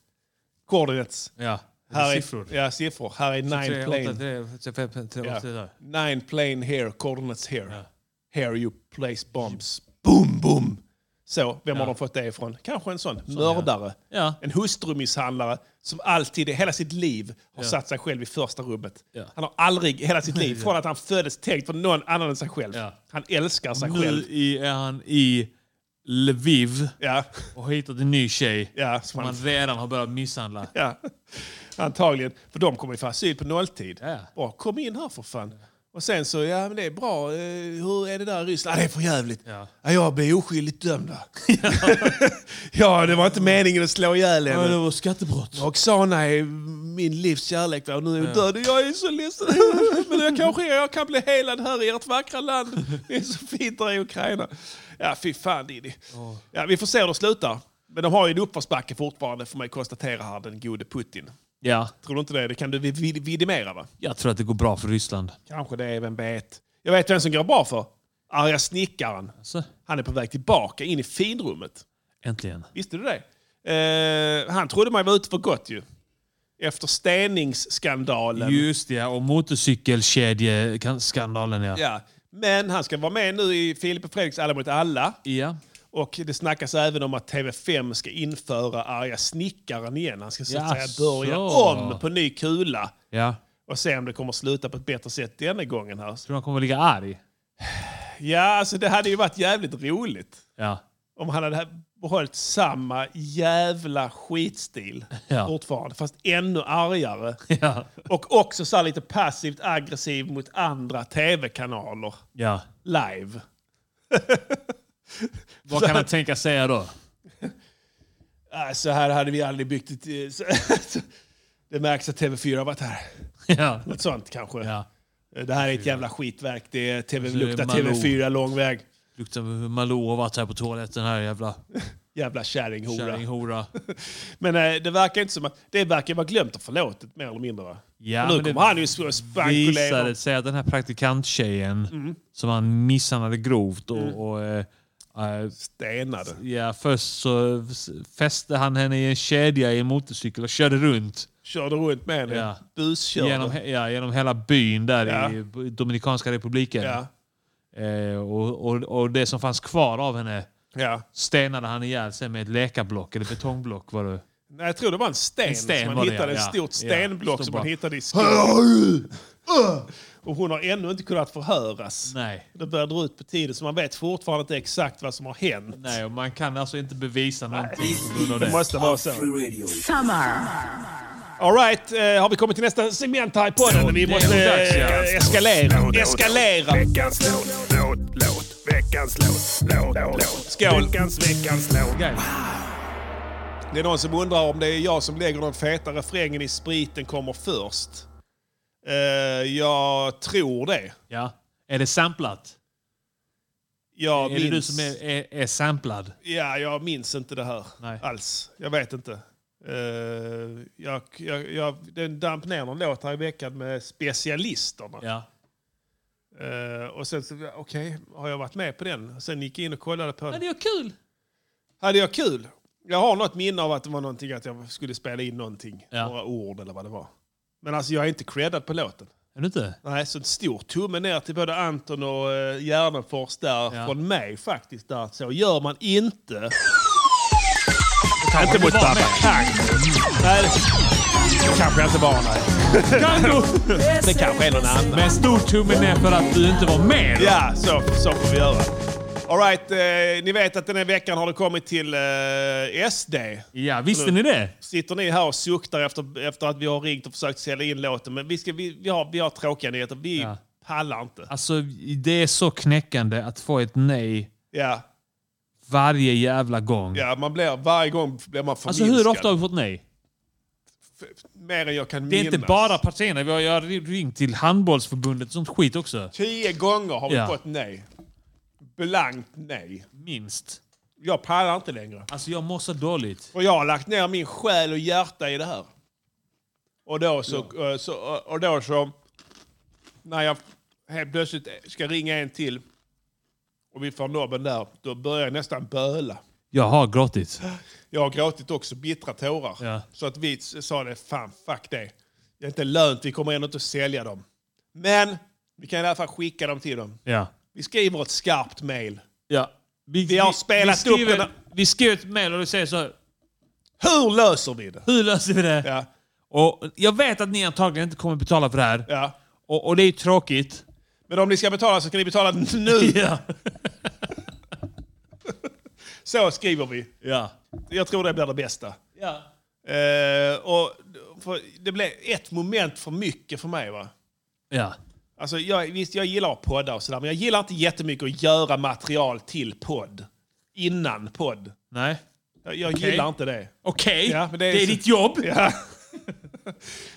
[SPEAKER 2] Coordinates.
[SPEAKER 5] Ja.
[SPEAKER 2] Här är,
[SPEAKER 5] siffror.
[SPEAKER 2] Ja, siffror. Här är nine plane. Ja.
[SPEAKER 5] plane.
[SPEAKER 2] Nine plane here, coordinates here. Here you place bombs. Boom, boom! Så, vem har de fått det ifrån? Kanske en sån, mördare.
[SPEAKER 5] Ja.
[SPEAKER 2] En hustrumisshandlare som alltid i hela sitt liv har satt sig själv i första rummet.
[SPEAKER 5] Ja.
[SPEAKER 2] Han har aldrig i hela sitt
[SPEAKER 5] *laughs*
[SPEAKER 2] liv, från att han föddes, tänkt på någon annan än sig själv.
[SPEAKER 5] Ja.
[SPEAKER 2] Han älskar sig
[SPEAKER 5] Nu
[SPEAKER 2] själv.
[SPEAKER 5] i- är han i Lviv
[SPEAKER 2] Ja.
[SPEAKER 5] och har hittat en ny tjej
[SPEAKER 2] Ja, som
[SPEAKER 5] som han
[SPEAKER 2] han,
[SPEAKER 5] redan har börjat misshandla.
[SPEAKER 2] ja. Antagligen. För de kommer ju få asyl på nolltid.
[SPEAKER 5] Ja.
[SPEAKER 2] Bara, kom in här för fan. Och sen så, ja men det är bra. Eh, Hur är det där i Ryssland? Ja, det är för jävligt.
[SPEAKER 5] Ja.
[SPEAKER 2] Ja, jag blev oskyldigt dömd. *laughs* ja, det var inte meningen att slå ihjäl henne.
[SPEAKER 5] var skattebrott.
[SPEAKER 2] Roxana är min livs kärlek va? och nu är hon död och jag är så ledsen. Men jag kanske jag kan bli helad här i ert vackra land. Det är så fint där i Ukraina. Ja, fy fan Diddy. Ja, vi får se hur det slutar. Men de har ju en uppförsbacke fortfarande får man ju konstatera här, den gode Putin.
[SPEAKER 5] Ja,
[SPEAKER 2] Tror du inte det? Det kan du vid- vid- vidimera va?
[SPEAKER 5] jag tror att det går bra för Ryssland.
[SPEAKER 2] Kanske det, är, vem vet. Jag vet vem som går bra för. Arga snickaren.
[SPEAKER 5] Så,
[SPEAKER 2] Han är på väg tillbaka in i finrummet.
[SPEAKER 5] äntligen.
[SPEAKER 2] Visste du det? Eh, han trodde man var ute för gott ju. Efter steningsskandalen.
[SPEAKER 5] Just det, ja, och motorcykelkedjeskandalen ja.
[SPEAKER 2] Ja. Men han ska vara med nu i Filip och Fredriks Alla mot alla.
[SPEAKER 5] Ja.
[SPEAKER 2] Och det snackas även om att TV5 ska införa Arga snickaren igen. Han ska så att
[SPEAKER 5] Jaså.
[SPEAKER 2] säga börja om på ny kula.
[SPEAKER 5] ja.
[SPEAKER 2] Och se om det kommer sluta på ett bättre sätt denna gången. här.
[SPEAKER 5] Tror du han kommer ligga arg?
[SPEAKER 2] Ja, alltså det hade ju varit jävligt roligt.
[SPEAKER 5] Ja.
[SPEAKER 2] om han hade behållit samma jävla skitstil
[SPEAKER 5] Ja.
[SPEAKER 2] fortfarande, fast ännu argare.
[SPEAKER 5] *laughs* Ja.
[SPEAKER 2] Och också så här lite passivt aggressiv mot andra tv-kanaler
[SPEAKER 5] ja.
[SPEAKER 2] live.
[SPEAKER 5] Vad kan han tänka säga då?
[SPEAKER 2] Äh, Så här hade vi aldrig byggt ett... eh, så- så- *laughs* Det märks att TV4 har varit här.
[SPEAKER 5] *laughs* Ja.
[SPEAKER 2] Något sånt kanske. Eh,
[SPEAKER 5] ja.
[SPEAKER 2] Det här är ett jävla skitverk. Det är TV,
[SPEAKER 5] Alltså, det är
[SPEAKER 2] luktar
[SPEAKER 5] Malou.
[SPEAKER 2] TV4 lång väg.
[SPEAKER 5] Luktar hur Malou har varit här på toaletten här jävla
[SPEAKER 2] Jävla kärringhora.
[SPEAKER 5] kärringhora.
[SPEAKER 2] Men eh, det verkar inte som att... Det verkar vara glömt och förlåtet mer eller mindre va?
[SPEAKER 5] Ja,
[SPEAKER 2] och nu
[SPEAKER 5] men det-
[SPEAKER 2] kommer han ju sp- spankulera.
[SPEAKER 5] Visade sig att den här praktikanttjejen som han misshandlade grovt och, och eh, eh,
[SPEAKER 2] Stenade.
[SPEAKER 5] Ja, först så fäste han henne i en kedja i en motorcykel och körde runt
[SPEAKER 2] körde runt med henne.
[SPEAKER 5] Ja.
[SPEAKER 2] Buskörde.
[SPEAKER 5] genom, he- ja, genom hela byn där
[SPEAKER 2] Ja.
[SPEAKER 5] i B- Dominikanska republiken.
[SPEAKER 2] ja.
[SPEAKER 5] Eh, och, och, och det som fanns kvar av henne
[SPEAKER 2] Ja.
[SPEAKER 5] stenade han ihjäl sen med ett läkarblock, eller betongblock var det.
[SPEAKER 2] Nej, jag tror det var en sten.
[SPEAKER 5] En sten
[SPEAKER 2] som
[SPEAKER 5] var
[SPEAKER 2] man
[SPEAKER 5] det,
[SPEAKER 2] hittade
[SPEAKER 5] ja.
[SPEAKER 2] ett stort
[SPEAKER 5] Ja.
[SPEAKER 2] stenblock
[SPEAKER 5] Stod
[SPEAKER 2] som
[SPEAKER 5] bara-
[SPEAKER 2] man hittade i
[SPEAKER 5] *laughs*
[SPEAKER 2] skogen. Och hon har ännu inte kunnat förhöras.
[SPEAKER 5] Nej.
[SPEAKER 2] Det börjar dra ut på tiden så man vet fortfarande inte exakt vad som har hänt.
[SPEAKER 5] Nej, och man kan alltså inte bevisa någonting på grund av
[SPEAKER 2] Det
[SPEAKER 5] det.
[SPEAKER 2] måste vara så.
[SPEAKER 7] Summer.
[SPEAKER 2] All right, eh, har vi kommit till nästa segment här i podden? Vi måste
[SPEAKER 5] är dags, ja.
[SPEAKER 2] eh, eskalera. Eskalera!
[SPEAKER 3] Veckans låt, låt, låt. Veckans låt, låt, låt.
[SPEAKER 2] Skål.
[SPEAKER 3] Veckans, veckans låt.
[SPEAKER 5] Guys,
[SPEAKER 2] Det är någon som undrar om det är jag som lägger den feta refrängen i spriten kommer först. Eh, jag tror det.
[SPEAKER 5] Ja. Är det samplat?
[SPEAKER 2] Jag
[SPEAKER 5] Är det du
[SPEAKER 2] minns-
[SPEAKER 5] som är, är, är samplad?
[SPEAKER 2] Ja, jag minns inte det här
[SPEAKER 5] Nej.
[SPEAKER 2] alls. Jag vet inte. Eh, jag, jag, jag, den damp ner någon låt här i veckan med specialisterna.
[SPEAKER 5] Ja.
[SPEAKER 2] Eh, och sen så, okej, har jag varit med på den? Sen gick jag in och kollade på den.
[SPEAKER 5] det är kul!
[SPEAKER 2] Hade jag kul? Jag har något minne av att det var någonting att jag skulle spela in någonting.
[SPEAKER 5] Ja.
[SPEAKER 2] Några ord eller vad det var. Men alltså jag är inte creddad på låten.
[SPEAKER 5] Är du inte?
[SPEAKER 2] Nej, så en stor tumme ner till både Anton och eh, Gärdenfors där,
[SPEAKER 5] Ja.
[SPEAKER 2] från mig faktiskt. Där. Så gör man inte.
[SPEAKER 5] Inte mot
[SPEAKER 2] Nej, det kanske jag inte var. Nej. Det kanske är någon annan.
[SPEAKER 5] Men stor tumme ner för att du inte var med!
[SPEAKER 2] Ja, så, så får vi göra. All right, eh, ni vet att den här veckan har det kommit till eh, SD.
[SPEAKER 5] Ja, visste ni det?
[SPEAKER 2] Sitter ni här och suktar efter, efter att vi har ringt och försökt sälja in låten, men vi, ska, vi, vi, har, vi har tråkiga nyheter. Vi
[SPEAKER 5] Ja.
[SPEAKER 2] pallar inte.
[SPEAKER 5] Alltså, det är så knäckande att få ett nej
[SPEAKER 2] Ja,
[SPEAKER 5] varje jävla gång.
[SPEAKER 2] ja man blir, varje gång blir man
[SPEAKER 5] alltså,
[SPEAKER 2] förminskad.
[SPEAKER 5] hur ofta har vi fått nej?
[SPEAKER 2] Mer än jag kan
[SPEAKER 5] Det är
[SPEAKER 2] minnas.
[SPEAKER 5] inte bara partierna. Vi har, jag har ringt till handbollsförbundet och sånt skit också.
[SPEAKER 2] Tio gånger har vi
[SPEAKER 5] Ja.
[SPEAKER 2] fått nej. Blankt nej.
[SPEAKER 5] Minst.
[SPEAKER 2] Jag pallar inte längre.
[SPEAKER 5] Alltså, jag mår så dåligt.
[SPEAKER 2] Och jag har lagt ner min själ och hjärta i det här. Och då så... eh, så och- och då så när jag helt plötsligt ska ringa en till och vi får nobben där, då börjar jag nästan böla.
[SPEAKER 5] Jag har gråtit.
[SPEAKER 2] Jag har gråtit också, bittra tårar.
[SPEAKER 5] Ja.
[SPEAKER 2] Så att vi s- sa det, fan fuck det. Det är inte lönt, vi kommer ändå inte att sälja dem. Men vi kan i alla fall skicka dem till dem.
[SPEAKER 5] Ja.
[SPEAKER 2] Vi skriver ett skarpt mail.
[SPEAKER 5] ja.
[SPEAKER 2] Vi har spelat
[SPEAKER 5] vi skriver,
[SPEAKER 2] upp den
[SPEAKER 5] Vi skriver ett mejl och du säger så här,
[SPEAKER 2] Hur löser vi det?
[SPEAKER 5] Hur löser vi det?
[SPEAKER 2] Ja,
[SPEAKER 5] Och jag vet att ni antagligen inte kommer betala för det här.
[SPEAKER 2] ja.
[SPEAKER 5] Och, och det är ju tråkigt.
[SPEAKER 2] Men om ni ska betala så ska ni betala nu.
[SPEAKER 5] *laughs* Ja.
[SPEAKER 2] Så skriver vi.
[SPEAKER 5] ja.
[SPEAKER 2] Jag tror det blir det bästa.
[SPEAKER 5] ja.
[SPEAKER 2] Eh, och för, det blev ett moment för mycket för mig. va?
[SPEAKER 5] Ja.
[SPEAKER 2] Alltså, jag, visst, jag gillar poddar och sådär, men jag gillar inte jättemycket att göra material till podd. Innan podd.
[SPEAKER 5] Nej.
[SPEAKER 2] Jag, jag
[SPEAKER 5] Okej.
[SPEAKER 2] gillar inte det. *laughs*
[SPEAKER 5] Okej,
[SPEAKER 2] Ja, men
[SPEAKER 5] det
[SPEAKER 2] det
[SPEAKER 5] är,
[SPEAKER 2] är så-
[SPEAKER 5] ditt jobb.
[SPEAKER 2] Ja.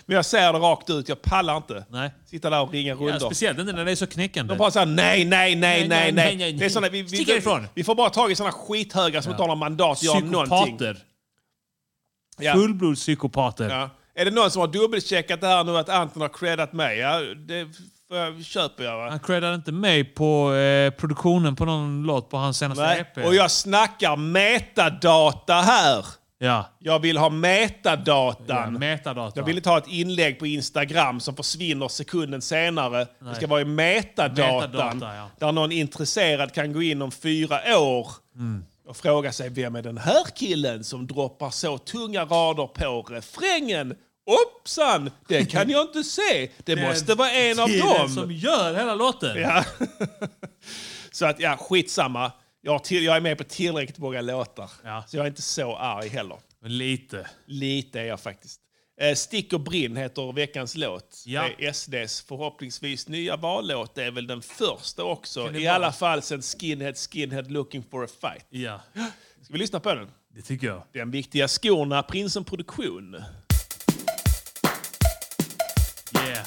[SPEAKER 2] men jag säger det rakt ut, jag pallar inte.
[SPEAKER 5] Nej.
[SPEAKER 2] Sitta där och ringa rundor.
[SPEAKER 5] Ja, speciellt inte när det är så knäckande.
[SPEAKER 2] De bara såhär, nej, nej, nej, nej, nej. Det är såna, vi, vi,
[SPEAKER 5] Stick
[SPEAKER 2] vi,
[SPEAKER 5] härifrån.
[SPEAKER 2] vi får bara tag i såna skithögar som inte har någon mandat att göra någonting.
[SPEAKER 5] Psykopater.
[SPEAKER 2] Ja.
[SPEAKER 5] Fullblodspsykopater.
[SPEAKER 2] Ja. Är det någon som har dubbelcheckat det här nu att Anton har creddat mig? Ja, det får jag, köper jag. Va?
[SPEAKER 5] Han creddade inte mig på eh, produktionen på någon låt på hans senaste E
[SPEAKER 2] Nej.
[SPEAKER 5] EP.
[SPEAKER 2] Och jag snackar metadata här.
[SPEAKER 5] Ja.
[SPEAKER 2] Jag vill ha
[SPEAKER 5] ja,
[SPEAKER 2] metadatan.
[SPEAKER 5] metadata.
[SPEAKER 2] jag vill inte ha ett inlägg på Instagram som försvinner sekunden senare. Det ska vara i metadatan.
[SPEAKER 5] Metadata, ja.
[SPEAKER 2] Där någon intresserad kan gå in om fyra år
[SPEAKER 5] Mm.
[SPEAKER 2] och fråga sig vem är den här killen som droppar så tunga rader på refrängen? Oppsan, det kan jag inte se.
[SPEAKER 5] *laughs*
[SPEAKER 2] Det måste vara en av
[SPEAKER 5] Det är den
[SPEAKER 2] dem.
[SPEAKER 5] som gör hela låten.
[SPEAKER 2] *laughs* Ja. så att, ja, skitsamma. Jag, har till, jag är med på tillräckligt många låtar.
[SPEAKER 5] Ja.
[SPEAKER 2] Så jag är inte så arg heller.
[SPEAKER 5] Lite.
[SPEAKER 2] Lite är jag faktiskt. Eh, Stick och brinn heter veckans låt.
[SPEAKER 5] Ja.
[SPEAKER 2] Det är SDs förhoppningsvis nya vallåt. Det är väl den första också.
[SPEAKER 5] Kan det
[SPEAKER 2] I
[SPEAKER 5] vara?
[SPEAKER 2] alla fall sen Skinhead Skinhead Looking for a fight.
[SPEAKER 5] Ja,
[SPEAKER 2] Ska vi lyssna på den?
[SPEAKER 5] det tycker jag.
[SPEAKER 2] Den viktiga skorna, Prinsen Produktion.
[SPEAKER 5] Yeah.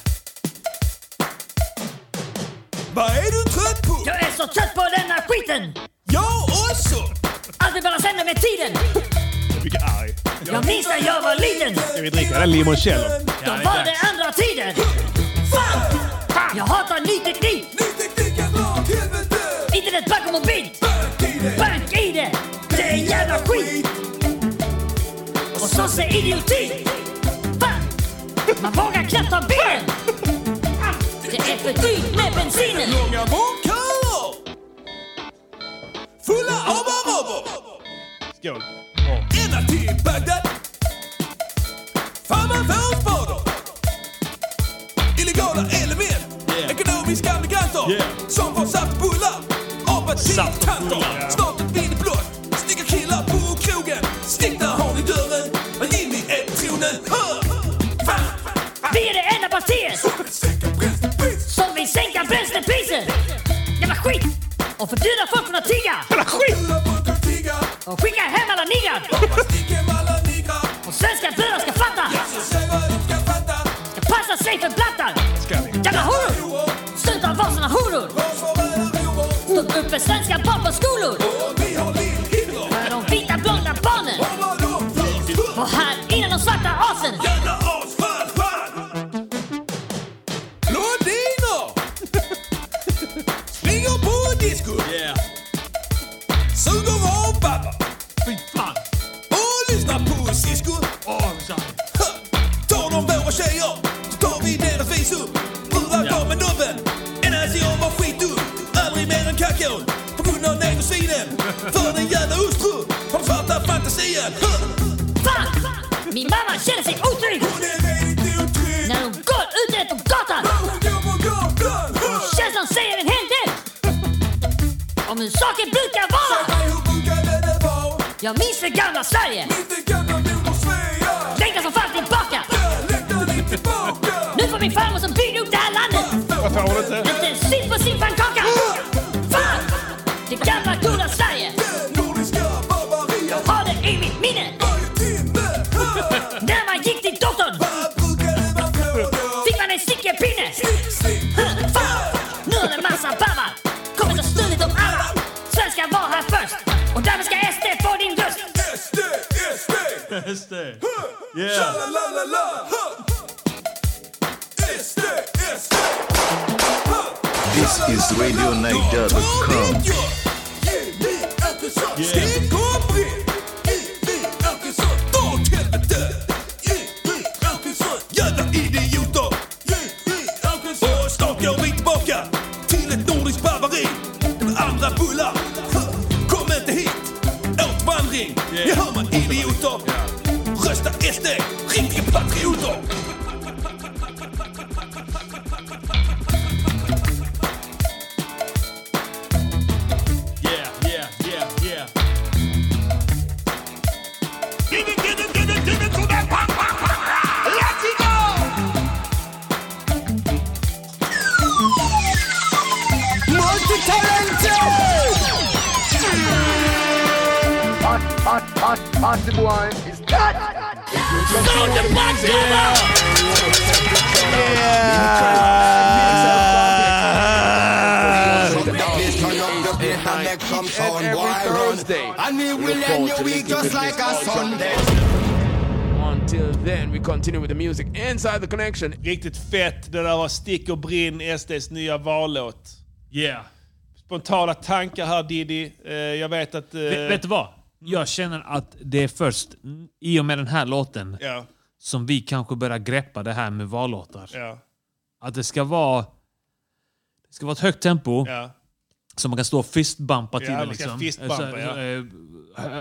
[SPEAKER 3] Vad är du trött på?
[SPEAKER 8] Jag är så trött på denna skiten!
[SPEAKER 3] Jag också!
[SPEAKER 8] Allt blir bara sämre med tiden!
[SPEAKER 2] Jag blir arg.
[SPEAKER 8] Jag minns när jag var liten!
[SPEAKER 2] Ska vi dricka den limoncello?
[SPEAKER 8] Då var det andra tider! Fan! Jag hatar ny teknik!
[SPEAKER 3] Ny teknik är bra, helvete!
[SPEAKER 8] Internet, bank och mobilt! Bank i det! Det är en jävla skit! Och så ser idioti! Fan! Man vågar knappt ta bilen! Det är för dyrt med bensinen!
[SPEAKER 3] Långa vårdköer! Fulla av araber!
[SPEAKER 2] Skål.
[SPEAKER 3] Ända till Bagdad! Fan vad vårdfader! Illegala element! Ekonomiska migranter! Som får saftbullar! Apat
[SPEAKER 2] Saftbullar.
[SPEAKER 3] tanter! Staten vinner blått! Snygga killar på krogen! Stick där har ni dörren! Men in i ett-tronen!
[SPEAKER 8] Vi är det enda partiet som vill sänka bränslepriset! Jävla skit! Och förbjuda folk från att tigga! Och skicka hem alla niggar! Och svenska brudar ska fatta! Ska passa sig för blattar! Jävla horor! Sluta vara såna horor! Stå upp för svenska barn på skolor! För de vita blonda barnen! Var här innan de svarta asen!
[SPEAKER 5] Fy fan! Åh, så-
[SPEAKER 3] Tar de våra tjejer, då tar vi deras visum. Lurar dem med nubben, en asiat var skitdum. Aldrig mer än kakon, på grund av negersvinen. För den jävla hustru, har den svarta fantasien.
[SPEAKER 8] Fan! Min mamma känner sig otrygg
[SPEAKER 3] Hon är väldigt otrygg,
[SPEAKER 8] när hon går ute på gatan!
[SPEAKER 3] hon går på gatan.
[SPEAKER 8] Känslan säger en hel del om hur saker brukar vara.
[SPEAKER 3] Nej, hur brukar det vara?
[SPEAKER 8] Jag minns det gamla Sverige,
[SPEAKER 3] Inte gamla mormor Svea.
[SPEAKER 8] längtar som fan tillbaka.
[SPEAKER 3] Där längtar ni tillbaka.
[SPEAKER 8] Nu får min farmor som byggde upp det här landet
[SPEAKER 2] Varför har du inte?
[SPEAKER 8] inte en synd på sin pannkaka. Fan! Det gamla goda Sverige
[SPEAKER 3] Det nordiska barbariet,
[SPEAKER 8] har det i mitt minne.
[SPEAKER 3] varje timme.
[SPEAKER 8] När man gick till doktorn
[SPEAKER 3] Vad brukar det vara fråga?
[SPEAKER 8] fick man en stickepinne.
[SPEAKER 3] Stick, stick.
[SPEAKER 8] Fan! Nu är det massa babbar, kommer så stuligt om alla. Svenskar var här först och därmed ska SD få din röst.
[SPEAKER 3] SD, SD.
[SPEAKER 5] Just det.
[SPEAKER 3] Tja-la-la-la-la! Ha! SD, SD! Ha!
[SPEAKER 4] This is RadioNiger.com.
[SPEAKER 3] Ge mig Ökesson! Stig Gombrin! Ge mig Ökesson! Dra åt helvete! Ge mig Ökesson! Jävla idioter! Ge mig Ökesson! Och snart går vi tillbaka till ett nordiskt barbari. Den andra bullar. Ha! Kom inte hit! Återvandring! Ni hör mig idioter! Rösta SD! Riktiga patrioter!
[SPEAKER 5] Yeah, yeah, yeah, yeah.
[SPEAKER 3] Let's go!
[SPEAKER 9] And we will end your week just like a Sunday. Until then, we continue with the music inside the connection.
[SPEAKER 2] Riktigt fett. Det där var Stick och Brinn, SDs nya vallåt.
[SPEAKER 5] Yeah.
[SPEAKER 2] Spontana tankar här Diddy. Eh, jag vet att... eh,
[SPEAKER 5] Vet- Vet du vad? Jag känner att det är först i och med den här låten
[SPEAKER 2] ja,
[SPEAKER 5] som vi kanske börjar greppa det här med vallåtar.
[SPEAKER 2] ja,
[SPEAKER 5] Att det ska vara... Det ska vara ett högt tempo
[SPEAKER 2] ja.
[SPEAKER 5] som man kan stå och fistbumpa till.
[SPEAKER 2] Ja, man kan
[SPEAKER 5] liksom.
[SPEAKER 2] fistbumpa,
[SPEAKER 5] så, här,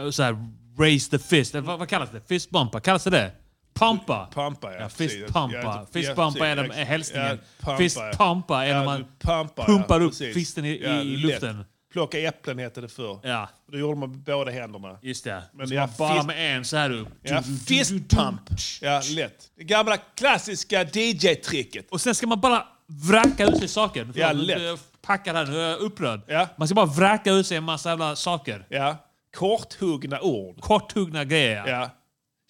[SPEAKER 5] eh, så här, raise the fist. Eller Vad, vad kallas det? Fistbumpa? Kallas det det? Pumpa?
[SPEAKER 2] Pumpa, ja.
[SPEAKER 5] Ja,
[SPEAKER 2] precis.
[SPEAKER 5] fistpumpa.
[SPEAKER 2] Ja,
[SPEAKER 5] Fistpumpa är,
[SPEAKER 2] precis.
[SPEAKER 5] den- är hälsningen.
[SPEAKER 2] Ja, pumpa,
[SPEAKER 5] fistpumpa är
[SPEAKER 2] ja. Ja,
[SPEAKER 5] när man
[SPEAKER 2] pumpa,
[SPEAKER 5] pumpar
[SPEAKER 2] ja,
[SPEAKER 5] upp
[SPEAKER 2] precis.
[SPEAKER 5] fisten i, i,
[SPEAKER 2] Ja,
[SPEAKER 5] i
[SPEAKER 2] lätt.
[SPEAKER 5] luften.
[SPEAKER 2] Plocka äpplen hette det förr.
[SPEAKER 5] Ja,
[SPEAKER 2] Då gjorde man med båda händerna.
[SPEAKER 5] just det.
[SPEAKER 2] Men
[SPEAKER 5] Men
[SPEAKER 2] ja,
[SPEAKER 5] bara
[SPEAKER 2] fist-
[SPEAKER 5] med en så här upp.
[SPEAKER 2] Ja, fistpump. Ja, lätt. Det gamla klassiska DJ-tricket.
[SPEAKER 5] Och sen ska man bara vräka ut sig saker.
[SPEAKER 2] Ja,
[SPEAKER 5] Fan,
[SPEAKER 2] lätt.
[SPEAKER 5] nu är jag Packad här, nu är jag upprörd.
[SPEAKER 2] Ja.
[SPEAKER 5] Man ska bara vräka ut sig en massa jävla saker.
[SPEAKER 2] Ja. Korthuggna ord.
[SPEAKER 5] Korthuggna grejer.
[SPEAKER 2] Ja.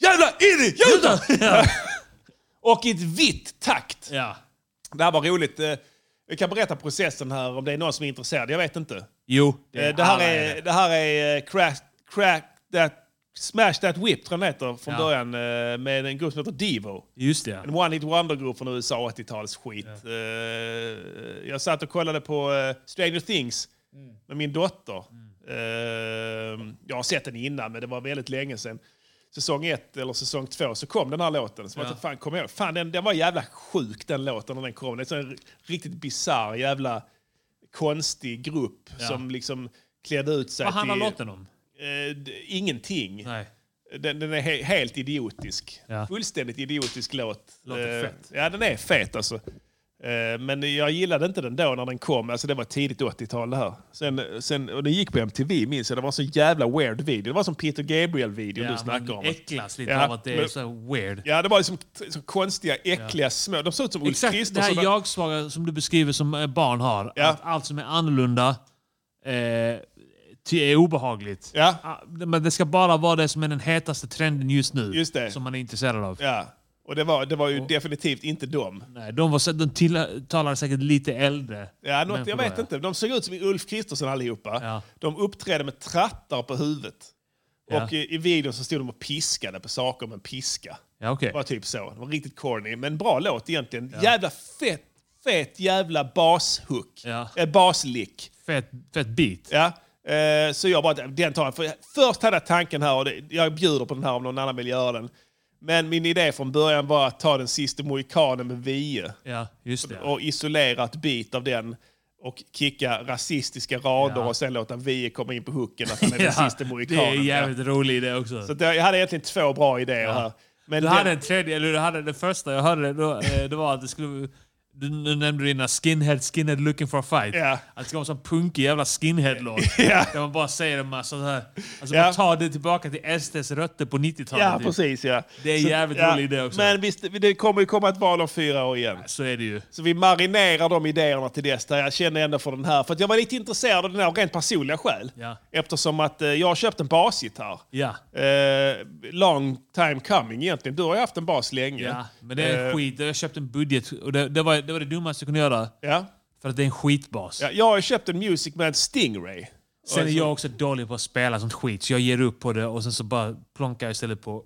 [SPEAKER 2] Jävla idioter! *laughs* Och i ett vitt takt.
[SPEAKER 5] Ja.
[SPEAKER 2] Det här var roligt. Eh, Jag kan berätta processen här om det är någon som är intresserad. Jag vet inte.
[SPEAKER 5] Jo.
[SPEAKER 2] Eh, Det här
[SPEAKER 5] alla
[SPEAKER 2] är, det här är eh, crack, crack that, Smash That Whip, tror jag den heter, från
[SPEAKER 5] Ja.
[SPEAKER 2] början. eh, Med en grupp som heter Devo.
[SPEAKER 5] Just det.
[SPEAKER 2] En one-hit wonder-grupp från USA, 80-tals skit. Eh, Jag satt och kollade på eh, Stranger Things
[SPEAKER 5] Mm.
[SPEAKER 2] med min dotter. Eh, Jag har sett den innan, men det var väldigt länge sedan. Säsong ett eller säsong två så kom den här låten. Så man inte fan kommer ihåg. Fan, den, den var jävla sjuk den låten när den kom. Det är en sån riktigt bisarr jävla konstig grupp som liksom klädde ut sig
[SPEAKER 5] Vad handlar
[SPEAKER 2] till...
[SPEAKER 5] låten om?
[SPEAKER 2] Eh, d- ingenting.
[SPEAKER 5] Nej.
[SPEAKER 2] Den, den är he helt idiotisk.
[SPEAKER 5] Ja.
[SPEAKER 2] Fullständigt idiotisk låt.
[SPEAKER 5] Låter
[SPEAKER 2] Eh,
[SPEAKER 5] fett.
[SPEAKER 2] Ja, den är fet alltså. Eh, Men jag gillade inte den då när den kom. Alltså det var tidigt 80-tal det här. Sen, sen, och den gick på MTV minns jag. Det var en så jävla weird video. Det var som Peter Gabriel-video du snackar
[SPEAKER 5] man
[SPEAKER 2] om.
[SPEAKER 5] äcklas lite
[SPEAKER 2] Ja,
[SPEAKER 5] av att det är
[SPEAKER 2] men-
[SPEAKER 5] så här weird.
[SPEAKER 2] Ja, det var liksom t- så konstiga, äckliga små... De såg ut som Ulf
[SPEAKER 5] Exakt det här
[SPEAKER 2] Kristersson.
[SPEAKER 5] jag-svaga som du beskriver som eh, barn har.
[SPEAKER 2] Ja.
[SPEAKER 5] Att allt som är annorlunda eh, ty- är obehagligt.
[SPEAKER 2] Ja.
[SPEAKER 5] Ah, Men det ska bara vara det som är den hetaste trenden just nu.
[SPEAKER 2] Just det.
[SPEAKER 5] Som man är intresserad av.
[SPEAKER 2] Ja, och det var, det var ju definitivt inte dem.
[SPEAKER 5] Nej, de, var, så- de tilltalade säkert lite äldre.
[SPEAKER 2] Ja, något,
[SPEAKER 5] människor
[SPEAKER 2] jag
[SPEAKER 5] då,
[SPEAKER 2] vet
[SPEAKER 5] ja.
[SPEAKER 2] inte. De såg ut som Ulf Kristersson allihopa.
[SPEAKER 5] Ja.
[SPEAKER 2] De uppträdde med trattar på huvudet.
[SPEAKER 5] Ja.
[SPEAKER 2] Och i, i videon så stod de och piskade på saker med en piska.
[SPEAKER 5] Ja, okej.
[SPEAKER 2] Det var typ så. Det var riktigt corny, men bra låt egentligen. Jävla fett, fet jävla bashook.
[SPEAKER 5] Ja.
[SPEAKER 2] Eh, baslick.
[SPEAKER 5] Fett, fett beat.
[SPEAKER 2] Ja. Eh, så jag bara, den tar jag. För först hade jag tanken här, och det, jag bjuder på den här om någon annan vill göra den. Men min idé från början var att ta den sista mohikanen med vie
[SPEAKER 5] Ja, just det.
[SPEAKER 2] och isolera ett bit av den och kicka rasistiska rader
[SPEAKER 5] Ja.
[SPEAKER 2] och sen låta Vie komma in på hooken att
[SPEAKER 5] *laughs*
[SPEAKER 2] han är den
[SPEAKER 5] Ja,
[SPEAKER 2] sista
[SPEAKER 5] det är en
[SPEAKER 2] mohikanen. Ja.
[SPEAKER 5] jävligt rolig idé också.
[SPEAKER 2] Så att jag jag hade egentligen två bra idéer här. Men
[SPEAKER 5] Du
[SPEAKER 2] den-
[SPEAKER 5] hade en tredje, eller du hade den första jag hörde, det, då, eh, det var att det skulle... Du, du nämnde dina skinhead, skinhead looking for a fight.
[SPEAKER 2] Ja.
[SPEAKER 5] Att det ska vara en sån punkig jävla skinhead-låt.
[SPEAKER 2] *laughs* Ja.
[SPEAKER 5] Där man bara säger en massa så här. Alltså
[SPEAKER 2] Ja.
[SPEAKER 5] man tar det tillbaka till SDs rötter på 90-talet.
[SPEAKER 2] Ja,
[SPEAKER 5] typ.
[SPEAKER 2] precis. Ja.
[SPEAKER 5] Det är en
[SPEAKER 2] Så-
[SPEAKER 5] jävligt
[SPEAKER 2] ja.
[SPEAKER 5] rolig idé också.
[SPEAKER 2] Men visst, det kommer ju komma ett val om fyra år igen.
[SPEAKER 5] Så är det ju.
[SPEAKER 2] Så vi marinerar de idéerna till dess. Där jag känner ändå för den här. För att jag var lite intresserad av den här av rent personliga skäl.
[SPEAKER 5] Ja.
[SPEAKER 2] Eftersom att eh, jag har köpt en basgitarr.
[SPEAKER 5] Ja.
[SPEAKER 2] Eh, long time coming egentligen. Du har ju haft en bas länge.
[SPEAKER 5] Ja, men det är
[SPEAKER 2] Eh,
[SPEAKER 5] skit. Jag köpte en budget och det, det, var, det var det dummaste jag kunde göra.
[SPEAKER 2] Ja.
[SPEAKER 5] För att det är en skitbas.
[SPEAKER 2] Ja, jag har ju köpt en Music Man Stingray.
[SPEAKER 5] Sen är jag också dålig på att spela sånt skit, så jag ger upp på det och sen så bara plonkar jag istället på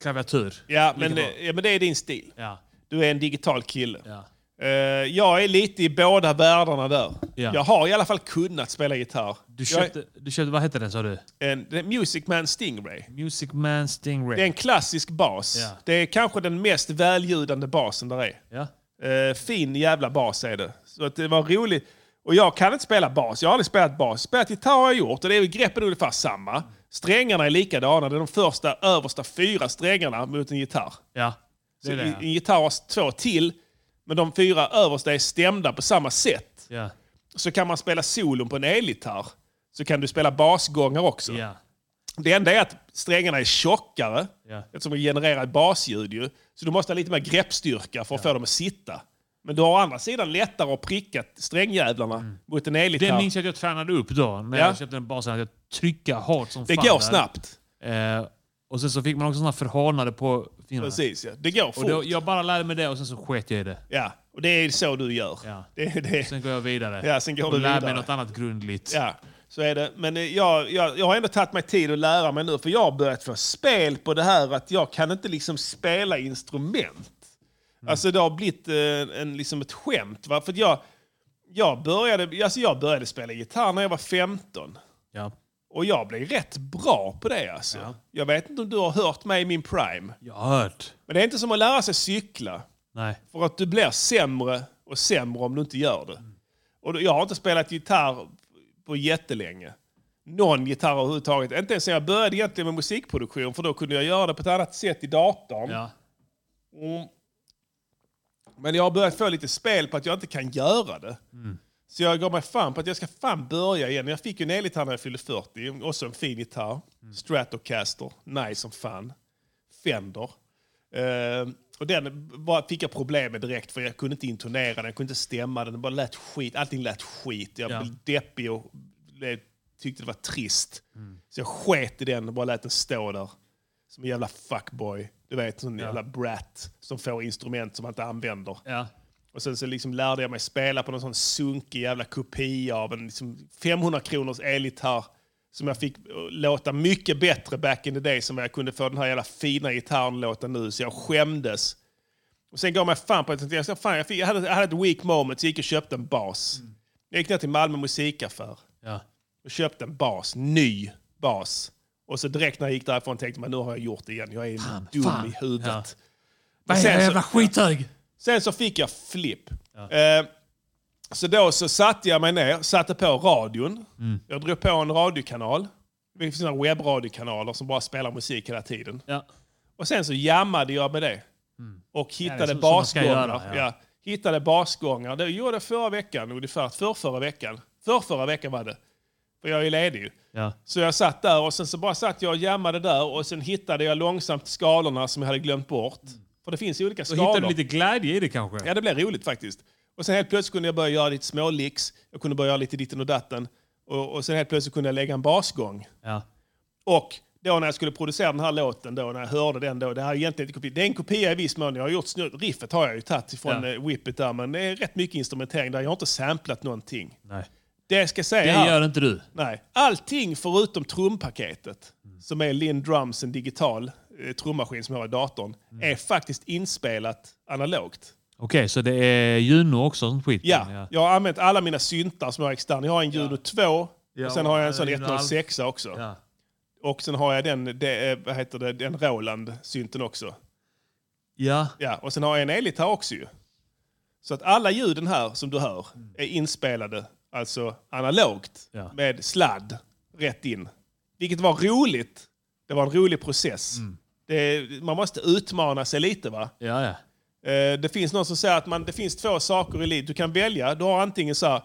[SPEAKER 5] klaviatur.
[SPEAKER 2] Ja, men,
[SPEAKER 5] bra.
[SPEAKER 2] eh, ja, men det är din stil.
[SPEAKER 5] Ja.
[SPEAKER 2] Du är en digital kille.
[SPEAKER 5] Ja.
[SPEAKER 2] Eh, jag är lite i båda världarna där.
[SPEAKER 5] Ja.
[SPEAKER 2] Jag har i alla fall kunnat spela gitarr.
[SPEAKER 5] Du, köpte, du köpte, vad hette den sa du?
[SPEAKER 2] Jag är en, det är Music Man Stingray.
[SPEAKER 5] Music Man Stingray.
[SPEAKER 2] Det är en klassisk bas.
[SPEAKER 5] Ja.
[SPEAKER 2] Det är kanske den mest väljudande basen där är.
[SPEAKER 5] Ja.
[SPEAKER 2] Eh, fin jävla bas är det. Så att det var roligt. Och jag kan inte spela bas. Jag har aldrig spelat bas. Spelat gitarr har jag gjort och det är ju greppen ungefär samma. Strängarna är likadana. Det är de första översta fyra strängarna mot en gitarr.
[SPEAKER 5] ja. Det
[SPEAKER 2] Så
[SPEAKER 5] är
[SPEAKER 2] i-
[SPEAKER 5] det,
[SPEAKER 2] En gitarr har två till, men de fyra översta är stämda på samma sätt.
[SPEAKER 5] ja.
[SPEAKER 2] Så kan man spela solon på en elgitarr så kan du spela basgångar också.
[SPEAKER 5] Ja. Ja.
[SPEAKER 2] Det enda är att strängarna är tjockare
[SPEAKER 5] Ja.
[SPEAKER 2] eftersom de genererar basljud. Ju. Så du måste ha lite mer greppstyrka för att få dem att sitta. Men du har å andra sidan lättare att pricka strängjävlarna mot en
[SPEAKER 5] Mm. Det
[SPEAKER 2] elgitarr.
[SPEAKER 5] minns jag att jag tränade upp då, när
[SPEAKER 2] Ja.
[SPEAKER 5] jag köpte den basen. Att jag trycka hårt som
[SPEAKER 2] Det
[SPEAKER 5] fan.
[SPEAKER 2] går
[SPEAKER 5] där.
[SPEAKER 2] snabbt.
[SPEAKER 5] Eh, och sen så fick man också såna förhånade på fingrarna.
[SPEAKER 2] Precis, ja. Det går
[SPEAKER 5] Och då,
[SPEAKER 2] fort.
[SPEAKER 5] jag bara lärde mig det och sen så sket jag i det.
[SPEAKER 2] Ja, och det är så du gör.
[SPEAKER 5] Ja.
[SPEAKER 2] Det är det.
[SPEAKER 5] Sen går jag vidare.
[SPEAKER 2] Ja, sen går
[SPEAKER 5] och
[SPEAKER 2] du
[SPEAKER 5] lär
[SPEAKER 2] vidare.
[SPEAKER 5] mig något annat grundligt.
[SPEAKER 2] Ja, så är det. Men eh, jag, jag, jag har ändå tagit mig tid att lära mig nu, för jag har börjat få spel på det här att jag kan inte liksom spela instrument. Alltså det har blivit eh, en, liksom ett skämt. Va? För att jag, jag, började, alltså jag började spela gitarr när jag var 15.
[SPEAKER 5] Ja.
[SPEAKER 2] Och jag blev rätt bra på det alltså. Jag vet inte om du har hört mig i min prime.
[SPEAKER 5] Jag har hört.
[SPEAKER 2] Men det är inte som att lära sig cykla.
[SPEAKER 5] Nej.
[SPEAKER 2] För att du blir sämre och sämre om du inte gör det. Och då- jag har inte spelat gitarr på jättelänge. Någon gitarr överhuvudtaget. Inte ens när jag började egentligen med musikproduktion, för då kunde jag göra det på ett annat sätt i datorn.
[SPEAKER 5] Ja.
[SPEAKER 2] Mm. Men jag har börjat få lite spel på att jag inte kan göra det.
[SPEAKER 5] Mm.
[SPEAKER 2] Så jag gav mig fan på att jag ska fan börja igen. Jag fick ju en elgitarr när jag fyllde 40, också en fin gitarr.
[SPEAKER 5] Mm.
[SPEAKER 2] Stratocaster, nice som fan. Fender. Eh, och den bara fick jag problem med direkt för jag kunde inte intonera den, jag kunde inte stämma den, den bara lät skit. Allting lät skit. Jag
[SPEAKER 5] Ja.
[SPEAKER 2] blev deppig och blev, tyckte det var trist. Så jag sket i den och bara lät den stå där. Som en jävla fuckboy. Du vet, sån jävla brat som får instrument som han inte använder.
[SPEAKER 5] Ja.
[SPEAKER 2] Och sen så liksom lärde jag mig spela på någon sån sunkig jävla kopia av en liksom 500 kronors elgitarr som jag fick eh, låta mycket bättre back in the day som jag kunde få den här jävla fina gitarren låta nu. Så jag skämdes. Och sen gav mig fan på att jag, tänkte, fan, jag, fick, jag, hade, jag hade ett weak moment så jag gick och köpte en bas. Jag gick ner till Malmö musikaffär
[SPEAKER 5] Ja.
[SPEAKER 2] och köpte en bas, ny bas. Och så direkt när jag gick därifrån tänkte man nu har jag gjort det igen. Jag är dum
[SPEAKER 5] fan.
[SPEAKER 2] i huvudet.
[SPEAKER 5] Ja.
[SPEAKER 2] Men sen så-
[SPEAKER 5] skithög?
[SPEAKER 2] Sen så fick jag flipp. Eh, så då så satte jag mig ner, satte på radion.
[SPEAKER 5] Mm.
[SPEAKER 2] Jag drog på en radiokanal. Det finns några webbradiokanaler som bara spelar musik hela tiden.
[SPEAKER 5] Ja.
[SPEAKER 2] Och sen så jammade jag med det. Och
[SPEAKER 5] Mm. Ja, det
[SPEAKER 2] hittade
[SPEAKER 5] är så- som man ska
[SPEAKER 2] basgångar.
[SPEAKER 5] göra,
[SPEAKER 2] ja.
[SPEAKER 5] ja.
[SPEAKER 2] hittade basgångar. Det gjorde jag förra veckan ungefär. För förra veckan. För förra veckan var det. För jag är ledig ju.
[SPEAKER 5] Ja.
[SPEAKER 2] Så jag satt där och sen så bara satt jag och jammade där och sen hittade jag långsamt skalorna som jag hade glömt bort. För det finns ju olika
[SPEAKER 5] Mm. Då
[SPEAKER 2] skalor.
[SPEAKER 5] hittade du lite glädje i det kanske?
[SPEAKER 2] Ja, det blev roligt faktiskt. Och sen helt plötsligt kunde jag börja göra lite små licks. Jag kunde börja göra lite ditten och datten. Och, och sen helt plötsligt kunde jag lägga en basgång.
[SPEAKER 5] Ja.
[SPEAKER 2] Och då när jag skulle producera den här låten, då, när jag hörde den då, det här är egentligen inte kopia. Det är en kopia i viss mån. Jag har gjort snu- riffet har jag ju tagit ifrån
[SPEAKER 5] Ja.
[SPEAKER 2] ja. Whippet där, men det är rätt mycket instrumentering där. Jag har inte samplat någonting.
[SPEAKER 5] Nej.
[SPEAKER 2] Det ska jag säga
[SPEAKER 5] Det
[SPEAKER 2] här.
[SPEAKER 5] gör inte du.
[SPEAKER 2] Nej. Allting förutom trumpaketet,
[SPEAKER 5] Mm.
[SPEAKER 2] som är Linn Drums, en digital eh, trummaskin som jag har i datorn,
[SPEAKER 5] Mm.
[SPEAKER 2] är faktiskt inspelat analogt.
[SPEAKER 5] Okej, så det är Juno också som skit?
[SPEAKER 2] Ja, jag har använt alla mina syntar som jag har externa. Jag har en Juno 2,
[SPEAKER 5] Ja,
[SPEAKER 2] och sen har jag en
[SPEAKER 5] och
[SPEAKER 2] sån
[SPEAKER 5] Juno
[SPEAKER 2] 106 också.
[SPEAKER 5] Ja.
[SPEAKER 2] Och sen har jag den, det, eh, vad heter det, den Roland-synten också.
[SPEAKER 5] ja.
[SPEAKER 2] Ja, och sen har jag en elgitarr också ju. Så att alla ljuden här som du hör är inspelade, alltså analogt,
[SPEAKER 5] Ja.
[SPEAKER 2] med sladd rätt in. Vilket var roligt. Det var en rolig process.
[SPEAKER 5] Mm.
[SPEAKER 2] Det, man måste utmana sig lite va?
[SPEAKER 5] Ja, ja.
[SPEAKER 2] Eh, Det finns någon som säger att man, det finns två saker i livet. Du kan välja. Du har antingen så här,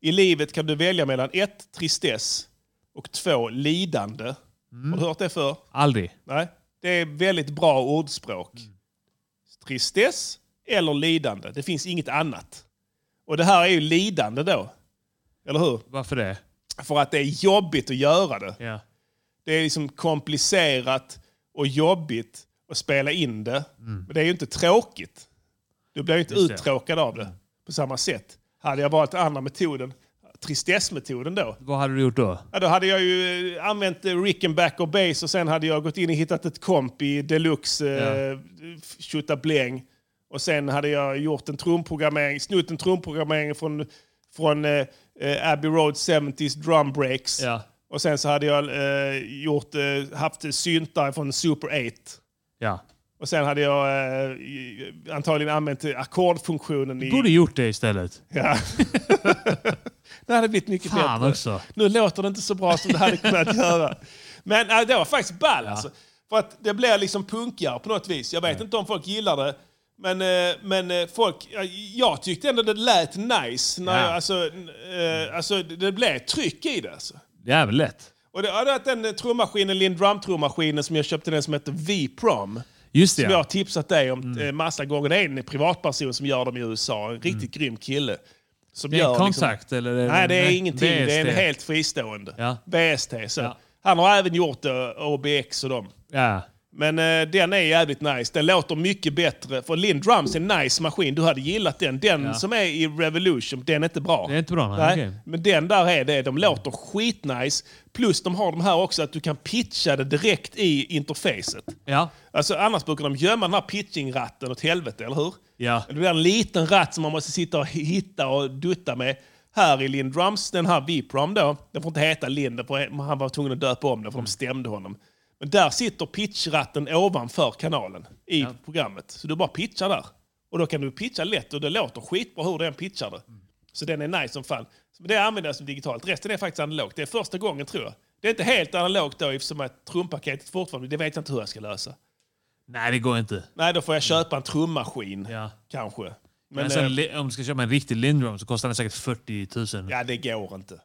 [SPEAKER 2] I livet kan du välja mellan ett, tristess och två, lidande. Har du hört det för?
[SPEAKER 5] Aldrig.
[SPEAKER 2] Nej. Det är väldigt bra ordspråk. Tristess eller lidande. Det finns inget annat. Och det här är ju lidande då. Eller hur?
[SPEAKER 5] Varför det?
[SPEAKER 2] För att det är jobbigt att göra det.
[SPEAKER 5] Ja.
[SPEAKER 2] Det är liksom komplicerat och jobbigt att spela in det. Men det är ju inte tråkigt. Du blir ju inte
[SPEAKER 5] Just Mm. det. Mm.
[SPEAKER 2] uttråkad av det på samma sätt. Hade jag valt andra metoden, tristessmetoden då,
[SPEAKER 5] Vad hade du gjort då?
[SPEAKER 2] ja, då hade jag ju eh, använt eh, Rickenbacker Bass och sen hade jag gått in och hittat ett komp i deluxe eh, tjottabläng. Och sen hade jag gjort en trumprogrammering, snott en trumprogrammering från, från eh, eh, Abbey Road 70s drum breaks.
[SPEAKER 5] Ja.
[SPEAKER 2] Och sen så hade jag eh, gjort, eh, haft syntar från Super 8.
[SPEAKER 5] Ja.
[SPEAKER 2] Och sen hade jag eh, i- antagligen använt eh, ackordfunktionen i...
[SPEAKER 5] Borde gjort det istället.
[SPEAKER 2] Ja. *laughs* det hade blivit mycket
[SPEAKER 5] Fan
[SPEAKER 2] bättre.
[SPEAKER 5] också.
[SPEAKER 2] Nu låter det inte så bra som det hade
[SPEAKER 5] *laughs*
[SPEAKER 2] kunnat göra. Men äh, det var faktiskt ball alltså. För att det blir liksom punkigare på något vis. Jag vet inte om folk gillar det. Men, eh, men eh, folk, jag- jag tyckte ändå det lät nice. När
[SPEAKER 5] Ja.
[SPEAKER 2] jag, alltså, eh, alltså, det det blev ett tryck i det. Alltså.
[SPEAKER 5] Det är väl lätt?
[SPEAKER 2] Och det, ja, det var den eh, trummaskinen, Lind Drum-trummaskinen som jag köpte, den som heter V-Prom.
[SPEAKER 5] Just det,
[SPEAKER 2] Som jag har
[SPEAKER 5] ja.
[SPEAKER 2] tipsat dig om mm. massa gånger. Det är en privatperson som gör dem i USA. En riktigt grym kille. Som
[SPEAKER 5] Mm. Det är
[SPEAKER 2] gör
[SPEAKER 5] en
[SPEAKER 2] liksom-
[SPEAKER 5] kontakt eller?
[SPEAKER 2] Nej, det är ingenting. Det är en
[SPEAKER 5] VST.
[SPEAKER 2] helt fristående.
[SPEAKER 5] Ja.
[SPEAKER 2] VST. Så.
[SPEAKER 5] Ja.
[SPEAKER 2] Han har även gjort eh, OBX och dem.
[SPEAKER 5] Ja.
[SPEAKER 2] Men eh, den är jävligt nice. Den låter mycket bättre. För Lindrums är en nice maskin. Du hade gillat den. Den
[SPEAKER 5] Ja.
[SPEAKER 2] som är i Revolution, den är inte bra.
[SPEAKER 5] Det är inte bra, nej, okej.
[SPEAKER 2] Men den där är det. De låter skitnice. Plus de har de här också att du kan pitcha det direkt i interfacet.
[SPEAKER 5] Ja.
[SPEAKER 2] Alltså, annars brukar de gömma den här pitchingratten åt helvete, eller hur?
[SPEAKER 5] Ja.
[SPEAKER 2] Det blir en liten ratt som man måste sitta och hitta och dutta med. Här i Lindrums, den här Vipram då, den får inte heta Lind, den får- han var tvungen att döpa om den för de stämde honom. Men där sitter pitchratten ovanför kanalen i programmet. Så du bara pitchar där. Och då kan du pitcha lätt och det låter skitbra hur den pitchar det. Så den är nice som fan. Så Det använder jag som digitalt. Resten är faktiskt analogt. Det är första gången tror jag. Det är inte helt analogt då eftersom att trumpaketet fortfarande, det vet jag inte hur jag ska lösa.
[SPEAKER 5] Nej, det går inte.
[SPEAKER 2] Nej, då får jag köpa en trummaskin.
[SPEAKER 5] Mm. Ja.
[SPEAKER 2] Kanske. Men,
[SPEAKER 5] Men,
[SPEAKER 2] eh,
[SPEAKER 5] sen, li- om du ska köpa en riktig Lindrum så kostar den säkert 40 000.
[SPEAKER 2] ja, det går inte.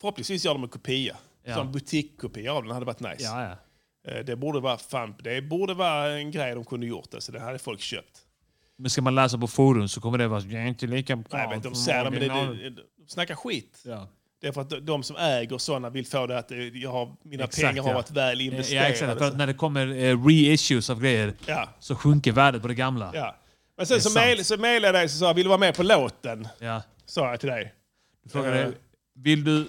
[SPEAKER 2] Förhoppningsvis gör de en kopia.
[SPEAKER 5] Ja.
[SPEAKER 2] Så en butikskopia av den hade varit nice.
[SPEAKER 5] Ja, ja.
[SPEAKER 2] Eh, Det borde vara fan, det borde vara en grej de kunde gjort. Alltså, det hade folk köpt.
[SPEAKER 5] Men ska man läsa på forum så kommer det vara det är inte lika bra.
[SPEAKER 2] Nej, men de
[SPEAKER 5] som
[SPEAKER 2] säger det, men det,
[SPEAKER 5] original."
[SPEAKER 2] det, de snackar skit.
[SPEAKER 5] Ja.
[SPEAKER 2] Det är för att de- de som äger sådana vill få det att eh, jag har, mina
[SPEAKER 5] Exakt,
[SPEAKER 2] pengar har
[SPEAKER 5] ja.
[SPEAKER 2] varit väl
[SPEAKER 5] Ja,
[SPEAKER 2] investerade.
[SPEAKER 5] exakt. För att när det kommer eh, reissues av grejer
[SPEAKER 2] Ja.
[SPEAKER 5] så sjunker värdet på det gamla.
[SPEAKER 2] Ja. Men
[SPEAKER 5] Det är
[SPEAKER 2] sen så,
[SPEAKER 5] sant.
[SPEAKER 2] mail, så mailade jag dig och sa jag, vill du vara med på låten?
[SPEAKER 5] Ja.
[SPEAKER 2] Sa jag till dig.
[SPEAKER 5] Du frågade,
[SPEAKER 2] Eh.
[SPEAKER 5] vill, du,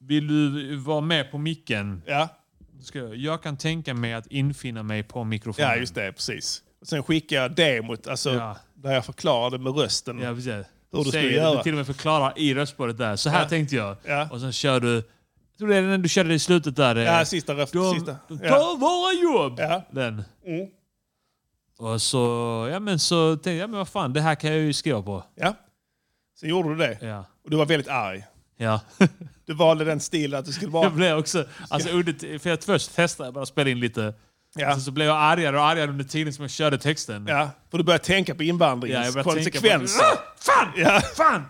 [SPEAKER 5] vill du vara med på micken?
[SPEAKER 2] Ja.
[SPEAKER 5] Då Ska jag, jag kan tänka mig att infinna mig på mikrofonen.
[SPEAKER 2] Ja, just det. Precis. Och sen skickade jag demot, alltså,
[SPEAKER 5] Mm. Ja.
[SPEAKER 2] där jag förklarade med rösten.
[SPEAKER 5] Ja, precis.
[SPEAKER 2] Hur du
[SPEAKER 5] Säger-
[SPEAKER 2] skulle göra.
[SPEAKER 5] Du till och med förklarar i röstspåret där. Så här
[SPEAKER 2] Ja.
[SPEAKER 5] tänkte jag.
[SPEAKER 2] Ja.
[SPEAKER 5] Och sen kör du... Jag tror det är när du körde det i slutet där. eh,
[SPEAKER 2] Ja, sista ref-
[SPEAKER 5] de,
[SPEAKER 2] sista.
[SPEAKER 5] de tar
[SPEAKER 2] Ja.
[SPEAKER 5] våra jobb!
[SPEAKER 2] Ja.
[SPEAKER 5] Den.
[SPEAKER 2] Mm.
[SPEAKER 5] Och så, ja men så tänkte jag, ja, men vad fan, det här kan jag ju skriva på.
[SPEAKER 2] Ja. Sen gjorde du det.
[SPEAKER 5] Ja.
[SPEAKER 2] Och du var väldigt arg.
[SPEAKER 5] Ja.
[SPEAKER 2] *laughs* Du valde den stilen att du skulle vara...
[SPEAKER 5] Jag blev också, alltså under, för jag först testade jag bara att spela in lite.
[SPEAKER 2] Ja.
[SPEAKER 5] Sen alltså så blev jag argare och argare under tiden som jag körde texten.
[SPEAKER 2] Ja, för du började tänka på
[SPEAKER 5] Ja, jag
[SPEAKER 2] invandringens
[SPEAKER 5] började tänka på- *laughs*
[SPEAKER 2] konsekvenser.
[SPEAKER 5] Ah, fan!
[SPEAKER 2] Ja.
[SPEAKER 5] Fan!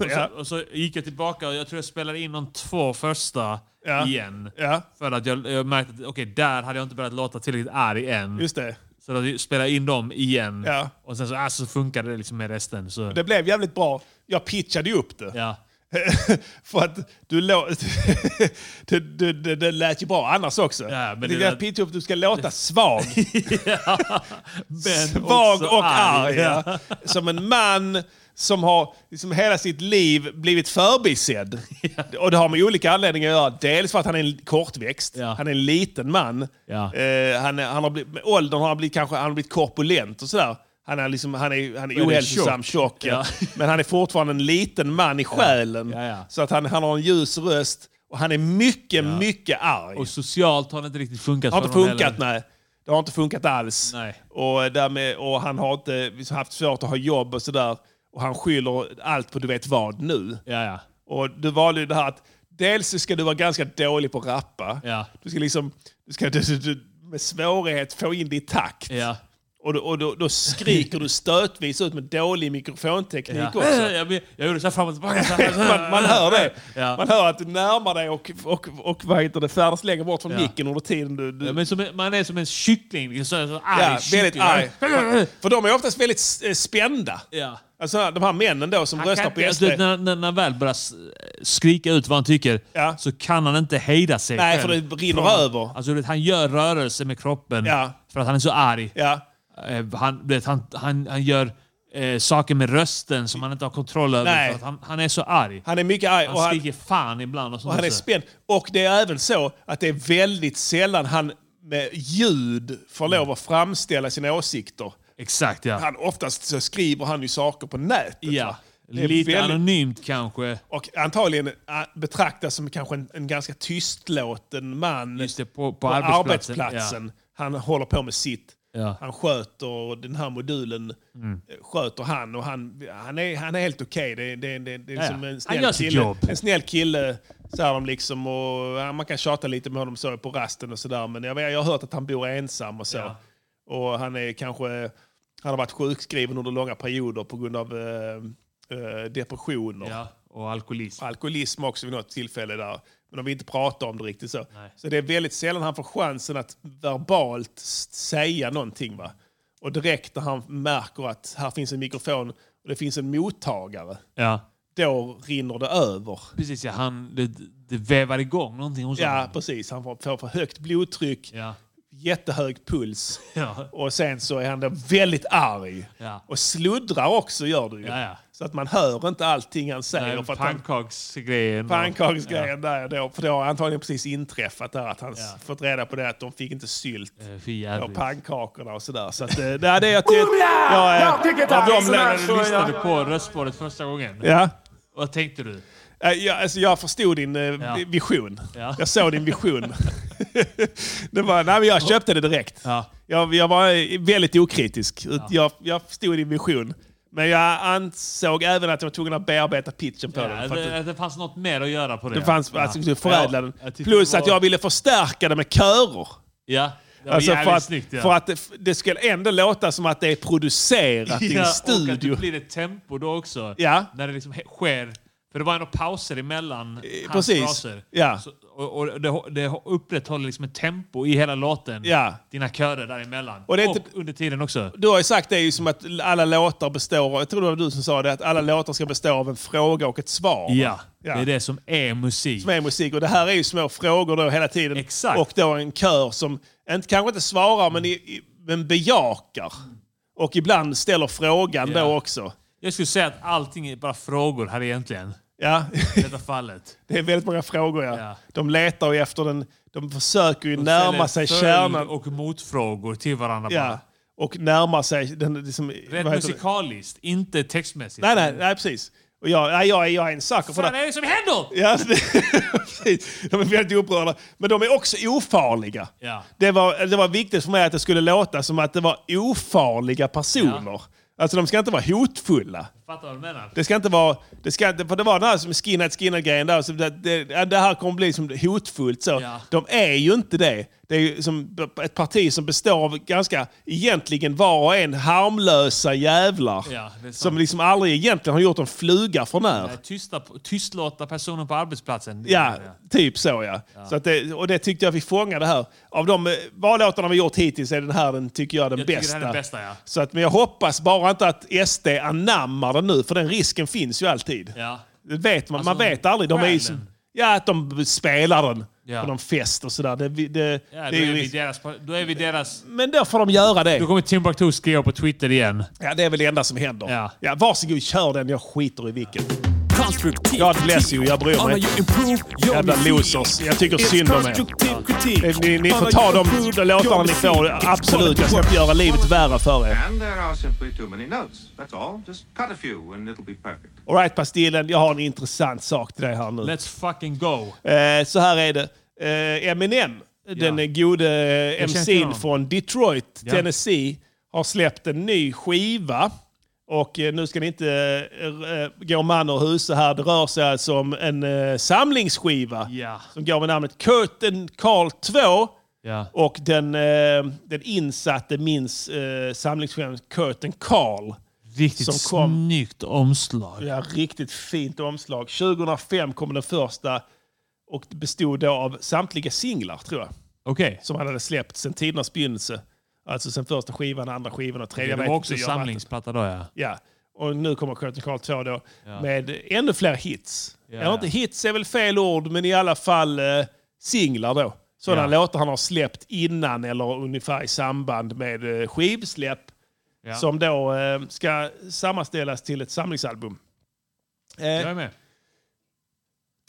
[SPEAKER 5] Och
[SPEAKER 2] Ja.
[SPEAKER 5] så, och så gick jag tillbaka och jag tror jag spelade in de två första
[SPEAKER 2] Ja.
[SPEAKER 5] igen.
[SPEAKER 2] Ja,
[SPEAKER 5] För att jag, jag märkte att okej, där hade jag inte börjat låta tillräckligt arg än.
[SPEAKER 2] just det.
[SPEAKER 5] Så då spelade jag in dem igen.
[SPEAKER 2] Ja.
[SPEAKER 5] Och sen så, ah, så funkade det liksom med resten. Så,
[SPEAKER 2] Det blev jävligt bra. Jag pitchade ju upp det.
[SPEAKER 5] ja.
[SPEAKER 2] *laughs* För att du lå... *laughs* det, det, det, det lät ju bra annars också.
[SPEAKER 5] Ja, men
[SPEAKER 2] jag
[SPEAKER 5] det
[SPEAKER 2] tyckte
[SPEAKER 5] lät-
[SPEAKER 2] att pitcha upp, du ska låta svag.
[SPEAKER 5] *laughs* Men
[SPEAKER 2] Svag
[SPEAKER 5] också
[SPEAKER 2] och arg. Ja. Som en man som har liksom hela sitt liv blivit förbisedd. Och det har med olika anledningar att göra. Dels för att han är en kortväxt.
[SPEAKER 5] Ja.
[SPEAKER 2] Han är en liten man.
[SPEAKER 5] Ja.
[SPEAKER 2] Eh, han, är- han har blivit, med åldern har han blivit, kanske, han har blivit korpulent och sådär. Han är, liksom, han är, han är
[SPEAKER 5] är
[SPEAKER 2] ohälsosam, tjock. ja. Men han är fortfarande en liten man i själen.
[SPEAKER 5] Ja, ja.
[SPEAKER 2] Så att han, han har en ljus röst. Och han är mycket, mycket arg.
[SPEAKER 5] Och socialt har det inte riktigt funkat
[SPEAKER 2] Det har inte
[SPEAKER 5] för honom
[SPEAKER 2] funkat,
[SPEAKER 5] heller.
[SPEAKER 2] nej. Det har inte funkat alls.
[SPEAKER 5] Nej.
[SPEAKER 2] Och, därmed, och han har inte haft svårt att ha jobb och sådär. Och han skyller allt på du vet vad nu.
[SPEAKER 5] Ja, ja.
[SPEAKER 2] Och du valde ju det här att dels så ska du vara ganska dålig på att rappa.
[SPEAKER 5] Ja.
[SPEAKER 2] Du ska liksom du ska, *laughs* du, du, du, med svårighet få in det i takt.
[SPEAKER 5] Ja.
[SPEAKER 2] Och, då, och då, då skriker du stötvis ut med dålig mikrofonteknik
[SPEAKER 5] *laughs* Ja.
[SPEAKER 2] också.
[SPEAKER 5] Jag, jag gjorde så här fram och tillbaka. Så här, så här.
[SPEAKER 2] *laughs* Man, man hör det.
[SPEAKER 5] Ja.
[SPEAKER 2] Man hör att du närmar dig och, och, och vad heter det, färdas längre bort från
[SPEAKER 5] Ja.
[SPEAKER 2] micken under tiden du... du
[SPEAKER 5] Ja, men som, en- man är som en kyckling. liksom, Så, så arg
[SPEAKER 2] Ja, väldigt
[SPEAKER 5] kyckling.
[SPEAKER 2] arg. För de är oftast väldigt eh, spända.
[SPEAKER 5] Ja.
[SPEAKER 2] Alltså de här männen då som
[SPEAKER 5] Han
[SPEAKER 2] röstar
[SPEAKER 5] kan
[SPEAKER 2] på
[SPEAKER 5] inte,
[SPEAKER 2] SD.
[SPEAKER 5] du, när, när, när han väl börjar s- skrika ut vad han tycker
[SPEAKER 2] Ja.
[SPEAKER 5] så kan han inte hejda sig
[SPEAKER 2] Nej, för
[SPEAKER 5] själv.
[SPEAKER 2] det rinner
[SPEAKER 5] Från-
[SPEAKER 2] över.
[SPEAKER 5] Alltså, du vet, han gör rörelser med kroppen
[SPEAKER 2] Ja.
[SPEAKER 5] för att han är så arg.
[SPEAKER 2] Ja.
[SPEAKER 5] Eh, Han, du vet, han, han, han gör eh, saker med rösten som han inte har kontroll över.
[SPEAKER 2] Nej.
[SPEAKER 5] För att han, han är så arg.
[SPEAKER 2] Han är mycket arg
[SPEAKER 5] Han alltså.
[SPEAKER 2] och han,
[SPEAKER 5] skriker fan ibland. Och, sånt
[SPEAKER 2] och han är
[SPEAKER 5] också.
[SPEAKER 2] spänd. Och det är även så att det är väldigt sällan han med ljud får lov att framställa sina åsikter.
[SPEAKER 5] Exakt ja.
[SPEAKER 2] Han, oftast så skriver han ju saker på nätet.
[SPEAKER 5] ja.
[SPEAKER 2] va? Det är
[SPEAKER 5] Lite anonymt kanske.
[SPEAKER 2] och antagligen eh, betraktas som kanske en, en ganska tystlåten man
[SPEAKER 5] Just det, på, på,
[SPEAKER 2] på
[SPEAKER 5] arbetsplatsen.
[SPEAKER 2] arbetsplatsen. Han håller på med sitt.
[SPEAKER 5] Ja. Mm.
[SPEAKER 2] Han sköter den här modulen. eh, Sköter han och han, han, är, han är helt okej. Det, det, det, det är
[SPEAKER 5] Ja,
[SPEAKER 2] liksom
[SPEAKER 5] ja.
[SPEAKER 2] en
[SPEAKER 5] Han
[SPEAKER 2] snäll
[SPEAKER 5] gör sitt
[SPEAKER 2] kille.
[SPEAKER 5] jobb.
[SPEAKER 2] En snäll kille. Så här, de liksom, och, ja, man kan tjata lite med honom så på rasten och sådär. Men jag, vet- jag har hört att han bor ensam och så. Och han är kanske... Han har varit sjukskriven under långa perioder på grund av eh, eh, depressioner
[SPEAKER 5] Ja. ja. Och alkoholism.
[SPEAKER 2] alkoholism också vid något tillfälle där. Men de vill inte prata om det riktigt så.
[SPEAKER 5] Nej.
[SPEAKER 2] Så det är väldigt sällan han får chansen att verbalt s- säga någonting. Va? Och direkt när han märker att här finns en mikrofon och det finns en mottagare,
[SPEAKER 5] Ja.
[SPEAKER 2] då rinner det över.
[SPEAKER 5] Precis, ja. Han, det, det vävar igång någonting hos
[SPEAKER 2] Ja, precis. Han får får för högt blodtryck,
[SPEAKER 5] Ja.
[SPEAKER 2] jättehög puls
[SPEAKER 5] Ja.
[SPEAKER 2] och sen så är han då väldigt arg.
[SPEAKER 5] Ja.
[SPEAKER 2] Och sluddrar också gör du ju.
[SPEAKER 5] Ja, ja.
[SPEAKER 2] Så att man hör inte allting han säger.
[SPEAKER 5] Nej,
[SPEAKER 2] för att han,
[SPEAKER 5] Pannkaksgrejen. och-
[SPEAKER 2] pannkaksgrejen där då. För det har antagligen precis inträffat där att han
[SPEAKER 5] Ja.
[SPEAKER 2] fått reda på det att de fick inte sylt
[SPEAKER 5] Eh, För
[SPEAKER 2] och
[SPEAKER 5] jävligt.
[SPEAKER 2] pannkakorna och sådär. Så att, eh, det är det jag tyckte... Jag, eh, av de
[SPEAKER 5] När
[SPEAKER 2] lärarna
[SPEAKER 5] du lyssnade
[SPEAKER 2] lyssnade.
[SPEAKER 5] på röstspåret första gången,
[SPEAKER 2] Ja.
[SPEAKER 5] vad tänkte du?
[SPEAKER 2] Eh, Jag, alltså jag förstod din eh, vi- vision.
[SPEAKER 5] Ja.
[SPEAKER 2] Jag såg din vision. *laughs* det var, nej, men jag köpte det direkt.
[SPEAKER 5] Ja.
[SPEAKER 2] Jag, jag var eh, väldigt okritisk. Ut- Jag, jag förstod din vision. Men jag ansåg även att jag var tvungen att bearbeta pitchen på
[SPEAKER 5] Ja,
[SPEAKER 2] den. För att
[SPEAKER 5] det, det fanns något mer att göra på det.
[SPEAKER 2] det fanns,
[SPEAKER 5] ja.
[SPEAKER 2] alltså, du förädla den.
[SPEAKER 5] jag tyckte
[SPEAKER 2] Plus
[SPEAKER 5] det var-
[SPEAKER 2] att jag ville förstärka det med körer.
[SPEAKER 5] Ja, det var
[SPEAKER 2] Alltså
[SPEAKER 5] jävligt
[SPEAKER 2] för att,
[SPEAKER 5] snyggt. Ja.
[SPEAKER 2] för att det, det skulle ändå låta som att det är producerat i en
[SPEAKER 5] Och att det
[SPEAKER 2] studio.
[SPEAKER 5] blir ett tempo då också.
[SPEAKER 2] Ja.
[SPEAKER 5] När det liksom he- sker. För det var ändå pauser emellan hans
[SPEAKER 2] Eh, precis.
[SPEAKER 5] fraser.
[SPEAKER 2] Ja.
[SPEAKER 5] Så, och, och det, det upprätthåller liksom ett tempo i hela låten.
[SPEAKER 2] Ja.
[SPEAKER 5] Dina körer däremellan.
[SPEAKER 2] Och
[SPEAKER 5] Och,
[SPEAKER 2] det är typ- inte-
[SPEAKER 5] under tiden också.
[SPEAKER 2] Du har ju sagt det är ju som att alla låtar består av, jag tror det var du som sa det, att alla låtar ska bestå av en fråga och ett svar.
[SPEAKER 5] Ja.
[SPEAKER 2] Ja.
[SPEAKER 5] Det är det som är musik.
[SPEAKER 2] Med musik. Och det här är ju små frågor då hela tiden.
[SPEAKER 5] Exakt.
[SPEAKER 2] Och då en kör som inte, kanske inte svarar men, i, i, men bejakar. Och ibland ställer frågan
[SPEAKER 5] Ja.
[SPEAKER 2] då också.
[SPEAKER 5] Jag skulle säga att allting är bara frågor här egentligen.
[SPEAKER 2] Ja, *laughs*
[SPEAKER 5] I detta fallet.
[SPEAKER 2] det är väldigt många frågor ja.
[SPEAKER 5] Ja.
[SPEAKER 2] De letar ju efter den, de försöker ju
[SPEAKER 5] De
[SPEAKER 2] närma sig
[SPEAKER 5] ställer
[SPEAKER 2] kärnan.
[SPEAKER 5] följd och motfrågor till varandra.
[SPEAKER 2] Ja.
[SPEAKER 5] bara.
[SPEAKER 2] Och närmar sig den... Liksom,
[SPEAKER 5] Rent
[SPEAKER 2] vad heter det?
[SPEAKER 5] musikaliskt, inte textmässigt.
[SPEAKER 2] Nej, nej, nej, precis. Och jag, nej, jag, är- jag är en sucker för
[SPEAKER 5] Vad
[SPEAKER 2] det.
[SPEAKER 5] fan är det som händer?
[SPEAKER 2] Ja, *laughs* det, precis. de är väldigt upprörda. Men de är också ofarliga.
[SPEAKER 5] Ja.
[SPEAKER 2] Det, var, det var viktigt för mig att det skulle låta som att det var ofarliga personer. Alltså de ska inte vara hotfulla.
[SPEAKER 5] Fattar vad du menar?
[SPEAKER 2] Det ska inte vara... Det ska, inte- för det var den här som skinhead skinhead grejen där. Så det, det, det här kommer bli som hotfullt. Så.
[SPEAKER 5] Ja.
[SPEAKER 2] De är ju inte det. Det är ju som ett parti som består av ganska, egentligen var och en harmlösa jävlar.
[SPEAKER 5] Ja, det är sant.
[SPEAKER 2] som liksom aldrig egentligen har gjort en fluga för när.
[SPEAKER 5] Nej, typ Tysta, tystlåta personer på arbetsplatsen.
[SPEAKER 2] Ja, typ så ja. Så att det, och det tyckte jag vi fångade här. Av de eh, vallåtarna vi gjort hittills är den här den, tycker jag, den
[SPEAKER 5] Jag tycker
[SPEAKER 2] bästa.
[SPEAKER 5] det här är den bästa, ja.
[SPEAKER 2] så att, men jag hoppas bara inte att SD anammar den nu, för den risken finns ju alltid.
[SPEAKER 5] Ja.
[SPEAKER 2] Det vet man, man
[SPEAKER 5] Alltså,
[SPEAKER 2] vet aldrig. De är ju som,
[SPEAKER 5] branden.
[SPEAKER 2] ja, att de spelar den
[SPEAKER 5] Ja.
[SPEAKER 2] på någon fest och sådär. Det, det, det,
[SPEAKER 5] Ja, då,
[SPEAKER 2] är
[SPEAKER 5] är
[SPEAKER 2] ju
[SPEAKER 5] vi
[SPEAKER 2] risk.
[SPEAKER 5] deras, då är vi deras...
[SPEAKER 2] Men då får de göra
[SPEAKER 5] Då
[SPEAKER 2] det.
[SPEAKER 5] kommer Timbuktu skriva på Twitter igen.
[SPEAKER 2] Ja, det är väl det enda som händer.
[SPEAKER 5] Ja.
[SPEAKER 2] Ja, varsågod, kör den. Jag skiter i vilken.
[SPEAKER 6] Konstruktiv
[SPEAKER 2] God bless you, jag bryr mig. Jävla losers. Jag tycker synd om er. Eh, Ni, ni får ta de, de låtarna ni får. Absolut, jag ska inte göra livet värre för er.
[SPEAKER 10] And there are simply too many notes. That's all. Just cut a few and it'll be perfect.
[SPEAKER 2] Alright Pastillen, jag har en intressant sak till dig här nu.
[SPEAKER 5] Let's fucking go.
[SPEAKER 2] Eh, så här är det. Eh, Eminem, den gode
[SPEAKER 5] känner
[SPEAKER 2] MC'n
[SPEAKER 5] till honom.
[SPEAKER 2] från Detroit, Tennessee, har släppt en ny skiva. Och eh, nu ska ni inte eh, eh, gå man och huse här. Det rör sig alltså om en eh, samlingsskiva
[SPEAKER 5] Ja.
[SPEAKER 2] som går med namnet Curtain Call 2.
[SPEAKER 5] Ja.
[SPEAKER 2] Och den, eh, den insatte minns eh, samlingsskivan Curtain Call.
[SPEAKER 5] Riktigt
[SPEAKER 2] Som kom-
[SPEAKER 5] snyggt omslag.
[SPEAKER 2] Ja, riktigt fint omslag. 2005 kom den första och bestod då av samtliga singlar, tror jag,
[SPEAKER 5] Okej.
[SPEAKER 2] som han hade släppt sedan tidernas begynnelse. Alltså sen första skivan, andra skivan och tredje.
[SPEAKER 5] Det
[SPEAKER 2] Jag
[SPEAKER 5] var
[SPEAKER 2] vet
[SPEAKER 5] också
[SPEAKER 2] inte, jag har varit-
[SPEAKER 5] samlingsplatta då ja.
[SPEAKER 2] Ja, och nu kommer Curtain Call 2 då med ännu fler hits.
[SPEAKER 5] Ja.
[SPEAKER 2] Eller inte hits är väl fel ord, men i alla fall eh, singlar då. Sådana
[SPEAKER 5] Ja.
[SPEAKER 2] låtar han har släppt innan eller ungefär i samband med eh, skivsläpp
[SPEAKER 5] Ja.
[SPEAKER 2] som då eh, ska sammanställas till ett samlingsalbum.
[SPEAKER 5] Jag
[SPEAKER 2] Eh,
[SPEAKER 5] är med.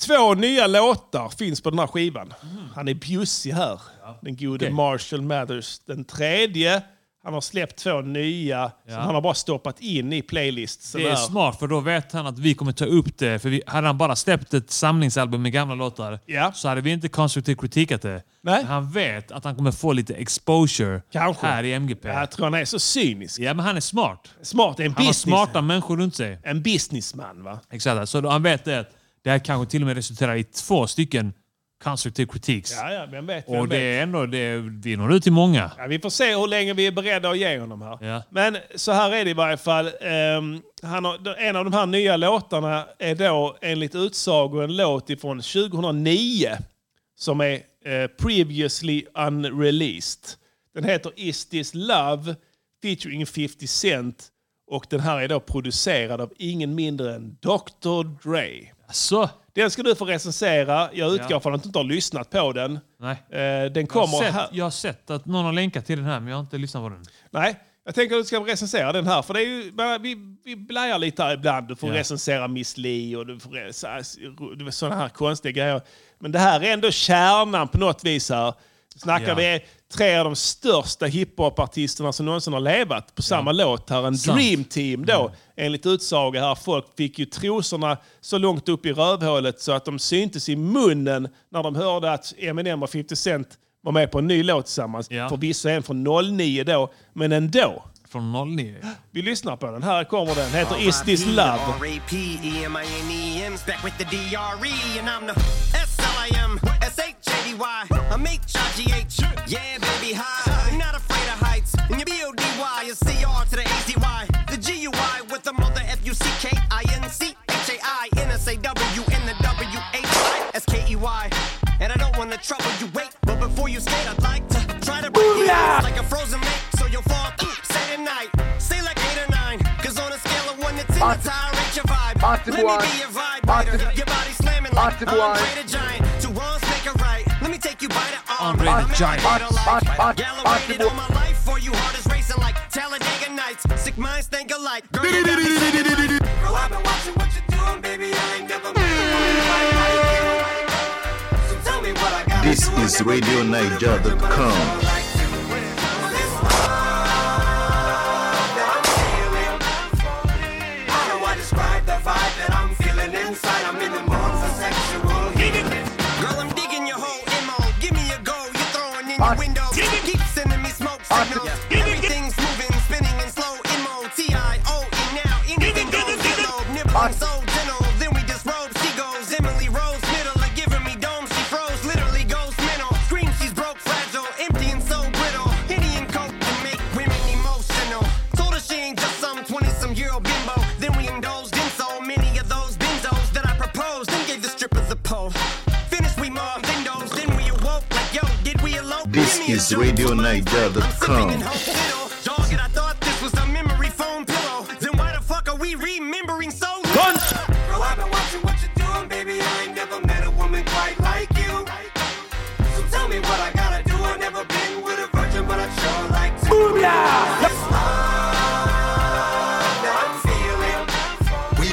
[SPEAKER 2] två nya låtar finns på den här skivan. Han är bjussig här, den gode
[SPEAKER 5] Mm. Okej.
[SPEAKER 2] Marshall Mathers. Den tredje, han har släppt två nya som han har bara stoppat in i playlists.
[SPEAKER 5] Det är smart för då vet han att vi kommer ta upp det. För vi, hade han bara släppt ett samlingsalbum med gamla låtar
[SPEAKER 2] Ja.
[SPEAKER 5] så hade vi inte konstruktivt kritikat det.
[SPEAKER 2] Nej.
[SPEAKER 5] Men Han vet att han kommer få lite exposure
[SPEAKER 2] Kanske.
[SPEAKER 5] här i MGP.
[SPEAKER 2] Jag tror han är så cynisk.
[SPEAKER 5] Ja, men han är smart.
[SPEAKER 2] Smart, en,
[SPEAKER 5] Han har
[SPEAKER 2] business,
[SPEAKER 5] smarta människor runt sig.
[SPEAKER 2] en businessman va?
[SPEAKER 5] Exakt. Så då han vet det att det här kanske till och med resulterar i två stycken konstruktiv kritik.
[SPEAKER 2] Ja, ja, vem vet. Vem
[SPEAKER 5] och det
[SPEAKER 2] vet.
[SPEAKER 5] är ändå, det, vi når ut till många.
[SPEAKER 2] Ja, vi får se hur länge vi är beredda att ge honom här.
[SPEAKER 5] Ja.
[SPEAKER 2] Men så här är det i varje fall. Ehm, han har, en av de här nya låtarna är då enligt utsago en låt ifrån 2009 som är eh, previously unreleased. Den heter Is this love featuring 50 Cent Och den här är då producerad av ingen mindre än Dr. Dre. Så. Den ska du få recensera. Jag utgår
[SPEAKER 5] Ja.
[SPEAKER 2] från att du inte har lyssnat på den.
[SPEAKER 5] Nej.
[SPEAKER 2] Eh, Den
[SPEAKER 5] Jag
[SPEAKER 2] kommer
[SPEAKER 5] har,
[SPEAKER 2] här.
[SPEAKER 5] sett, jag har sett att någon har länkat till den här, men jag har inte lyssnat på den.
[SPEAKER 2] Nej, jag tänker att du ska recensera den här. För det är ju, bara- vi, vi blajar lite här ibland. Du får
[SPEAKER 5] Ja.
[SPEAKER 2] recensera Miss Li och du får re- så här- du vet, sådana här konstiga grejer. Men det här är ändå kärnan på något vis här. Snackar
[SPEAKER 5] Ja.
[SPEAKER 2] vi tre av de största hiphopartisterna som någonsin har levat på samma låt här. En
[SPEAKER 5] Sant.
[SPEAKER 2] dream team då. Enligt utsaga här. Folk fick ju trosorna så långt upp i rövhålet så att de syntes i munnen när de hörde att Eminem och 50 Cent var med på en ny låt tillsammans. Förvisso en från 09 då, men ändå.
[SPEAKER 5] Från 09?
[SPEAKER 2] Vi lyssnar på den. Här kommer den. Heter Is This Love.
[SPEAKER 3] E R-A-P-E-M-I-N-E-M's back with the D-R-E and I'm the S-L-I-M S-H-A-D-Y I'm H-I-G-H Yeah, baby, hi I'm not afraid of heights And your B-O-D-Y is C-R to the A-Z-Y The G-U-I with the mother F-U-C-K-I-N-C H-A-I-N-S-A-W in the W-H-I-S-K-E-Y E And I don't wanna trouble you, wait But before you skate, I'd like to try to break you
[SPEAKER 1] Booyah!
[SPEAKER 3] like a frozen lake So you'll fall through, say tonight Say like eight or nine Cause on a scale of one to ten, it's high, rate your vibe Let me
[SPEAKER 1] Boy.
[SPEAKER 3] be your vibrator. Your body slamming like
[SPEAKER 1] Boy.
[SPEAKER 3] Andre the Giant. Two wrongs make a right. Let me take you by the arm.
[SPEAKER 1] Andre the
[SPEAKER 3] I'm
[SPEAKER 1] Giant.
[SPEAKER 3] elevator
[SPEAKER 1] Boy. Boy.
[SPEAKER 3] like. Gala
[SPEAKER 1] Boy.
[SPEAKER 3] waited all my life for you. Heart is racing like Talladega Nights. Sick minds think alike. Girl, you got me singing like- Girl, I've been watching what you're doing, baby. I ain't never So tell me what I got.
[SPEAKER 8] This is RadioNiger.com.
[SPEAKER 3] How do I describe the vibe that I'm feeling inside? I'm in the mood for sexual heating. Girl, I'm digging your whole MO. Give me a go, you're throwing in your window. Keep sending me smoke signals. Everything's moving, spinning in slow mo. T-I-O, and E, now anything goes. Yellow, nibbling so gentle. Then we disrobe, she goes. Emily Rose, middle of giving me dome. She froze, literally goes mental. Screams, she's broke, fragile, empty and so brittle. Henny and coke can make women emotional. Told her she ain't just some 20 some year old bimbo. Then we indulged in so many of those benzos that I proposed. Then gave the strippers a pole. Finished, we mobbed windows. Then we awoke like, yo, did we elope?
[SPEAKER 8] This is RadioNiger.com.
[SPEAKER 3] Dog, and I thought this was a memory foam pillow. Then why the fuck are we remembering so little? Girl, I've been watching what you're doing, baby. I ain't never met a woman quite like you. So tell me what I gotta do. I've never been with a virgin, but I sure like to. Booyah! This love that I'm feeling. We,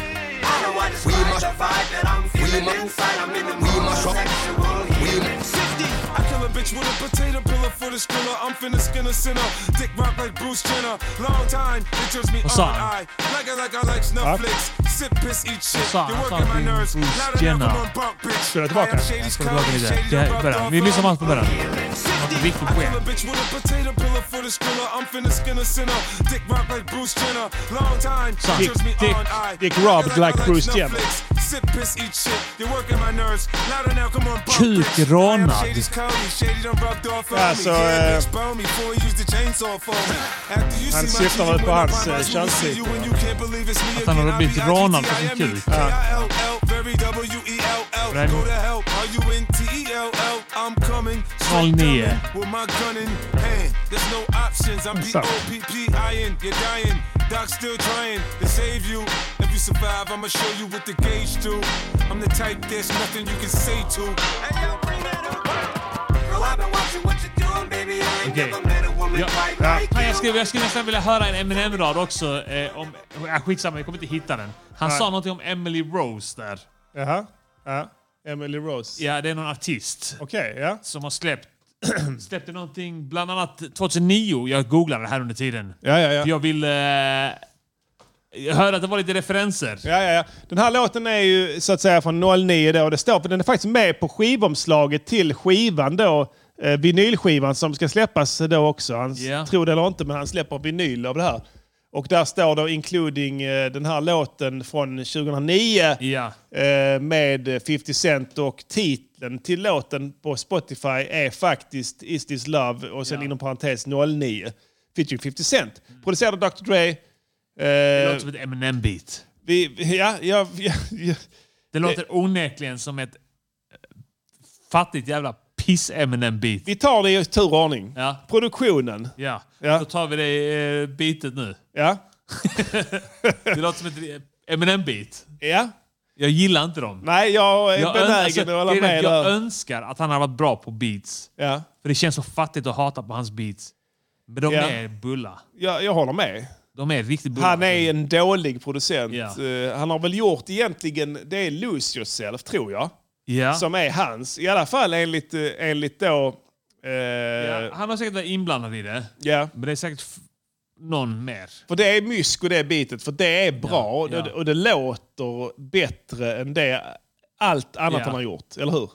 [SPEAKER 3] how do I describe the vibe that I'm feeling inside? I'm in the mood for sexual healing.
[SPEAKER 4] 50. I kill a bitch with a potato pillar for the skriller. I'm finna skin a sinner. Dick rock like Bruce Jenner. Long time, it turns me on
[SPEAKER 5] Vad sa han?
[SPEAKER 4] eye. Like I like I like Snufflix. Sip, piss, eat shit.
[SPEAKER 5] sa han?
[SPEAKER 4] You're
[SPEAKER 5] Han sa
[SPEAKER 4] working
[SPEAKER 5] att
[SPEAKER 4] my
[SPEAKER 5] det är
[SPEAKER 4] nerves.
[SPEAKER 5] Bruce
[SPEAKER 4] Loud enough,
[SPEAKER 5] Jenner.
[SPEAKER 4] I'm on bunk, bitch.
[SPEAKER 5] Spela tillbaka den. Jag ska tillbaka lite. Det här är början. Vi lyssnar på allt från början. Det är en riktig
[SPEAKER 4] Kill
[SPEAKER 5] poäng.
[SPEAKER 4] a bitch with a potato pillar for the skriller. I'm finna skin a sinner. Dick rock like Bruce Jenner. Long time,
[SPEAKER 2] Son.
[SPEAKER 4] it turns me
[SPEAKER 2] Dick-
[SPEAKER 4] on eye.
[SPEAKER 2] Dick robbed
[SPEAKER 4] I
[SPEAKER 2] like
[SPEAKER 4] I
[SPEAKER 2] Bruce Jenner.
[SPEAKER 4] Snufflix. Sip, piss, eat shit. You're working my nerves. Loud enough, come on, bump, bitch.
[SPEAKER 5] Kuk rånad.
[SPEAKER 4] Shady's Cody, Shady done rubbed off on
[SPEAKER 2] Ja,
[SPEAKER 4] me.
[SPEAKER 2] så,
[SPEAKER 4] Yeah,
[SPEAKER 2] eh,
[SPEAKER 4] bitch, bone me before you use the chainsaw for me. After you
[SPEAKER 2] han
[SPEAKER 4] see my
[SPEAKER 2] syftar
[SPEAKER 4] G,
[SPEAKER 2] väl
[SPEAKER 4] you
[SPEAKER 2] på
[SPEAKER 4] wanna
[SPEAKER 2] hans,
[SPEAKER 4] buy
[SPEAKER 2] eh,
[SPEAKER 4] my sweet
[SPEAKER 2] könsstycke.
[SPEAKER 4] tea, you and you can't believe it's me
[SPEAKER 5] Att han
[SPEAKER 4] again.
[SPEAKER 5] har blivit
[SPEAKER 4] I be
[SPEAKER 5] rånad på sin
[SPEAKER 4] IGTIME,
[SPEAKER 5] kuk.
[SPEAKER 4] K-I-L-L, very W-E-L-L.
[SPEAKER 5] Right.
[SPEAKER 4] Go to hell, E R-U-N-T-E-L-L. I'm coming straight
[SPEAKER 5] 09.
[SPEAKER 4] coming with my gun in hand. There's no options. I'm
[SPEAKER 5] What's up?
[SPEAKER 4] B-O-P-P-I-N. You're dying. Doc's still trying to save you. If you survive, I'ma show you what the gauge do. I'm the type there's nothing you can say to.
[SPEAKER 3] Girl, I've been watching what you're doing, baby. I ain't
[SPEAKER 5] Okej.
[SPEAKER 3] never met a woman
[SPEAKER 5] Ja.
[SPEAKER 3] quite
[SPEAKER 5] Ja.
[SPEAKER 3] like
[SPEAKER 5] Fan,
[SPEAKER 3] you.
[SPEAKER 5] Jag, skulle, jag skulle nästan vilja höra en Eminem-rad också. Eh, om, äh, skitsamma, jag kommer inte hitta den. Han
[SPEAKER 2] Nej.
[SPEAKER 5] sa någonting om Emily Rose där.
[SPEAKER 2] Jaha. Ja. Emily Rose.
[SPEAKER 5] Ja, det är någon artist.
[SPEAKER 2] Okej, ja.
[SPEAKER 5] Som har släppt *clears throat* släppte någonting, bland annat 2009. Jag googlade det här under tiden.
[SPEAKER 2] Ja, ja, ja.
[SPEAKER 5] För Jag ville... Eh, jag hörde att det var lite referenser.
[SPEAKER 2] Ja, ja, ja. Den här låten är ju så att säga från 09 då. Det står, för den är faktiskt med på skivomslaget till skivan då. Eh, vinylskivan som ska släppas då också. Han
[SPEAKER 5] Ja.
[SPEAKER 2] tror det eller inte, men han släpper vinyl av det här. Och där står då including eh, den här låten från 2009 eh, med 50 Cent och titeln till låten på Spotify är faktiskt Is This Love och sen inom parentes 09. Featuring 50 Cent. Producerad av Dr Dre. Eh,
[SPEAKER 5] Det låter som ett Eminem-beat.
[SPEAKER 2] vi, vi- ja, ja, ja, ja.
[SPEAKER 5] Det låter onekligen som ett eh, fattigt jävla piss-Eminem-beat.
[SPEAKER 2] Vi tar det i tur och ordning.
[SPEAKER 5] Ja.
[SPEAKER 2] Produktionen.
[SPEAKER 5] Ja. Då tar vi det eh, beatet nu.
[SPEAKER 2] Ja.
[SPEAKER 5] det låter som ett eh, Eminem-beat.
[SPEAKER 2] Ja.
[SPEAKER 5] Jag gillar inte dem.
[SPEAKER 2] Nej, jag är benägen
[SPEAKER 5] öns-
[SPEAKER 2] att hålla
[SPEAKER 5] grejen är
[SPEAKER 2] med
[SPEAKER 5] att Jag
[SPEAKER 2] där.
[SPEAKER 5] önskar att han hade varit bra på beats.
[SPEAKER 2] Ja.
[SPEAKER 5] För det känns så fattigt att hata på hans beats. Men de
[SPEAKER 2] Ja.
[SPEAKER 5] är bulla.
[SPEAKER 2] Jag, jag håller med.
[SPEAKER 5] De är riktigt bulla.
[SPEAKER 2] Han är en dålig producent.
[SPEAKER 5] Mm. Ja.
[SPEAKER 2] Eh, Han har väl gjort egentligen, det är Lose Yourself tror jag.
[SPEAKER 5] Ja.
[SPEAKER 2] Som är hans. I alla fall enligt, eh, enligt då... Eh,
[SPEAKER 5] Ja, han har säkert varit inblandad i det.
[SPEAKER 2] Ja.
[SPEAKER 5] Men det är säkert f- någon mer.
[SPEAKER 2] För det är mysko det bitet, för det är bra och,
[SPEAKER 5] ja.
[SPEAKER 2] Det, och det låter bättre än det, allt annat
[SPEAKER 5] Ja.
[SPEAKER 2] han har gjort, eller hur?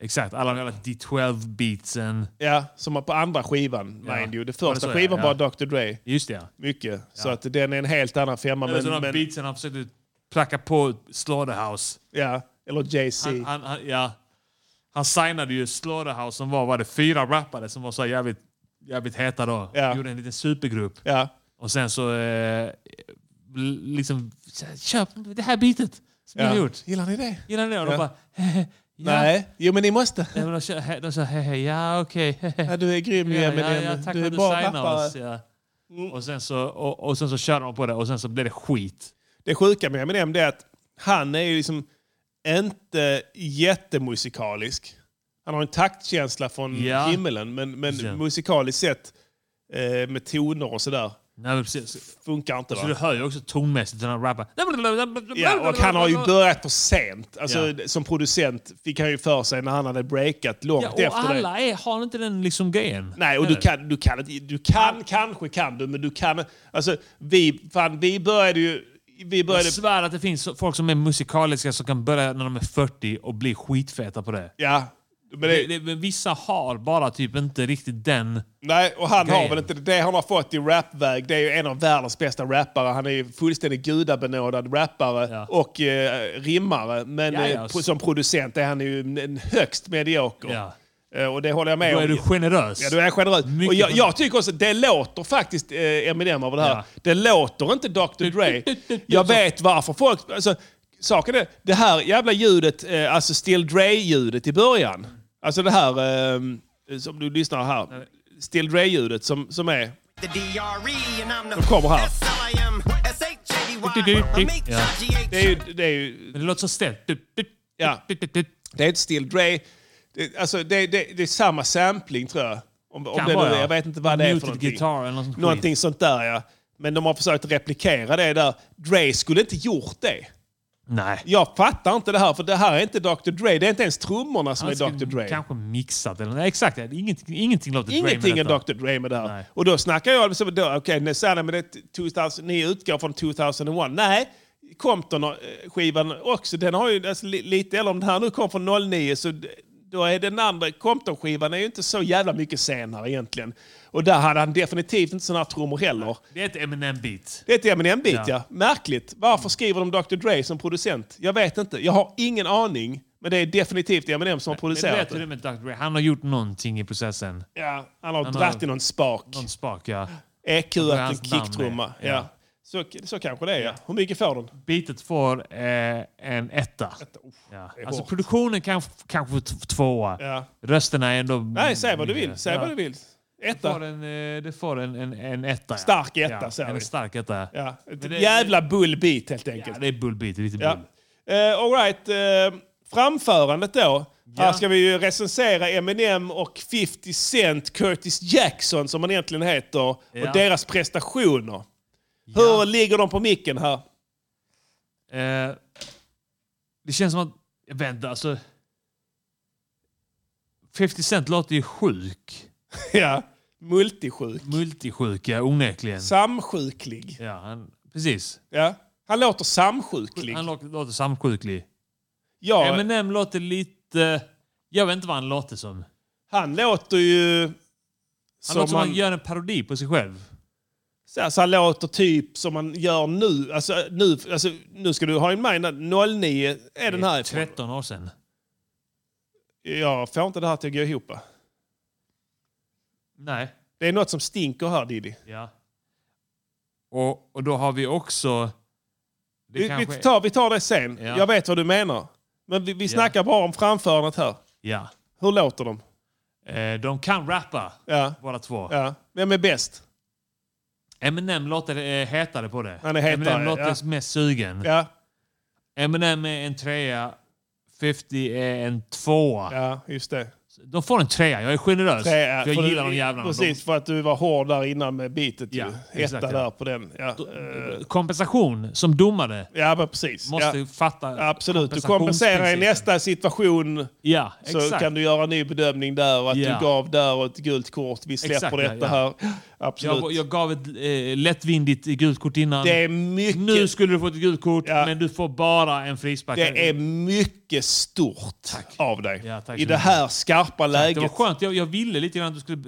[SPEAKER 5] Exakt, alla de jävla D12-beatsen.
[SPEAKER 2] Ja, som på andra skivan,
[SPEAKER 5] Ja.
[SPEAKER 2] mind you. Det
[SPEAKER 5] Var det
[SPEAKER 2] första
[SPEAKER 5] så, ja?
[SPEAKER 2] skivan
[SPEAKER 5] Ja.
[SPEAKER 2] var Dr Dre.
[SPEAKER 5] Just det, ja.
[SPEAKER 2] Mycket. Så att den är en helt annan femma.
[SPEAKER 5] Eller
[SPEAKER 2] Men,
[SPEAKER 5] sådana
[SPEAKER 2] men,
[SPEAKER 5] beatsen han försökte placka på Slaughterhouse.
[SPEAKER 2] ja, eller Jay-Z.
[SPEAKER 5] Han, han, han, ja. han signade ju Slaughterhouse som var, var det fyra rappare som var så här jävligt, jävligt heta då. Gjorde en liten supergrupp. Och sen så eh, l- liksom, så här, köp det här bitet som jag har gjort.
[SPEAKER 2] Gillar ni det?
[SPEAKER 5] Gillar ni det? Och de
[SPEAKER 2] Ja.
[SPEAKER 5] bara, ja.
[SPEAKER 2] Nej, jo men ni måste.
[SPEAKER 5] Nej, men de sa, he- de sa he, he, ja okej.
[SPEAKER 2] Ja, du är grym
[SPEAKER 5] ja,
[SPEAKER 2] ju Eminem.
[SPEAKER 5] ja, ja, tack
[SPEAKER 2] du
[SPEAKER 5] för
[SPEAKER 2] är
[SPEAKER 5] att du
[SPEAKER 2] bra
[SPEAKER 5] signar
[SPEAKER 2] rappare.
[SPEAKER 5] oss. Ja. Och, sen så, och, och sen så körde de på det och sen så blev det skit.
[SPEAKER 2] Det sjuka med Eminem det är att han är ju liksom inte jättemusikalisk. Han har en taktkänsla från
[SPEAKER 5] Ja.
[SPEAKER 2] himmelen, men, men
[SPEAKER 5] Ja.
[SPEAKER 2] musikaliskt sett eh, med toner och sådär
[SPEAKER 5] Nej, men precis.
[SPEAKER 2] funkar inte.
[SPEAKER 5] Så
[SPEAKER 2] Va?
[SPEAKER 5] Alltså, du hör ju också tonmässigt när han rappar.
[SPEAKER 2] Ja, och han har ju börjat för sent. Alltså, Som producent fick han ju för sig när han hade breakat långt
[SPEAKER 5] Ja, och
[SPEAKER 2] efter det.
[SPEAKER 5] alla är, har inte den liksom grejen.
[SPEAKER 2] Nej, och du
[SPEAKER 5] Eller?
[SPEAKER 2] kan, du kan, inte- du kan kanske kan du, men du kan... Alltså, vi, fan, vi började ju... Vi började,
[SPEAKER 5] Jag svär att det finns folk som är musikaliska som kan börja när de är 40 och bli skitfeta på det.
[SPEAKER 2] ja, men det,
[SPEAKER 5] Det, det, men vissa har bara typ inte riktigt den...
[SPEAKER 2] Nej, och han har
[SPEAKER 5] Grejen.
[SPEAKER 2] väl inte det han har fått i rapväg. Det är ju en av världens bästa rappare. Han är ju fullständigt gudabenådad rappare och eh, rimmare. Men
[SPEAKER 5] Ja, ja,
[SPEAKER 2] eh,
[SPEAKER 5] så-
[SPEAKER 2] pro- som producent är han ju en- en högst medioker.
[SPEAKER 5] Ja.
[SPEAKER 2] Eh, och det håller jag med
[SPEAKER 5] Då
[SPEAKER 2] om.
[SPEAKER 5] är du generös.
[SPEAKER 2] Ja, då är jag generös.
[SPEAKER 5] Mycket
[SPEAKER 2] och jag, jag
[SPEAKER 5] generös.
[SPEAKER 2] tycker också, det låter faktiskt eh, Eminem över det här.
[SPEAKER 5] Ja.
[SPEAKER 2] Det låter inte Dr Dre. Jag vet varför folk... Alltså, saken är, det här jävla ljudet, eh, alltså Still Dre-ljudet i början. Alltså det här eh, som du lyssnar här. Still Dre-ljudet som, som är...
[SPEAKER 11] The
[SPEAKER 4] E,
[SPEAKER 11] DRE and I'm the
[SPEAKER 2] De kommer här.
[SPEAKER 11] S.I.M. S.H.A.D.Y.
[SPEAKER 2] Ja. Det, är ju, det är ju...
[SPEAKER 5] Det låter så stelt. Typ,
[SPEAKER 2] Ja. Det är ett Still Dre. Det, alltså, det, det, det är samma sampling tror jag. Om, om
[SPEAKER 5] Kan
[SPEAKER 2] det nu,
[SPEAKER 5] vara,
[SPEAKER 2] är-
[SPEAKER 5] ja.
[SPEAKER 2] jag vet inte vad det är för
[SPEAKER 5] Muted
[SPEAKER 2] någonting.
[SPEAKER 5] guitar eller något sånt skit.
[SPEAKER 2] någonting sånt där ja. Men de har försökt replikera det där. Dre skulle inte gjort det.
[SPEAKER 5] Nej.
[SPEAKER 2] Jag fattar inte det här, för det här är inte Dr Dre. Det är inte ens trummorna som är Dr Dre.
[SPEAKER 5] Kanske mixat eller Nej, exakt. Ingenting, ingenting låter Dre
[SPEAKER 2] Ingenting
[SPEAKER 5] med
[SPEAKER 2] är Dr
[SPEAKER 5] detta.
[SPEAKER 2] Dre med det här. Och då snackar jag liksom, då, okej, okay, Sanna, men det är 2000, ni utgår från 2001. Nej, Compton-skivan också, den har ju alltså, li, lite, eller om den här nu kom från 09, så d- då är den andra Compton-skivan är ju inte så jävla mycket senare egentligen. Och där hade han definitivt inte såna här trummor heller.
[SPEAKER 5] Det är ett Eminem-beat.
[SPEAKER 2] Det är ett Eminem-beat ja.
[SPEAKER 5] Ja.
[SPEAKER 2] Märkligt. Varför skriver de Dr Dre som producent? Jag vet inte. Jag har ingen aning. Men det är definitivt Eminem som har
[SPEAKER 5] Men du
[SPEAKER 2] producerat
[SPEAKER 5] vet hur det
[SPEAKER 2] det.
[SPEAKER 5] är med Dr. Dre. Han har gjort någonting i processen.
[SPEAKER 2] Ja, han har dratt i någon spak.
[SPEAKER 5] Någon spak, ja.
[SPEAKER 2] EQ
[SPEAKER 5] Och
[SPEAKER 2] att en
[SPEAKER 5] hans namn är-
[SPEAKER 2] kicktrumma. Ja.
[SPEAKER 5] ja.
[SPEAKER 2] Så, så kanske det är. Ja. Hur mycket får den?
[SPEAKER 5] Beatet får eh, en etta. ja.
[SPEAKER 2] det är
[SPEAKER 5] Alltså
[SPEAKER 2] hårt.
[SPEAKER 5] produktionen kan, kanske får t- tvåa.
[SPEAKER 2] Ja.
[SPEAKER 5] Rösterna är ändå...
[SPEAKER 2] Nej, säg vad du vill. Säg
[SPEAKER 5] Mm, Ja.
[SPEAKER 2] vad du vill.
[SPEAKER 5] Det får
[SPEAKER 2] Etta.
[SPEAKER 5] en, eh, det får en, en, en etta. ja.
[SPEAKER 2] Stark etta,
[SPEAKER 5] ja.
[SPEAKER 2] säger
[SPEAKER 5] en
[SPEAKER 2] vi.
[SPEAKER 5] stark etta.
[SPEAKER 2] Ja. Ett
[SPEAKER 5] Men det-
[SPEAKER 2] jävla bullbeat helt enkelt.
[SPEAKER 5] Ja, det är bullbeat. Lite bull.
[SPEAKER 2] Ja. Eh, all right. eh, framförandet då. Här ska vi ju recensera Eminem och 50 Cent, Curtis Jackson som han egentligen heter,
[SPEAKER 5] Ja.
[SPEAKER 2] och deras prestationer. Hur ligger de på micken här?
[SPEAKER 5] Eh, det känns som att... Jag vet inte, alltså... 50 Cent låter ju sjuk.
[SPEAKER 2] ja, multisjuk.
[SPEAKER 5] Multisjuk, ja. Onekligen.
[SPEAKER 2] Samsjuklig.
[SPEAKER 5] Ja, han, precis.
[SPEAKER 2] Ja. Han låter samsjuklig.
[SPEAKER 5] Han låter, låter samsjuklig.
[SPEAKER 2] Ja,
[SPEAKER 5] Eminem låter lite... Jag vet inte vad han låter som.
[SPEAKER 2] Han låter ju...
[SPEAKER 5] Han
[SPEAKER 2] som
[SPEAKER 5] låter som
[SPEAKER 2] han,
[SPEAKER 5] han gör en parodi på sig själv.
[SPEAKER 2] så här, så han låter typ som man gör nu. Alltså, nu, alltså, nu ska du ha in mind att 09 är den här.
[SPEAKER 5] 13 år sedan.
[SPEAKER 2] Jag får inte det här till att gå ihop.
[SPEAKER 5] Nej.
[SPEAKER 2] Det är något som stinker här Diddy.
[SPEAKER 5] Ja. Och, och då har vi också... Det
[SPEAKER 2] Vi,
[SPEAKER 5] kanske
[SPEAKER 2] vi,
[SPEAKER 5] är-
[SPEAKER 2] tar, vi tar det sen.
[SPEAKER 5] Ja.
[SPEAKER 2] Jag vet vad du menar. Men vi, vi snackar bara om framförandet här.
[SPEAKER 5] Ja.
[SPEAKER 2] Hur låter de?
[SPEAKER 5] Eh, de kan rappa,
[SPEAKER 2] Ja.
[SPEAKER 5] båda två.
[SPEAKER 2] Ja. Vem är bäst?
[SPEAKER 5] Eminem låter eh, hetare på det.
[SPEAKER 2] Han är hetare,
[SPEAKER 5] Eminem låter
[SPEAKER 2] ja.
[SPEAKER 5] mest sugen.
[SPEAKER 2] Ja.
[SPEAKER 5] Eminem är en trea, 50 är en tvåa.
[SPEAKER 2] Ja, just det.
[SPEAKER 5] De får en trea, jag är generös.
[SPEAKER 2] Tre är-
[SPEAKER 5] för jag
[SPEAKER 2] för du-
[SPEAKER 5] gillar de jävlarna.
[SPEAKER 2] Precis, för att du var hård där innan med beatet.
[SPEAKER 5] Ja,
[SPEAKER 2] Ja,
[SPEAKER 5] exakt,
[SPEAKER 2] Etta
[SPEAKER 5] ja.
[SPEAKER 2] där på den. Ja,
[SPEAKER 5] De, kompensation som domare.
[SPEAKER 2] Ja, men precis.
[SPEAKER 5] Måste
[SPEAKER 2] Ja.
[SPEAKER 5] fatta
[SPEAKER 2] Absolut, du kompenserar i nästa situation.
[SPEAKER 5] Ja,
[SPEAKER 2] så
[SPEAKER 5] exakt.
[SPEAKER 2] kan du göra en ny bedömning där och att
[SPEAKER 5] Ja.
[SPEAKER 2] du gav där och ett gult kort. Vi släpper
[SPEAKER 5] Exakt, ja,
[SPEAKER 2] detta
[SPEAKER 5] ja.
[SPEAKER 2] här. Absolut.
[SPEAKER 5] Jag, jag gav ett eh, lättvindigt gult kort innan.
[SPEAKER 2] Det är mycket-
[SPEAKER 5] Nu skulle du få ett gult kort, men du får bara en frispark.
[SPEAKER 2] Det är mycket stort av dig
[SPEAKER 5] tack
[SPEAKER 2] i
[SPEAKER 5] så
[SPEAKER 2] det
[SPEAKER 5] mycket.
[SPEAKER 2] här skarpa läget.
[SPEAKER 5] Det var skönt. Jag, jag ville lite grann att du skulle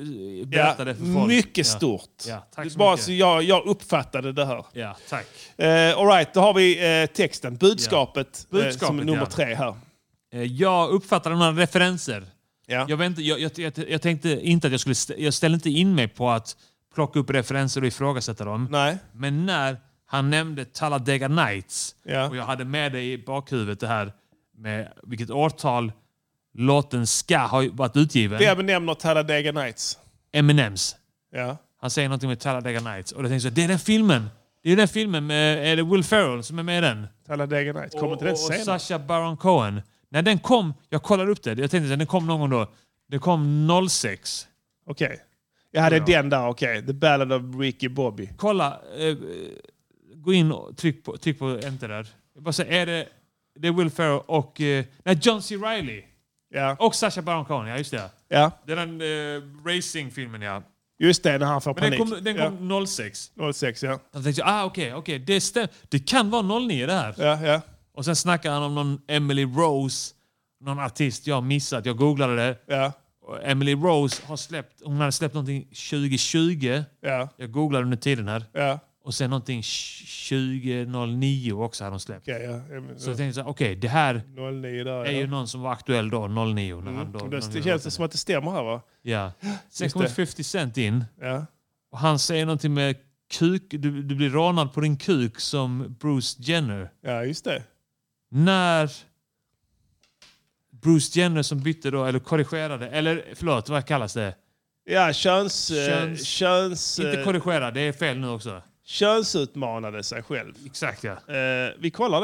[SPEAKER 5] eh, berätta det för folk.
[SPEAKER 2] Mycket
[SPEAKER 5] Ja.
[SPEAKER 2] stort.
[SPEAKER 5] Ja, tack
[SPEAKER 2] Det
[SPEAKER 5] så
[SPEAKER 2] bara
[SPEAKER 5] mycket.
[SPEAKER 2] så jag, jag uppfattade det här.
[SPEAKER 5] Ja, tack.
[SPEAKER 2] Eh, all right, då har vi eh, texten, budskapet,
[SPEAKER 5] Ja.
[SPEAKER 2] eh,
[SPEAKER 5] Budskapet,
[SPEAKER 2] som nummer
[SPEAKER 5] ja.
[SPEAKER 2] tre här.
[SPEAKER 5] Eh, Jag uppfattar några referenser. Jag, vet inte, jag, jag, jag, jag tänkte inte att jag skulle... stä- Jag ställde inte in mig på att plocka upp referenser och ifrågasätta dem.
[SPEAKER 2] Nej.
[SPEAKER 5] Men när han nämnde Talladega Nights och jag hade med det i bakhuvudet det här med vilket årtal låten ska ha varit utgiven.
[SPEAKER 2] Vem nämner Talladega Nights?
[SPEAKER 5] Eminems.
[SPEAKER 2] Ja.
[SPEAKER 5] Han säger någonting med Talladega Nights och då tänkte jag det är den filmen. Det är den filmen med är det Will Ferrell som är med i den.
[SPEAKER 2] Talladega Nights, kommer inte den
[SPEAKER 5] och, och
[SPEAKER 2] senare?
[SPEAKER 5] Sacha Baron Cohen. När den kom, jag kollade upp det, jag tänkte att den kom någon gång då. Den kom 06.
[SPEAKER 2] Okej. Jag hade
[SPEAKER 5] Ja.
[SPEAKER 2] den där, okej. The Ballad of Ricky Bobby.
[SPEAKER 5] Kolla, eh, gå in och tryck på, tryck på enter där. Jag bara säger, är det, det är Will Ferrell och eh, nej, John C. Reilly. Och Sacha Baron Cohen, ja just det.
[SPEAKER 2] Ja.
[SPEAKER 5] Det är den eh, racingfilmen ja.
[SPEAKER 2] Just det, när han får
[SPEAKER 5] Men den
[SPEAKER 2] panik.
[SPEAKER 5] kom, den kom 06.
[SPEAKER 2] ja. 06, ja.
[SPEAKER 5] Jag tänkte, ah, okej, okej. Det, stäm- det kan vara 09 det här.
[SPEAKER 2] Ja, ja.
[SPEAKER 5] Och sen snackar han om någon Emily Rose, någon artist jag har missat. Jag googlade det.
[SPEAKER 2] Ja.
[SPEAKER 5] Och Emily Rose har släppt, hon hade släppt någonting 2020.
[SPEAKER 2] Ja.
[SPEAKER 5] Jag googlade under tiden här.
[SPEAKER 2] Ja.
[SPEAKER 5] Och sen någonting 2009 också hade hon släppt.
[SPEAKER 2] Okej, ja. Em-
[SPEAKER 5] Så
[SPEAKER 2] ja.
[SPEAKER 5] jag tänkte så här, okej, det här
[SPEAKER 2] 09 där,
[SPEAKER 5] är
[SPEAKER 2] ja.
[SPEAKER 5] ju någon som var aktuell då, 09. När han då,
[SPEAKER 2] Mm.
[SPEAKER 5] när han
[SPEAKER 2] Det
[SPEAKER 5] då-
[SPEAKER 2] känns som att det stämmer här va?
[SPEAKER 5] Ja. Sen
[SPEAKER 2] Just
[SPEAKER 5] kommer
[SPEAKER 2] det.
[SPEAKER 5] 50 Cent in.
[SPEAKER 2] Ja.
[SPEAKER 5] Och han säger någonting med kuk, du, du blir rånad på din kuk som Bruce Jenner.
[SPEAKER 2] Ja, just det.
[SPEAKER 5] När Bruce Jenner som bytte då, eller korrigerade, eller förlåt, vad kallas det?
[SPEAKER 2] Ja, köns... eh,
[SPEAKER 5] Köns-
[SPEAKER 2] köns
[SPEAKER 5] Inte
[SPEAKER 2] eh,
[SPEAKER 5] korrigera, det är fel nu också.
[SPEAKER 2] könsutmanade sig själv.
[SPEAKER 5] Exakt ja.
[SPEAKER 2] Eh, vi kollar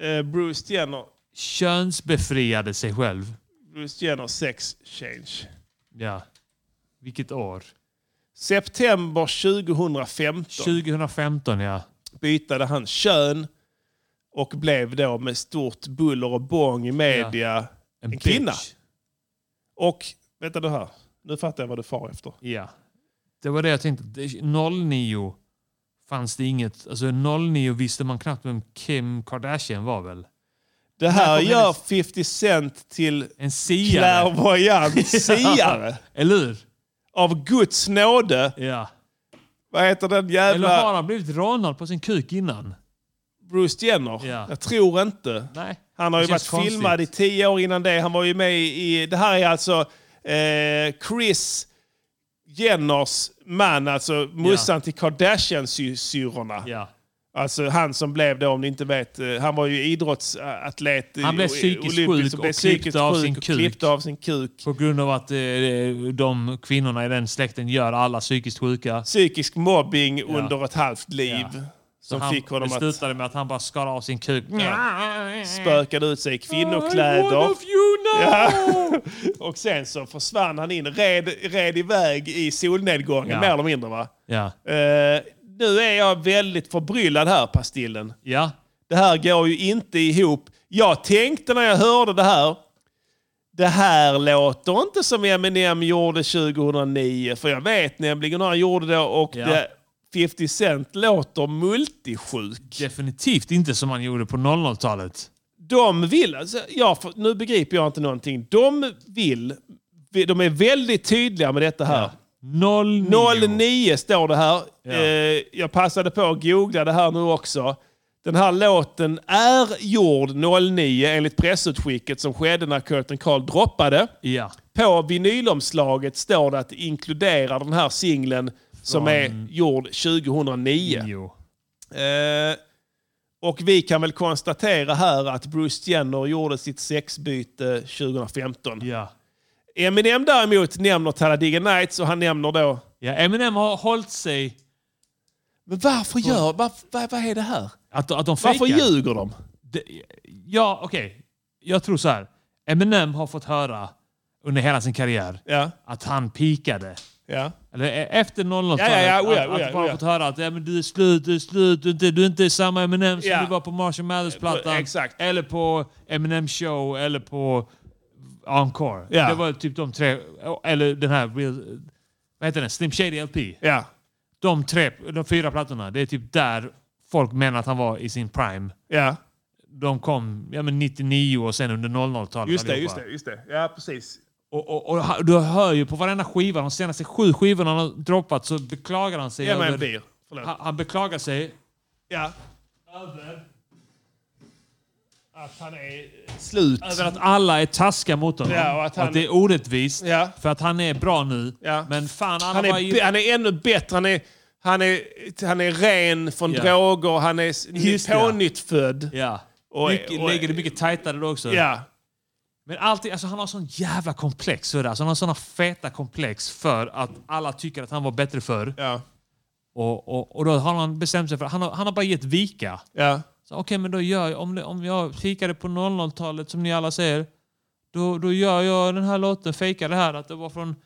[SPEAKER 2] det. Eh, Bruce Jenner.
[SPEAKER 5] Könsbefriade sig själv.
[SPEAKER 2] Bruce Jenner sex change.
[SPEAKER 5] Ja. Vilket år?
[SPEAKER 2] September 2015
[SPEAKER 5] 2015 ja.
[SPEAKER 2] bytade han kön och blev då med stort buller och bång i media en,
[SPEAKER 5] bitch.
[SPEAKER 2] kvinna. Och, vänta du här. Nu fattar jag vad du far efter.
[SPEAKER 5] Ja. Det var det jag tänkte. Det- 09 fanns det inget. Alltså 09 visste man knappt vem Kim Kardashian var väl?
[SPEAKER 2] Det
[SPEAKER 5] När
[SPEAKER 2] här
[SPEAKER 5] kom
[SPEAKER 2] gör
[SPEAKER 5] hennes-
[SPEAKER 2] 50 Cent till
[SPEAKER 5] en siare.
[SPEAKER 2] klärvoajant
[SPEAKER 5] Ja.
[SPEAKER 2] siare.
[SPEAKER 5] *laughs* Eller hur?
[SPEAKER 2] Av Guds nåde.
[SPEAKER 5] Ja.
[SPEAKER 2] Vad heter den jävla...
[SPEAKER 5] Eller har han blivit rånad på sin kuk innan?
[SPEAKER 2] Bruce Jenner?
[SPEAKER 5] Ja.
[SPEAKER 2] Jag tror inte.
[SPEAKER 5] Nej.
[SPEAKER 2] Han har ju
[SPEAKER 5] Det
[SPEAKER 2] varit
[SPEAKER 5] känns konstigt.
[SPEAKER 2] filmad i tio år innan det. Han var ju med i... Det här är alltså eh, Chris Jenners man, alltså mussan till Kardashian-syrrorna.
[SPEAKER 5] Ja.
[SPEAKER 2] Alltså han som blev då, om ni inte vet, eh, han var ju idrottsatlet. i-
[SPEAKER 5] Han blev
[SPEAKER 2] i-
[SPEAKER 5] psykiskt
[SPEAKER 2] olympiskt
[SPEAKER 5] sjuk
[SPEAKER 2] och
[SPEAKER 5] och,
[SPEAKER 2] blev psykiskt
[SPEAKER 5] klippte, av
[SPEAKER 2] sjuk
[SPEAKER 5] sin
[SPEAKER 2] och
[SPEAKER 5] kuk.
[SPEAKER 2] klippte av sin kuk.
[SPEAKER 5] På grund av att eh, de kvinnorna i den släkten gör alla psykiskt sjuka.
[SPEAKER 2] Psykisk mobbing
[SPEAKER 5] Ja.
[SPEAKER 2] under ett halvt liv.
[SPEAKER 5] Ja. Så
[SPEAKER 2] Som
[SPEAKER 5] han,
[SPEAKER 2] fick honom
[SPEAKER 5] det
[SPEAKER 2] att
[SPEAKER 5] slutade med att han bara skar av sin kuk.
[SPEAKER 2] Ja. Spökade ut sig i kvinnokläder.
[SPEAKER 5] I'm one of you now!
[SPEAKER 2] Ja. Och sen så försvann han in, red, red iväg i solnedgången
[SPEAKER 5] Ja.
[SPEAKER 2] mer eller mindre. Va?
[SPEAKER 5] Ja.
[SPEAKER 2] Eh, nu är jag väldigt förbryllad här, Pastillen.
[SPEAKER 5] Ja.
[SPEAKER 2] Det här går ju inte ihop. Jag tänkte när jag hörde det här, det här låter inte som Eminem gjorde 2009. För jag vet nämligen hur han gjorde det och
[SPEAKER 5] Ja.
[SPEAKER 2] det 50 Cent låter multisjuk.
[SPEAKER 5] Definitivt inte som man gjorde på 00-talet.
[SPEAKER 2] De vill, alltså, ja, för, nu begriper jag inte någonting. De vill, de är väldigt tydliga med detta här. 09. står det här. Eh, jag passade på att googla det här nu också. Den här låten är gjord 09 enligt pressutskicket som skedde när Curtin Carl droppade.
[SPEAKER 5] Ja.
[SPEAKER 2] På vinylomslaget står det att det inkluderar den här singeln som
[SPEAKER 5] Från-
[SPEAKER 2] är gjord 2009.
[SPEAKER 5] Jo.
[SPEAKER 2] Eh, och vi kan väl konstatera här att Bruce Jenner gjorde sitt sexbyte 2015.
[SPEAKER 5] Ja.
[SPEAKER 2] Eminem däremot nämner Talladega Nights och han nämner då...
[SPEAKER 5] Ja, Eminem har hållit sig
[SPEAKER 2] Men varför gör... Vad, vad, vad är det här?
[SPEAKER 5] Att, att de
[SPEAKER 2] Mm. Varför
[SPEAKER 5] fejkar.
[SPEAKER 2] ljuger de?
[SPEAKER 5] Det, ja, okej. Jag tror så här. Eminem har fått höra under hela sin karriär att han pikade.
[SPEAKER 2] Ja.
[SPEAKER 5] Eller e- efter 00-talet.
[SPEAKER 2] Ja, ja, ja, oja,
[SPEAKER 5] att,
[SPEAKER 2] oja,
[SPEAKER 5] att bara
[SPEAKER 2] oja.
[SPEAKER 5] fått höra att ja, men du är slut, du är slut, du är inte, du är inte samma Eminem som
[SPEAKER 2] Ja.
[SPEAKER 5] du var på Marshall Mathers-plattan. Exakt. Eller på Eminem show, eller på Encore.
[SPEAKER 2] Ja.
[SPEAKER 5] Det var typ de tre, eller den här, Real- vad heter den, Slim Shady LP.
[SPEAKER 2] Ja.
[SPEAKER 5] De tre, de fyra plattorna, det är typ där folk menar att han var i sin prime.
[SPEAKER 2] Ja.
[SPEAKER 5] De kom ja, men 99 och sen under 00-talet.
[SPEAKER 2] Just det,
[SPEAKER 5] allihopa.
[SPEAKER 2] just det, just det. Ja, precis.
[SPEAKER 5] Och, och, och ha- du hör ju på varenda skiva, de senaste sju skivorna han har droppat så beklagar han sig
[SPEAKER 2] Ge mig en
[SPEAKER 5] över-
[SPEAKER 2] bil. Förlåt.
[SPEAKER 5] Han, han beklagar sig.
[SPEAKER 2] Ja. Över att han är slut.
[SPEAKER 5] Över att alla är taskiga mot honom.
[SPEAKER 2] Ja, och att han-
[SPEAKER 5] det är orättvist. För att han är bra nu. Men fan, alla
[SPEAKER 2] Han är,
[SPEAKER 5] var ju...
[SPEAKER 2] b- han är ännu bättre. Han är, han är, han är ren från
[SPEAKER 5] Ja.
[SPEAKER 2] droger. Han är
[SPEAKER 5] Just
[SPEAKER 2] s-
[SPEAKER 5] det, ja.
[SPEAKER 2] pånyttfödd.
[SPEAKER 5] Ja.
[SPEAKER 2] Och-
[SPEAKER 5] mycket,
[SPEAKER 2] och-
[SPEAKER 5] lägger det mycket tajtare då också.
[SPEAKER 2] Ja.
[SPEAKER 5] Men alltid, alltså han har sån jävla komplex. för det. Alltså han har såna feta komplex för att alla tycker att han var bättre förr. Och, och, och då har han bestämt sig för han har, han har bara gett vika.
[SPEAKER 2] Ja.
[SPEAKER 5] Så, Okej, men då gör jag, om, det, om jag fikade på 00-talet som ni alla säger, då, då gör jag den här låten, fejkar det här att det var från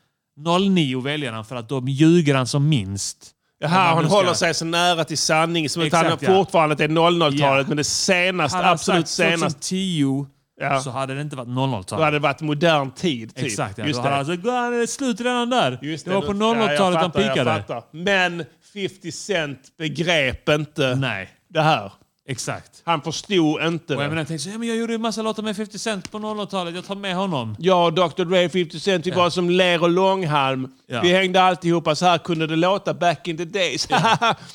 [SPEAKER 5] 09 väljer han för att då ljuger han som minst.
[SPEAKER 2] Jaha,
[SPEAKER 5] Om man
[SPEAKER 2] han
[SPEAKER 5] nu ska-
[SPEAKER 2] håller sig så nära till sanning som att han
[SPEAKER 5] Exakt, ja.
[SPEAKER 2] fortfarande det är 00-talet,
[SPEAKER 5] Ja.
[SPEAKER 2] men det senaste,
[SPEAKER 5] Hade han
[SPEAKER 2] absolut
[SPEAKER 5] sagt
[SPEAKER 2] senaste.
[SPEAKER 5] 2010
[SPEAKER 2] Ja.
[SPEAKER 5] så hade det inte varit 00-talet.
[SPEAKER 2] Då hade det varit modern tid. Typ.
[SPEAKER 5] Exakt, ja.
[SPEAKER 2] Just
[SPEAKER 5] Då
[SPEAKER 2] det.
[SPEAKER 5] hade han sagt, "Han är slut redan där.
[SPEAKER 2] Just
[SPEAKER 5] det, var på
[SPEAKER 2] nu-
[SPEAKER 5] 00-talet
[SPEAKER 2] Ja, jag
[SPEAKER 5] han
[SPEAKER 2] fattar, jag
[SPEAKER 5] pikade.
[SPEAKER 2] fattar. Men 50 Cent begrep inte det här.
[SPEAKER 5] Exakt.
[SPEAKER 2] Han förstod inte
[SPEAKER 5] Och
[SPEAKER 2] det.
[SPEAKER 5] jag menar, tänkte så, ja, men jag gjorde ju en massa låtar med 50 Cent på 00-talet, jag tar med honom.
[SPEAKER 2] Ja, Dr. Dre, 50 Cent, vi
[SPEAKER 5] Ja.
[SPEAKER 2] var som ler och långhalm.
[SPEAKER 5] Ja.
[SPEAKER 2] Vi hängde alltihopa. Så här kunde det låta back in the days.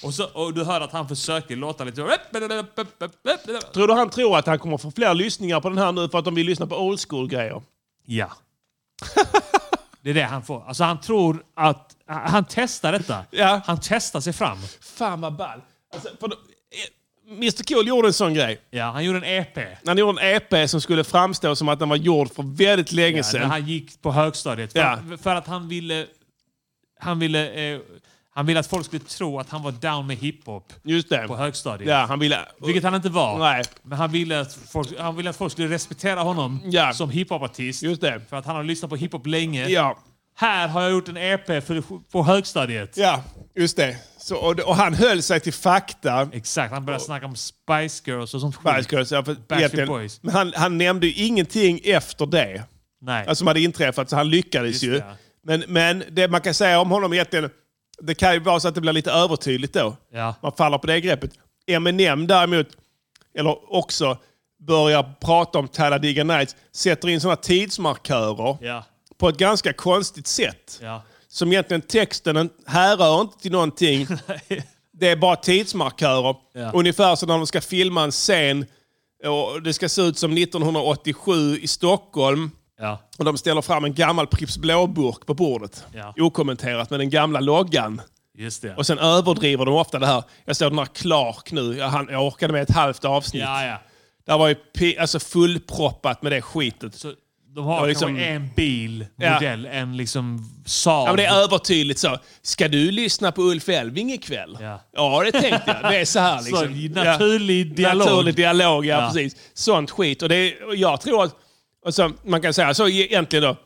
[SPEAKER 5] Och, så, och du hör att han försöker låta lite...
[SPEAKER 2] *laughs* Tror du han tror att han kommer få fler lyssningar på den här nu för att de vill lyssna på old school-grejer?
[SPEAKER 5] Ja. Det är det han får. Alltså han tror att... Han han testar detta. Han testar sig fram.
[SPEAKER 2] Fan vad ball. Alltså, för då, eh, Mr Cool gjorde en sån grej.
[SPEAKER 5] Ja, han gjorde en E EP.
[SPEAKER 2] Han gjorde en EP som skulle framstå som att den var gjord för väldigt länge
[SPEAKER 5] Ja, när
[SPEAKER 2] sedan.
[SPEAKER 5] han gick på högstadiet. För,
[SPEAKER 2] Ja.
[SPEAKER 5] för att han ville... Han ville, eh, han ville att folk skulle tro att han var down med hiphop
[SPEAKER 2] Just det.
[SPEAKER 5] på högstadiet.
[SPEAKER 2] Ja, han ville...
[SPEAKER 5] Vilket han inte var.
[SPEAKER 2] Nej.
[SPEAKER 5] Men han ville att folk, han ville att folk skulle respektera honom som hiphopartist. Just
[SPEAKER 2] det.
[SPEAKER 5] För att han har lyssnat på hiphop länge.
[SPEAKER 2] Ja.
[SPEAKER 5] Här har jag gjort en EP för, på högstadiet.
[SPEAKER 2] Ja, just det. Så, och, och han höll sig till fakta.
[SPEAKER 5] Exakt, han började snacka om Spice Girls och sånt
[SPEAKER 2] Spice Girls, ja, för egentligen-
[SPEAKER 5] Mm. Boys.
[SPEAKER 2] Men han, han nämnde ju ingenting efter det.
[SPEAKER 5] Nej.
[SPEAKER 2] Alltså, som hade inträffat, så han lyckades ju.
[SPEAKER 5] det.
[SPEAKER 2] Men, men det man kan säga om honom egentligen, det kan ju vara så att det blir lite övertydligt då.
[SPEAKER 5] Ja.
[SPEAKER 2] Man faller på det greppet. Eminem däremot, eller också, börjar prata om Talladega Nights, sätter in sådana tidsmarkörer
[SPEAKER 5] Ja.
[SPEAKER 2] på ett ganska konstigt sätt.
[SPEAKER 5] Ja.
[SPEAKER 2] Som egentligen texten en- härrör inte till
[SPEAKER 5] *laughs*
[SPEAKER 2] någonting. det är bara tidsmarkörer.
[SPEAKER 5] Ja.
[SPEAKER 2] Ungefär som när de ska filma en scen och det ska se ut som 1987 i Stockholm.
[SPEAKER 5] Ja.
[SPEAKER 2] Och de ställer fram en gammal Pripps Blå-burk på bordet.
[SPEAKER 5] Ja.
[SPEAKER 2] Okommenterat med den gamla loggan.
[SPEAKER 5] Just det.
[SPEAKER 2] Och sen överdriver de ofta det här. Jag såg den här Clark nu. Jag, han, jag orkade med ett halvt avsnitt.
[SPEAKER 5] Ja, ja.
[SPEAKER 2] Där var ju pi- alltså fullproppat med det skitet.
[SPEAKER 5] De har
[SPEAKER 2] Ja,
[SPEAKER 5] kanske
[SPEAKER 2] liksom-
[SPEAKER 5] en bil,
[SPEAKER 2] Ja.
[SPEAKER 5] modell, en liksom Saab.
[SPEAKER 2] Ja, men det är övertydligt så. Ska du lyssna på Ulf Elving ikväll? Ja, det tänkte jag. Det är så här
[SPEAKER 5] *laughs* Så,
[SPEAKER 2] liksom.
[SPEAKER 5] naturlig dialog.
[SPEAKER 2] Naturlig dialog, ja,
[SPEAKER 5] Ja.
[SPEAKER 2] precis. Sånt skit. Och det är, och jag tror att... Och så, man kan säga så egentligen då.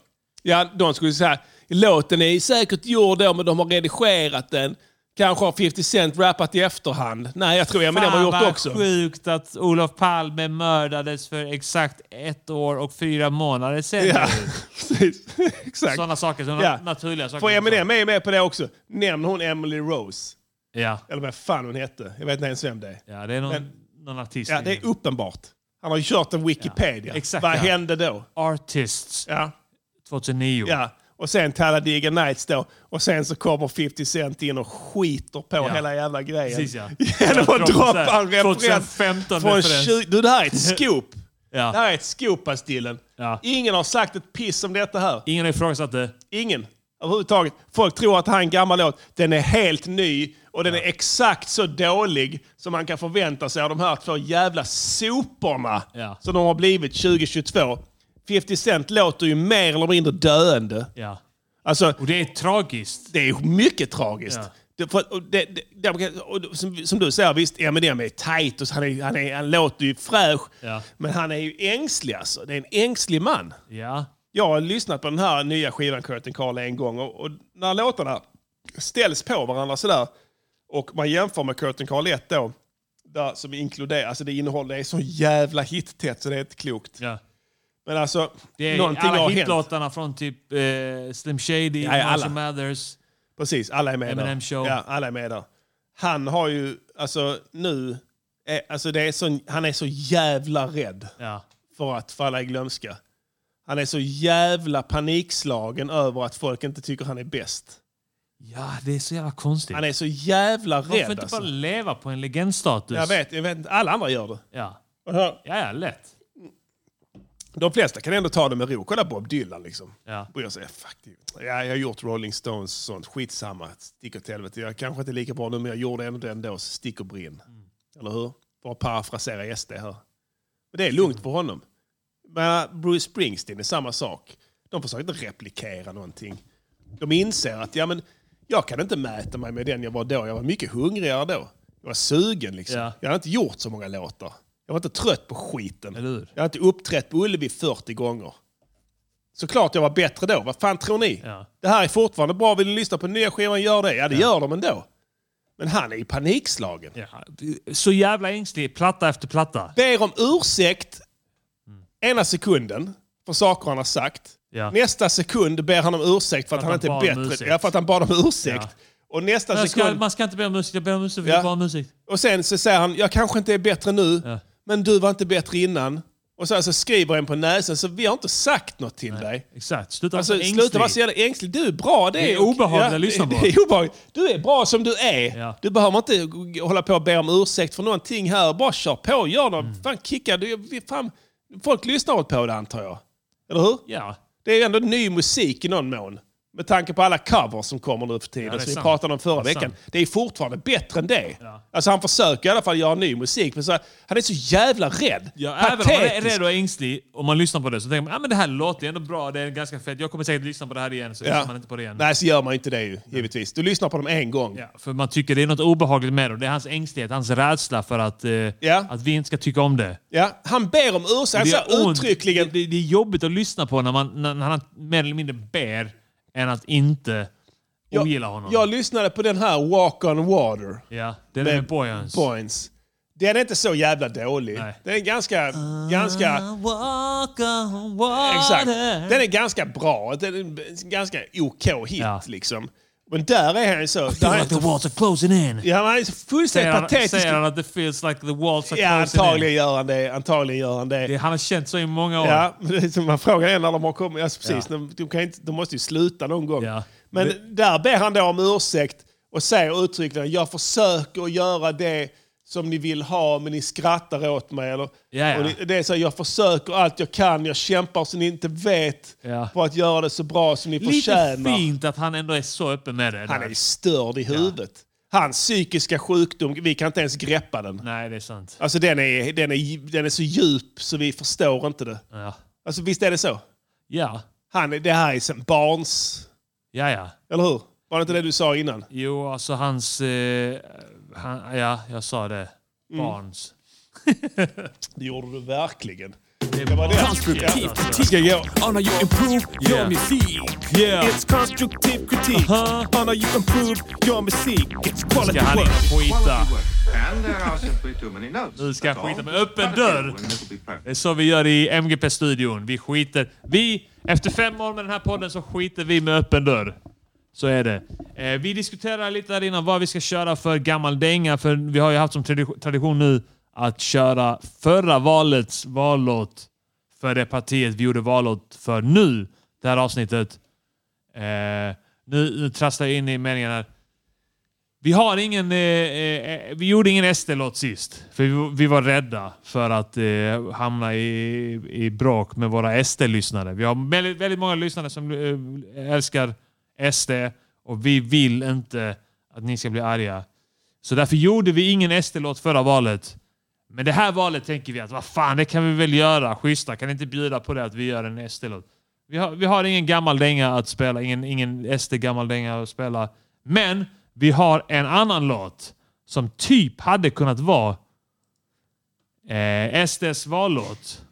[SPEAKER 2] Ja, de skulle säga låten är säkert gjord då, men de har redigerat den. Kanske har 50 Cent rappat i efterhand. Nej, jag tror jag men de har
[SPEAKER 5] Fan
[SPEAKER 2] gjort
[SPEAKER 5] vad
[SPEAKER 2] det också.
[SPEAKER 5] sjukt att Olof Palme mördades för exakt ett år och fyra månader sedan.
[SPEAKER 2] Ja, *laughs* precis. *laughs* Exakt.
[SPEAKER 5] Sådana saker, sådana
[SPEAKER 2] Ja.
[SPEAKER 5] naturliga saker.
[SPEAKER 2] För Eminem är ju med på det också. Nämn hon Emily Rose.
[SPEAKER 5] Ja.
[SPEAKER 2] Eller vad fan hon hette. Jag vet inte ens vem det är.
[SPEAKER 5] Ja, det är någon,
[SPEAKER 2] Men-
[SPEAKER 5] någon artist.
[SPEAKER 2] Ja, det är uppenbart. Han har ju kört en Wikipedia. Vad
[SPEAKER 5] ja.
[SPEAKER 2] hände då?
[SPEAKER 5] Artists.
[SPEAKER 2] Ja.
[SPEAKER 5] 2009.
[SPEAKER 2] Ja. Och sen Talladega Nights då. Och sen så kommer 50 Cent in och skiter på
[SPEAKER 5] Ja.
[SPEAKER 2] hela jävla grejen.
[SPEAKER 5] Precis, ja.
[SPEAKER 2] *laughs* Genom
[SPEAKER 5] Jag
[SPEAKER 2] att
[SPEAKER 5] droppar så här,
[SPEAKER 2] droppa en referens.
[SPEAKER 5] 2015
[SPEAKER 2] från
[SPEAKER 5] referens.
[SPEAKER 2] 20 Du, det här är
[SPEAKER 5] *laughs*
[SPEAKER 2] ett scoop.
[SPEAKER 5] Ja.
[SPEAKER 2] Det här är ett scoop, Bastillen. Ingen har sagt ett piss om detta här.
[SPEAKER 5] Ingen har ifrågasatt det.
[SPEAKER 2] Ingen. Överhuvudtaget. Folk tror att det här är en gammal låt. Den är helt ny och den är exakt så dålig som man kan förvänta sig av de här två jävla soporna
[SPEAKER 5] Ja.
[SPEAKER 2] som de har blivit 2022. 50 Cent låter ju mer eller mindre döende.
[SPEAKER 5] Ja.
[SPEAKER 2] Alltså,
[SPEAKER 5] och det är tragiskt.
[SPEAKER 2] Det är mycket tragiskt.
[SPEAKER 5] Ja.
[SPEAKER 2] Det, för, att- och det, det, det, och som, som du säger, visst Eminem är tight och så han, är, han, är, han låter ju fräsch.
[SPEAKER 5] Ja.
[SPEAKER 2] Men han är ju ängslig alltså. Det är en ängslig man.
[SPEAKER 5] Ja.
[SPEAKER 2] Jag har lyssnat på den här nya skivan Curtain Call en gång och, och när låtarna ställs på varandra sådär och man jämför med Curtain Call 1 då, där, som inkluderar, alltså det innehåller, det är så jävla hittätt så det är inte klokt. Men alltså,
[SPEAKER 5] Det är
[SPEAKER 2] någonting
[SPEAKER 5] alla
[SPEAKER 2] har hänt.
[SPEAKER 5] hitlåtarna från typ eh, Slim Shady,
[SPEAKER 2] Ja, ja, alla.
[SPEAKER 5] Marshall Mathers.
[SPEAKER 2] Precis, alla är med
[SPEAKER 5] Eminem
[SPEAKER 2] där.
[SPEAKER 5] Show.
[SPEAKER 2] Ja, alla är med där. Han har ju, alltså nu, eh, alltså det är så, han är så jävla rädd för att falla i glömska. Han är så jävla panikslagen över att folk inte tycker han är bäst.
[SPEAKER 5] Ja, det är så jävla konstigt.
[SPEAKER 2] Han är så jävla rädd.
[SPEAKER 5] Varför inte bara
[SPEAKER 2] alltså.
[SPEAKER 5] leva på en legendstatus?
[SPEAKER 2] jag, vet, jag vet, alla andra gör det.
[SPEAKER 5] Ja.
[SPEAKER 2] Ja,
[SPEAKER 5] ja, lätt.
[SPEAKER 2] De flesta kan ändå ta det med ro. Kolla Bob Dylan liksom.
[SPEAKER 5] Ja.
[SPEAKER 2] Och jag säger, fuck det. Ja, jag har gjort Rolling Stones och sånt. Skitsamma. Stick åt helvete. Jag kanske inte är lika bra nu, men jag gjorde ändå den då. Så stick och brinn.
[SPEAKER 5] Mm.
[SPEAKER 2] Eller hur? Bara parafrasera SD här. Men det är lugnt för honom. Men äh, Bruce Springsteen är samma sak. De försöker inte replikera någonting. De inser att ja, men jag kan inte mäta mig med den jag var då. Jag var mycket hungrigare då. Jag var sugen. Liksom.
[SPEAKER 5] Ja.
[SPEAKER 2] Jag hade inte gjort så många låtar. Jag var inte trött på skiten. Jag hade inte uppträtt på Ullevi 40 gånger. Såklart jag var bättre då. Vad fan tror ni? Det här är fortfarande bra. Vill ni lyssna på den nya skivan, gör det. Ja, det gör de ändå. Men han är ju panikslagen.
[SPEAKER 5] Så jävla ängslig, platta efter platta.
[SPEAKER 2] Ber om ursäkt ena sekunden för saker han har sagt.
[SPEAKER 5] Mm. Ja.
[SPEAKER 2] Nästa sekund ber han om ursäkt för att,
[SPEAKER 5] För
[SPEAKER 2] han,
[SPEAKER 5] att han
[SPEAKER 2] inte är
[SPEAKER 5] bad om
[SPEAKER 2] bättre.
[SPEAKER 5] ursäkt.
[SPEAKER 2] Ja, för att han bad om ursäkt.
[SPEAKER 5] Ja.
[SPEAKER 2] Och nästa
[SPEAKER 5] Man ska,
[SPEAKER 2] sekund...
[SPEAKER 5] man ska inte be om ursäkt, jag ber om ursäkt, för
[SPEAKER 2] Ja.
[SPEAKER 5] jag bara om ursäkt.
[SPEAKER 2] Och sen så säger han, jag kanske inte är bättre nu, men du var inte bättre innan. Och sen så skriver en på näsan, så vi har inte sagt något till dig.
[SPEAKER 5] Exakt. Sluta
[SPEAKER 2] Alltså,
[SPEAKER 5] vara så
[SPEAKER 2] sluta vara så
[SPEAKER 5] ängslig.
[SPEAKER 2] jävla ängslig. Du är bra. Det är,
[SPEAKER 5] Det är obehagligt att
[SPEAKER 2] det-
[SPEAKER 5] lyssna på.
[SPEAKER 2] Det är obehagligt. Du är bra som du är. Du behöver inte g- hålla på och be om ursäkt för någonting här. Bara kör på, gör något. Fan, kicka. Du, vi- fan, folk lyssnar på det antar jag. Eller hur?
[SPEAKER 5] Ja.
[SPEAKER 2] Det är ju ändå ny musik i någon mån. Med tanke på alla covers som kommer nu för tiden,
[SPEAKER 5] Ja, det är
[SPEAKER 2] som vi
[SPEAKER 5] sant.
[SPEAKER 2] pratade om förra
[SPEAKER 5] Det är
[SPEAKER 2] veckan.
[SPEAKER 5] sant.
[SPEAKER 2] Det är fortfarande bättre än det. Alltså han försöker i alla fall göra ny musik, men så, han är så jävla rädd.
[SPEAKER 5] Ja, även om man är rädd och ängslig, om man lyssnar på det, så tänker man att ah, men det här låter ändå bra, det är ganska fett, jag kommer säkert lyssna på det här igen, så lyssnar man inte på det igen.
[SPEAKER 2] Nej, så gör man inte det ju, givetvis. Du lyssnar på dem en gång.
[SPEAKER 5] Ja, För man tycker det är något obehagligt med det. Det är hans ängslighet, hans rädsla för att, eh, att vi inte ska tycka om det.
[SPEAKER 2] han ber om ursäkt. Han
[SPEAKER 5] Och
[SPEAKER 2] säger
[SPEAKER 5] det gör ont.
[SPEAKER 2] Alltså, uttryckligen...
[SPEAKER 5] Det, det är jobbigt att lyssna på när, man, när, när han mer eller mindre ber än att inte ogilla honom.
[SPEAKER 2] Jag lyssnade på den här Walk on Water.
[SPEAKER 5] ja, det är det med Boyans.
[SPEAKER 2] Boyans. Den är inte så jävla dålig. Den är ganska... ganska Exakt. Den är ganska bra. Den är en ganska OK hit liksom. Men där är han ju så... Där är
[SPEAKER 5] like the walls are closing in.
[SPEAKER 2] Ja, han är så
[SPEAKER 5] Säger
[SPEAKER 2] fullständigt
[SPEAKER 5] han,
[SPEAKER 2] patetisk.
[SPEAKER 5] säger han att det feels like the walls are
[SPEAKER 2] ja,
[SPEAKER 5] closing
[SPEAKER 2] antagligen
[SPEAKER 5] in.
[SPEAKER 2] gör han det. Antagligen gör han det.
[SPEAKER 5] Det, han har känt så i många år.
[SPEAKER 2] Ja, men det är som man frågar är när de har kommit. Ja, precis, de, de, kan inte, de måste ju sluta någon gång. Men där ber han då om ursäkt och säger uttryckligen jag försöker göra det som ni vill ha men ni skrattar åt mig. Eller,
[SPEAKER 5] Ja, ja.
[SPEAKER 2] Och det- det är så här, jag försöker allt jag kan, jag kämpar så ni inte vet för att göra det så bra som ni
[SPEAKER 5] Lite
[SPEAKER 2] förtjänar.
[SPEAKER 5] fint att han ändå är så öppen med det.
[SPEAKER 2] Han är ju störd i huvudet. Hans psykiska sjukdom, vi kan inte ens greppa den.
[SPEAKER 5] Nej, det är sant.
[SPEAKER 2] Alltså den är, den är, den är så djup så vi förstår inte det.
[SPEAKER 5] Ja.
[SPEAKER 2] Alltså visst är det så?
[SPEAKER 5] Ja.
[SPEAKER 2] Han, är- det här är sen barns...
[SPEAKER 5] Ja, ja.
[SPEAKER 2] Eller hur? Var det inte det du sa innan?
[SPEAKER 5] Jo, alltså hans... Eh, han, ja, jag sa det.
[SPEAKER 2] Mm.
[SPEAKER 5] Barns.
[SPEAKER 2] Det gjorde du verkligen. Det var det.
[SPEAKER 6] Konstruktiv
[SPEAKER 2] Ja. Ska
[SPEAKER 6] kritik
[SPEAKER 2] jag...
[SPEAKER 6] on how you improve your
[SPEAKER 2] Yeah.
[SPEAKER 6] music.
[SPEAKER 2] Yeah.
[SPEAKER 6] It's constructive critique on how you improve your music. It's quality
[SPEAKER 10] Ska han
[SPEAKER 6] work.
[SPEAKER 10] in och skita?
[SPEAKER 5] Nu ska jag skita med öppen dörr. Det är så vi gör i MGP-studion. Vi skiter... Vi, efter fem år med den här podden så skiter vi med öppen dörr. Så är det. Eh, vi diskuterade lite där innan vad vi ska köra för gammal dänga. För vi har ju haft som tradi- tradition nu att köra förra valets vallåt för det partiet vi gjorde vallåt för nu. Det här avsnittet. Eh, nu, nu trasslar jag in i meningen här. Vi har ingen... Eh, eh, vi gjorde ingen SD-låt sist. För vi, vi var rädda för att eh, hamna i, i bråk med våra SD-lyssnare. Vi har väldigt, väldigt många lyssnare som eh, älskar SD och vi vill inte att ni ska bli arga. Så därför gjorde vi ingen SD-låt förra valet. Men det här valet tänker vi att vad fan, det kan vi väl göra. Schyssta, kan ni inte bjuda på det att vi gör en SD-låt? Vi har, vi har ingen gammal dänga att spela, ingen, ingen SD gammal dänga att spela. Men
[SPEAKER 1] Vi har en annan låt som typ hade kunnat vara eh, SDs vallåt.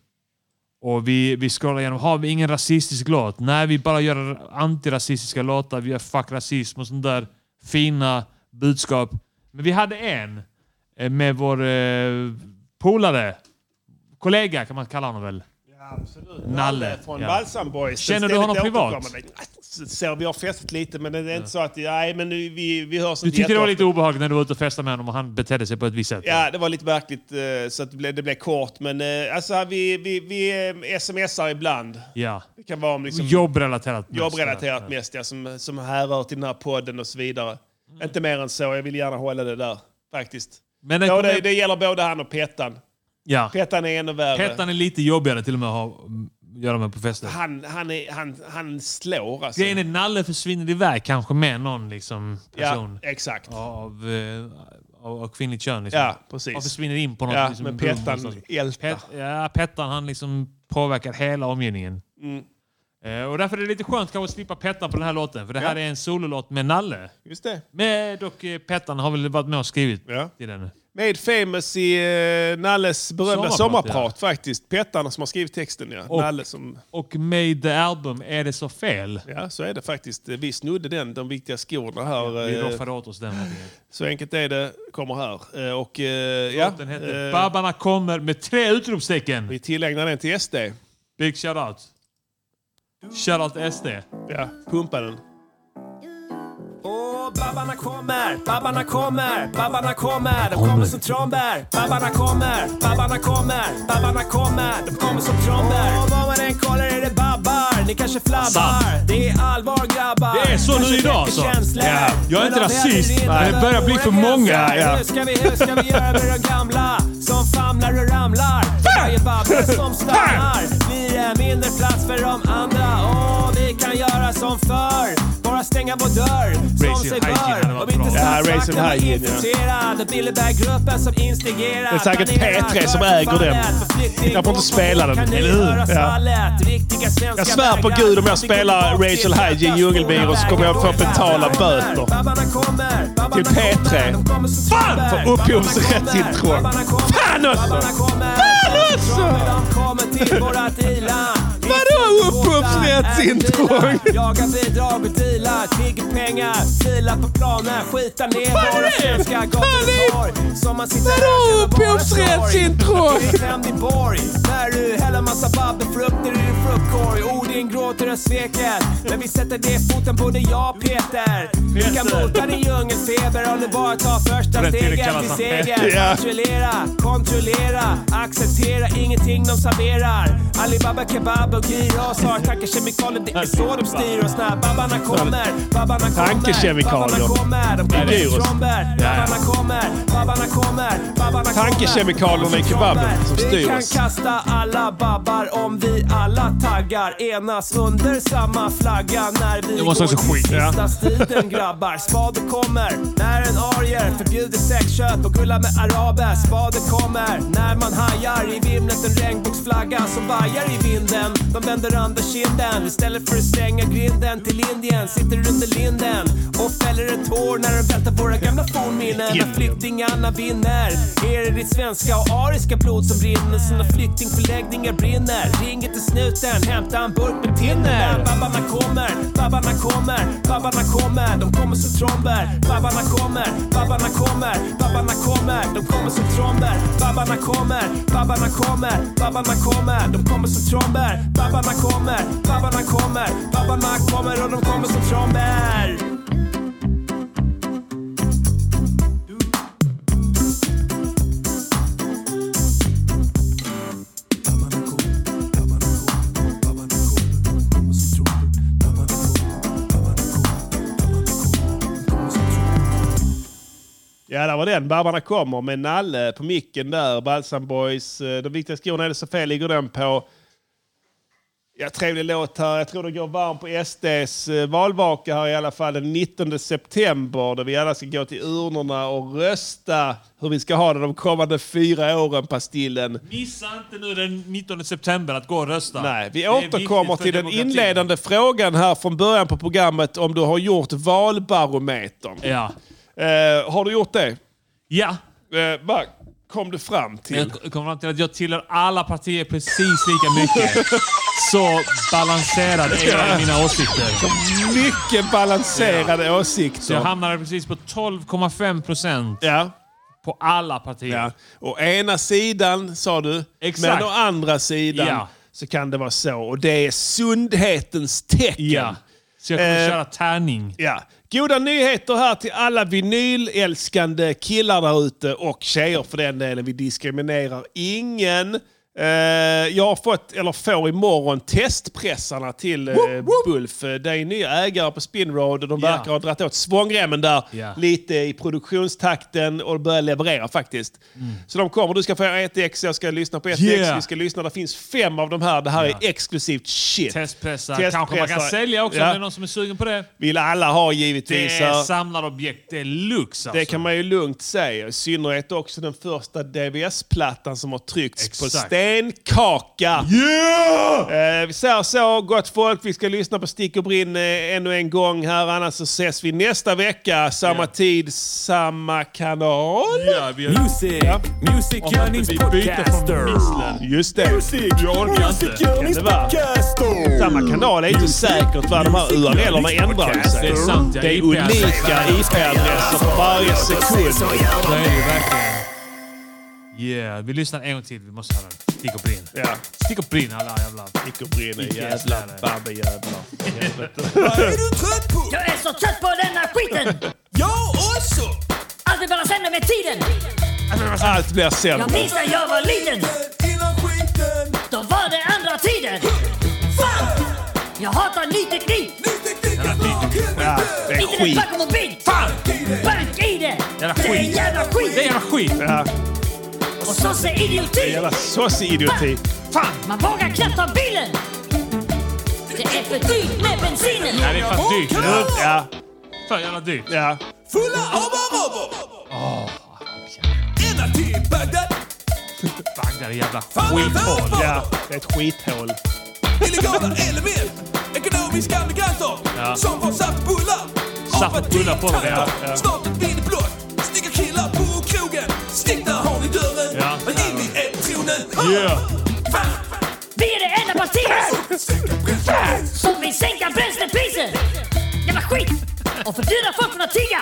[SPEAKER 1] Och vi, vi scrollar igenom. Har vi ingen rasistisk låt? Nej, vi bara gör antirasistiska låtar. Vi gör fuck rasism och sånt där fina budskap. Men vi hade en eh, med vår eh, polare. Kollega kan man kalla honom väl?
[SPEAKER 2] Absolut.
[SPEAKER 1] Nalle.
[SPEAKER 2] från
[SPEAKER 1] Ja.
[SPEAKER 2] Balsam Boys.
[SPEAKER 1] Känner du
[SPEAKER 2] Ständigt
[SPEAKER 1] honom privat?
[SPEAKER 2] återkommande. Ah, Ser vi har festat lite, men det är inte så att... Nej, men nu, vi, vi hörs
[SPEAKER 1] Du
[SPEAKER 2] inte
[SPEAKER 1] tyckte det var
[SPEAKER 2] jätteofta.
[SPEAKER 1] lite obehagligt när du var ute och festade med honom och han betedde sig på ett visst sätt?
[SPEAKER 2] Ja, det var lite märkligt eh, så att det blev, det blev kort. Men eh, alltså, vi, vi, vi eh, smsar ibland.
[SPEAKER 1] Ja.
[SPEAKER 2] Det kan vara om liksom,
[SPEAKER 1] Jobbrelaterat. mest.
[SPEAKER 2] jobbrelaterat mest, ja, som, som härrör till den här podden och så vidare.
[SPEAKER 1] Mm.
[SPEAKER 2] Inte mer än så. Jag vill gärna hålla det där, faktiskt.
[SPEAKER 1] Men
[SPEAKER 2] Men
[SPEAKER 1] den
[SPEAKER 2] det,
[SPEAKER 1] kommer-
[SPEAKER 2] det, gäller både han och Pettan.
[SPEAKER 1] Ja.
[SPEAKER 2] Pettan är ännu värre.
[SPEAKER 1] Hettan är lite jobbigare till och med att ha, göra med på fester.
[SPEAKER 2] Han, han, är, han, han slår alltså.
[SPEAKER 1] Grejen är Nalle försvinner iväg kanske med någon liksom, person.
[SPEAKER 2] Ja, exakt.
[SPEAKER 1] Av, eh, av, av kvinnligt kön. Liksom.
[SPEAKER 2] Ja, precis.
[SPEAKER 1] Han försvinner in på något.
[SPEAKER 2] Ja,
[SPEAKER 1] liksom,
[SPEAKER 2] men
[SPEAKER 1] brum
[SPEAKER 2] Pettan
[SPEAKER 1] någonstans.
[SPEAKER 2] ältar.
[SPEAKER 1] Pet, ja, Pettan han liksom påverkar hela omgivningen.
[SPEAKER 2] Mm.
[SPEAKER 1] Eh, och därför är det lite skönt kanske att slippa Pettan på den här låten. För det här
[SPEAKER 2] Ja.
[SPEAKER 1] är en sololåt med Nalle.
[SPEAKER 2] Just det.
[SPEAKER 1] Med dock eh, Pettan har väl varit med och skrivit till den.
[SPEAKER 2] Made famous i eh, Nalles berömda
[SPEAKER 1] Sommarprat,
[SPEAKER 2] sommarprat, faktiskt. Pettan som har skrivit texten, ja.
[SPEAKER 1] Och-
[SPEAKER 2] Nalle som...
[SPEAKER 1] Och Made the Album, är det så fel?
[SPEAKER 2] Ja, så är det faktiskt. Vi snodde den, de viktiga skorna här.
[SPEAKER 1] Vi
[SPEAKER 2] eh,
[SPEAKER 1] roffade åt oss den.
[SPEAKER 2] Så enkelt är det. Kommer här. Eh, Och, eh, ja,
[SPEAKER 1] Den hette
[SPEAKER 2] eh,
[SPEAKER 1] Babbarna kommer med tre utropstecken.
[SPEAKER 2] Vi tillägnar den till SD.
[SPEAKER 1] Big shout-out. Shoutout SD.
[SPEAKER 2] Ja, pumpa den.
[SPEAKER 5] Och babbarna kommer, babbarna kommer, babbarna kommer. De kommer som trombär. Babbarna kommer, babbarna kommer, babbarna kommer. De kommer som trombär. Och vad man än kollar är det babbar. Ni kanske flabbar.
[SPEAKER 1] Sant.
[SPEAKER 5] Det är allvar grabbar.
[SPEAKER 1] Alltså. Det är så
[SPEAKER 5] Kanske
[SPEAKER 1] nu idag,
[SPEAKER 5] väcker
[SPEAKER 1] alltså.
[SPEAKER 5] känslor.
[SPEAKER 1] Ja. Jag är inte
[SPEAKER 5] Men de väder
[SPEAKER 1] rasist,
[SPEAKER 5] in
[SPEAKER 1] men det
[SPEAKER 5] över
[SPEAKER 1] börjar bli för
[SPEAKER 5] våra gränser.
[SPEAKER 1] många, ja.
[SPEAKER 5] Hur ska vi, hur ska vi göra med de gamla som famlar och ramlar? Varje babbel som stannar blir en mindre plats för de andra. Och vi kan göra som förr, bara stänga vår dörr som
[SPEAKER 2] Raise
[SPEAKER 5] sig
[SPEAKER 2] your hygiene hade
[SPEAKER 5] bör.
[SPEAKER 2] varit
[SPEAKER 5] Om inte
[SPEAKER 2] bra. Ja, raise
[SPEAKER 5] statsmakten
[SPEAKER 2] your
[SPEAKER 5] var
[SPEAKER 2] hygiene, ja.
[SPEAKER 5] infiltrerad och Bilderberggruppen som instigerar.
[SPEAKER 2] Det är säkert
[SPEAKER 5] planerar
[SPEAKER 2] P3 som
[SPEAKER 5] för
[SPEAKER 2] äger den.
[SPEAKER 5] förfallet. Förflyttning
[SPEAKER 2] Jag får inte spela den,
[SPEAKER 5] kan ni
[SPEAKER 2] eller hur?
[SPEAKER 5] höra
[SPEAKER 2] Ja.
[SPEAKER 5] svallet? Riktiga svenska
[SPEAKER 2] Jag svär på
[SPEAKER 5] vägar.
[SPEAKER 2] gud om jag spelar Rachel Hygiene Djungelvirus så kommer jag få betala böter. Till P3. Fan för upphovsrättsintrång! Fan också! Fan också!
[SPEAKER 5] Vadå upphovsrättsintrång? Jaga bidrag och deala, tigger pengar, fila på planer, skita ner
[SPEAKER 12] Vad är
[SPEAKER 5] våra
[SPEAKER 12] det?
[SPEAKER 5] svenska
[SPEAKER 12] Vad är
[SPEAKER 5] gator som man sitter
[SPEAKER 12] Vadå
[SPEAKER 5] här och bara
[SPEAKER 12] upphovsrättsintrång?
[SPEAKER 5] sorg. Ring hem din borg, när du häller massa babbelfrukt ner i din fruktkorg. Orden gråter och sveket, men vi sätter det foten både jag och Peter. Vi kan
[SPEAKER 12] Peter.
[SPEAKER 5] bota din djungelfeber om du bara tar första
[SPEAKER 12] På den tiden
[SPEAKER 5] steget
[SPEAKER 12] kallas
[SPEAKER 5] till
[SPEAKER 12] han
[SPEAKER 5] seger.
[SPEAKER 12] Peter. Ja.
[SPEAKER 5] Kontrollera, kontrollera, acceptera ingenting de serverar. Alibaba kebab och gyros har tankekemikalier, det är så de styr oss när babbarna kommer. Babbarna kommer,
[SPEAKER 2] Tankekemikalier.
[SPEAKER 5] babbarna kommer. De
[SPEAKER 2] Det är
[SPEAKER 5] kommer
[SPEAKER 2] gyros.
[SPEAKER 5] som tromber.
[SPEAKER 2] Ja, ja.
[SPEAKER 5] Babbarna kommer, babbarna kommer, babbarna kommer.
[SPEAKER 2] Tankekemikalier i kebaben som
[SPEAKER 5] Vi
[SPEAKER 2] styr
[SPEAKER 5] kan
[SPEAKER 2] oss.
[SPEAKER 5] kasta alla babbar om vi alla taggar. Enas under samma flagga när vi
[SPEAKER 1] Det måste också
[SPEAKER 5] går till
[SPEAKER 1] skit, ja.
[SPEAKER 5] sista striden grabbar. Spader kommer när en arier förbjuder sexköp och gulla med araber. Spader kommer när man hajar i vimlet en regnbågsflagga som vajar i vinden. De vänder andra kinden istället för att stänga grinden till Indien. Sitter under linden och fäller ett tår när de vältar våra gamla fornminnen. När flyktingarna vinner är det ditt svenska och ariska blod som brinner. Så när flyktingförläggningar brinner ringer till snuten, hämta en burk med tinner. När Babbarna kommer, babbarna kommer, babbarna kommer. De kommer som tromber. Babbarna kommer, babbarna kommer, babbarna kommer. De kommer som tromber. Babbarna kommer, babbarna kommer, babbarna kommer. De kommer som tromber. Babbarna kommer, babbarna kommer, babbarna kommer och de kommer som tromber.
[SPEAKER 2] Ja, där var den. Babbarna kommer med Nalle på micken där. Balsam Boys. Eh, De viktiga skorna är det så fel ligger den på. Ja, trevlig låt här. Jag tror det går varm på SDs eh, valvaka här i alla fall den 19 september där vi alla ska gå till urnorna och rösta hur vi ska ha det de kommande fyra åren, Pastillen.
[SPEAKER 5] Missa inte nu den 19 september att gå och rösta.
[SPEAKER 2] Nej,
[SPEAKER 5] Det
[SPEAKER 2] vi
[SPEAKER 5] är
[SPEAKER 2] återkommer
[SPEAKER 5] viktigt för
[SPEAKER 2] till den
[SPEAKER 5] demokratin.
[SPEAKER 2] inledande frågan här från början på programmet om du har gjort valbarometern.
[SPEAKER 5] Ja.
[SPEAKER 2] Eh, har du gjort det?
[SPEAKER 5] Ja.
[SPEAKER 2] Eh, vad kom du fram till?
[SPEAKER 5] Jag kom fram till att jag tillhör alla partier precis lika
[SPEAKER 2] *laughs*
[SPEAKER 5] mycket. Så balanserad är jag i mina åsikter.
[SPEAKER 2] Mycket balanserade åsikter.
[SPEAKER 5] Så jag hamnade precis på 12,5 procent på alla partier.
[SPEAKER 2] Ja. Å ena sidan sa du,
[SPEAKER 5] Exakt.
[SPEAKER 2] men å andra sidan
[SPEAKER 5] Ja.
[SPEAKER 2] så kan det vara så. Och det är sundhetens tecken.
[SPEAKER 5] Ja. Så jag kommer
[SPEAKER 2] Eh,
[SPEAKER 5] köra tärning.
[SPEAKER 2] Ja. Goda nyheter här till alla vinylälskande killar där ute och tjejer för den delen. Vi diskriminerar ingen. Eh, jag har fått, eller får imorgon, testpressarna till eh, Bulf. Eh, Det är nya ägare på Spinroad och de
[SPEAKER 5] Ja.
[SPEAKER 2] verkar ha dragit åt svångremmen där
[SPEAKER 5] Ja.
[SPEAKER 2] lite i produktionstakten och börjar leverera faktiskt. Så de kommer, du ska få ett ex, jag ska lyssna på ett ex,
[SPEAKER 5] Mm. Yeah.
[SPEAKER 2] vi ska lyssna. Det finns fem av de här, det här är exklusivt shit.
[SPEAKER 5] Testpressar. Kanske man kan sälja också om det är någon som är sugen på det.
[SPEAKER 2] Vill alla ha givetvis.
[SPEAKER 5] Det är
[SPEAKER 2] här.
[SPEAKER 5] samlarobjekt. Det är lux alltså.
[SPEAKER 2] Det kan man ju lugnt säga. I synnerhet också den första DVS-plattan som har tryckts på
[SPEAKER 5] Exakt.
[SPEAKER 2] stenkaka. Yeah! Eh, vi säger så, gott folk. Vi ska lyssna på Stick och Brinn eh, ännu en gång här. Annars så ses vi nästa vecka. Samma tid, samma kanal.
[SPEAKER 5] Ja, vi har-
[SPEAKER 2] Music, ja. music Just det. Music,
[SPEAKER 6] Music Yearnings Podcaster.
[SPEAKER 2] Samma kanal är inte säkert vad de här URL-erna ändrar ju sig.
[SPEAKER 6] Det är sant, ja.
[SPEAKER 2] Det är unika IP-adresser för varje sekund.
[SPEAKER 5] Det är ju verkligen. Yeah, vi lyssnar en gång till. Vi måste höra den. Stick och brinn.
[SPEAKER 2] Ja.
[SPEAKER 5] Stick och brinn alla jävla...
[SPEAKER 2] Stick och brinn
[SPEAKER 5] är
[SPEAKER 2] jävla babbejävlar.
[SPEAKER 5] Helvete.
[SPEAKER 8] Jag är så trött på denna skiten! Jag också! Allt blir bara sämre med tiden!
[SPEAKER 2] Allt blir sämre.
[SPEAKER 8] Jag minns när jag var liten! Då var det andra tiden! Fan! Jag hatar ny teknik!
[SPEAKER 2] Ja, det är
[SPEAKER 8] Inte den
[SPEAKER 2] skit.
[SPEAKER 8] bakom mobil! Fan! Bank i det!
[SPEAKER 2] Jävla
[SPEAKER 8] Det är
[SPEAKER 2] skit.
[SPEAKER 8] jävla skit!
[SPEAKER 5] Det är jävla skit!
[SPEAKER 2] Ja,
[SPEAKER 8] Och så ser
[SPEAKER 2] det är
[SPEAKER 8] idioti!
[SPEAKER 2] jävla sosse-idioti.
[SPEAKER 8] Fan! Man vågar knappt ta bilen! Det är för dyrt med bensinen!
[SPEAKER 5] Nej, det är fan dyrt.
[SPEAKER 2] Ja.
[SPEAKER 5] För jävla dyrt.
[SPEAKER 2] Ja.
[SPEAKER 3] Fulla av araber! Ända till Bagdad!
[SPEAKER 5] Bagdad är jävla
[SPEAKER 3] Fan,
[SPEAKER 5] skithål.
[SPEAKER 3] fan.
[SPEAKER 2] Ja, det är ett skithål.
[SPEAKER 3] Illegala element! Ekonomiska migranter!
[SPEAKER 2] Ja.
[SPEAKER 3] Som får saftbullar!
[SPEAKER 2] Saftbullar på dem, ja, ja.
[SPEAKER 3] Snart ett vin i blått! Snygga killar på krogen! Stick där har ni dörren!
[SPEAKER 2] Ja.
[SPEAKER 3] Men in i är tronen!
[SPEAKER 2] Yeah.
[SPEAKER 8] Vi är det enda partiet som vill sänka bränslepriset! Jävla skit! Och förbjuda folk från att tigga!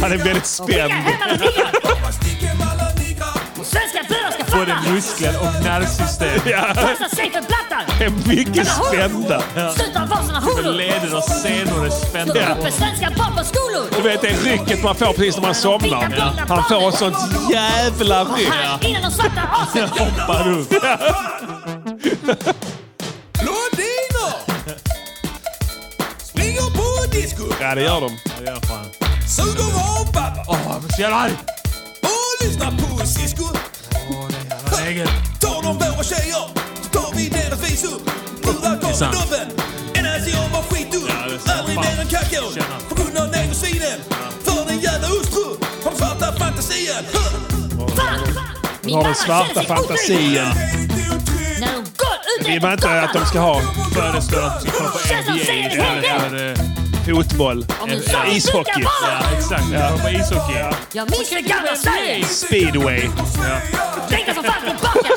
[SPEAKER 2] Han är väldigt
[SPEAKER 8] Och skicka
[SPEAKER 2] spänd.
[SPEAKER 8] hem alla niggar! Och svenska bröder ska
[SPEAKER 5] Både
[SPEAKER 8] fatta!
[SPEAKER 5] muskler och nervsystem.
[SPEAKER 8] Passa sig för blattar!
[SPEAKER 2] Är mycket spända.
[SPEAKER 8] Sluta vara såna horor!
[SPEAKER 5] Leder och senor är
[SPEAKER 8] Stå
[SPEAKER 5] spända.
[SPEAKER 8] upp för svenska barn på skolor!
[SPEAKER 2] Och vet det rycket man får precis när man somnar? Han får ett sånt jävla ryck.
[SPEAKER 8] Här innan de svarta asen!
[SPEAKER 2] Hoppar upp.
[SPEAKER 3] Blondiner! Springer på disco!
[SPEAKER 2] Ja, det gör de.
[SPEAKER 5] Ja, fan.
[SPEAKER 3] Suger av pappa!
[SPEAKER 5] Åh, jag blir så jävla arg!
[SPEAKER 3] Och lyssnar på Cisco!
[SPEAKER 5] Jävla läget.
[SPEAKER 3] Tar de våra tjejer, så tar vi deras visum. Lurar
[SPEAKER 5] Det är sant.
[SPEAKER 3] kondomen, enas i om vad skit du.
[SPEAKER 5] Ja, det är sant.
[SPEAKER 3] Aldrig
[SPEAKER 5] Fan.
[SPEAKER 3] mer än kakon,
[SPEAKER 5] Tjena.
[SPEAKER 3] på grund av negersvinen. För den jävla hustru, har den svarta fantasien.
[SPEAKER 8] Fan! Min
[SPEAKER 2] har den
[SPEAKER 8] mamma
[SPEAKER 2] svarta
[SPEAKER 8] känner sig
[SPEAKER 2] fantasin.
[SPEAKER 8] otrygg När hon går ut
[SPEAKER 2] Vill man inte att de ska ha
[SPEAKER 5] Föreslår att vi ska kolla på NBA istället för... eh,
[SPEAKER 2] fotboll?
[SPEAKER 8] Om du sa det
[SPEAKER 2] Ishockey.
[SPEAKER 8] brukar vara.
[SPEAKER 5] Ja, exakt. Vi ska kolla på ishockey.
[SPEAKER 8] Jag minns det gamla Sverige!
[SPEAKER 2] Speedway.
[SPEAKER 8] Tänka som fan tillbaka!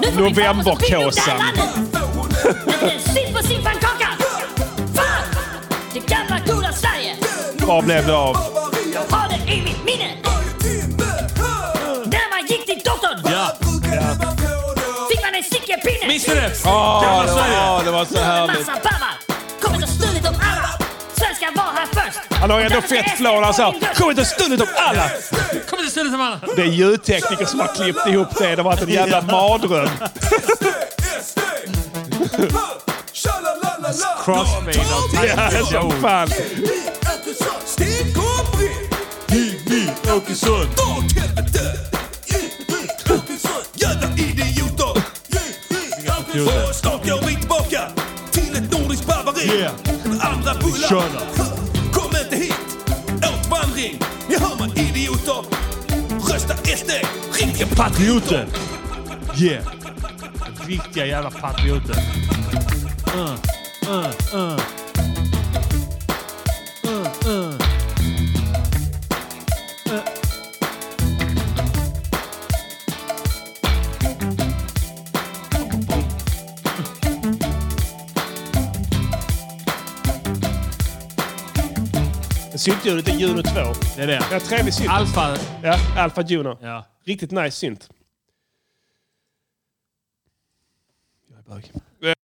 [SPEAKER 8] Nu får min pappa som byggde upp det här
[SPEAKER 2] Novemberkåsan.
[SPEAKER 8] landet. När den sitter på sin pannkaka! Fan! Det gamla goda Sverige!
[SPEAKER 2] Vad blev det av?
[SPEAKER 8] Jag har det i mitt minne! När man gick till doktorn
[SPEAKER 5] Ja.
[SPEAKER 8] fick man en slickepinne!
[SPEAKER 5] Minns du det?
[SPEAKER 2] Åh, det,
[SPEAKER 5] Gamla Sverige.
[SPEAKER 2] var- det var så härligt.
[SPEAKER 8] Massa babbar! Kommer att stulit om alla! Svenskar var här först!
[SPEAKER 2] Han har ändå fett flår. Han sa “Kom inte och stulit upp alla!”
[SPEAKER 5] Kom till stället som alla.
[SPEAKER 2] Det är ljudtekniker som har klippt ihop det. Det har varit en jävla mardröm.
[SPEAKER 5] Crossfade av
[SPEAKER 2] Ja,
[SPEAKER 5] Tack
[SPEAKER 2] som fan.
[SPEAKER 3] Stig och Britt!
[SPEAKER 5] Joe. Åkesson.
[SPEAKER 3] Dra åt helvete! Jävla idioter! Yeah. Andra
[SPEAKER 2] Kör
[SPEAKER 3] bullar.
[SPEAKER 2] då.
[SPEAKER 3] Kom inte hit. Återvandring. Ni hör mig idioter. Rösta SD. Riktiga
[SPEAKER 2] Patrioter! Yeah!
[SPEAKER 5] Riktiga jävla patrioter. Uh, uh, uh. Uh, uh.
[SPEAKER 2] Syntljudet är Juno 2.
[SPEAKER 5] Det är det.
[SPEAKER 2] Ja, trevlig synt.
[SPEAKER 5] Alfa.
[SPEAKER 2] Ja, Alfa Juno.
[SPEAKER 5] Ja.
[SPEAKER 2] Riktigt nice synt. Jag är bög.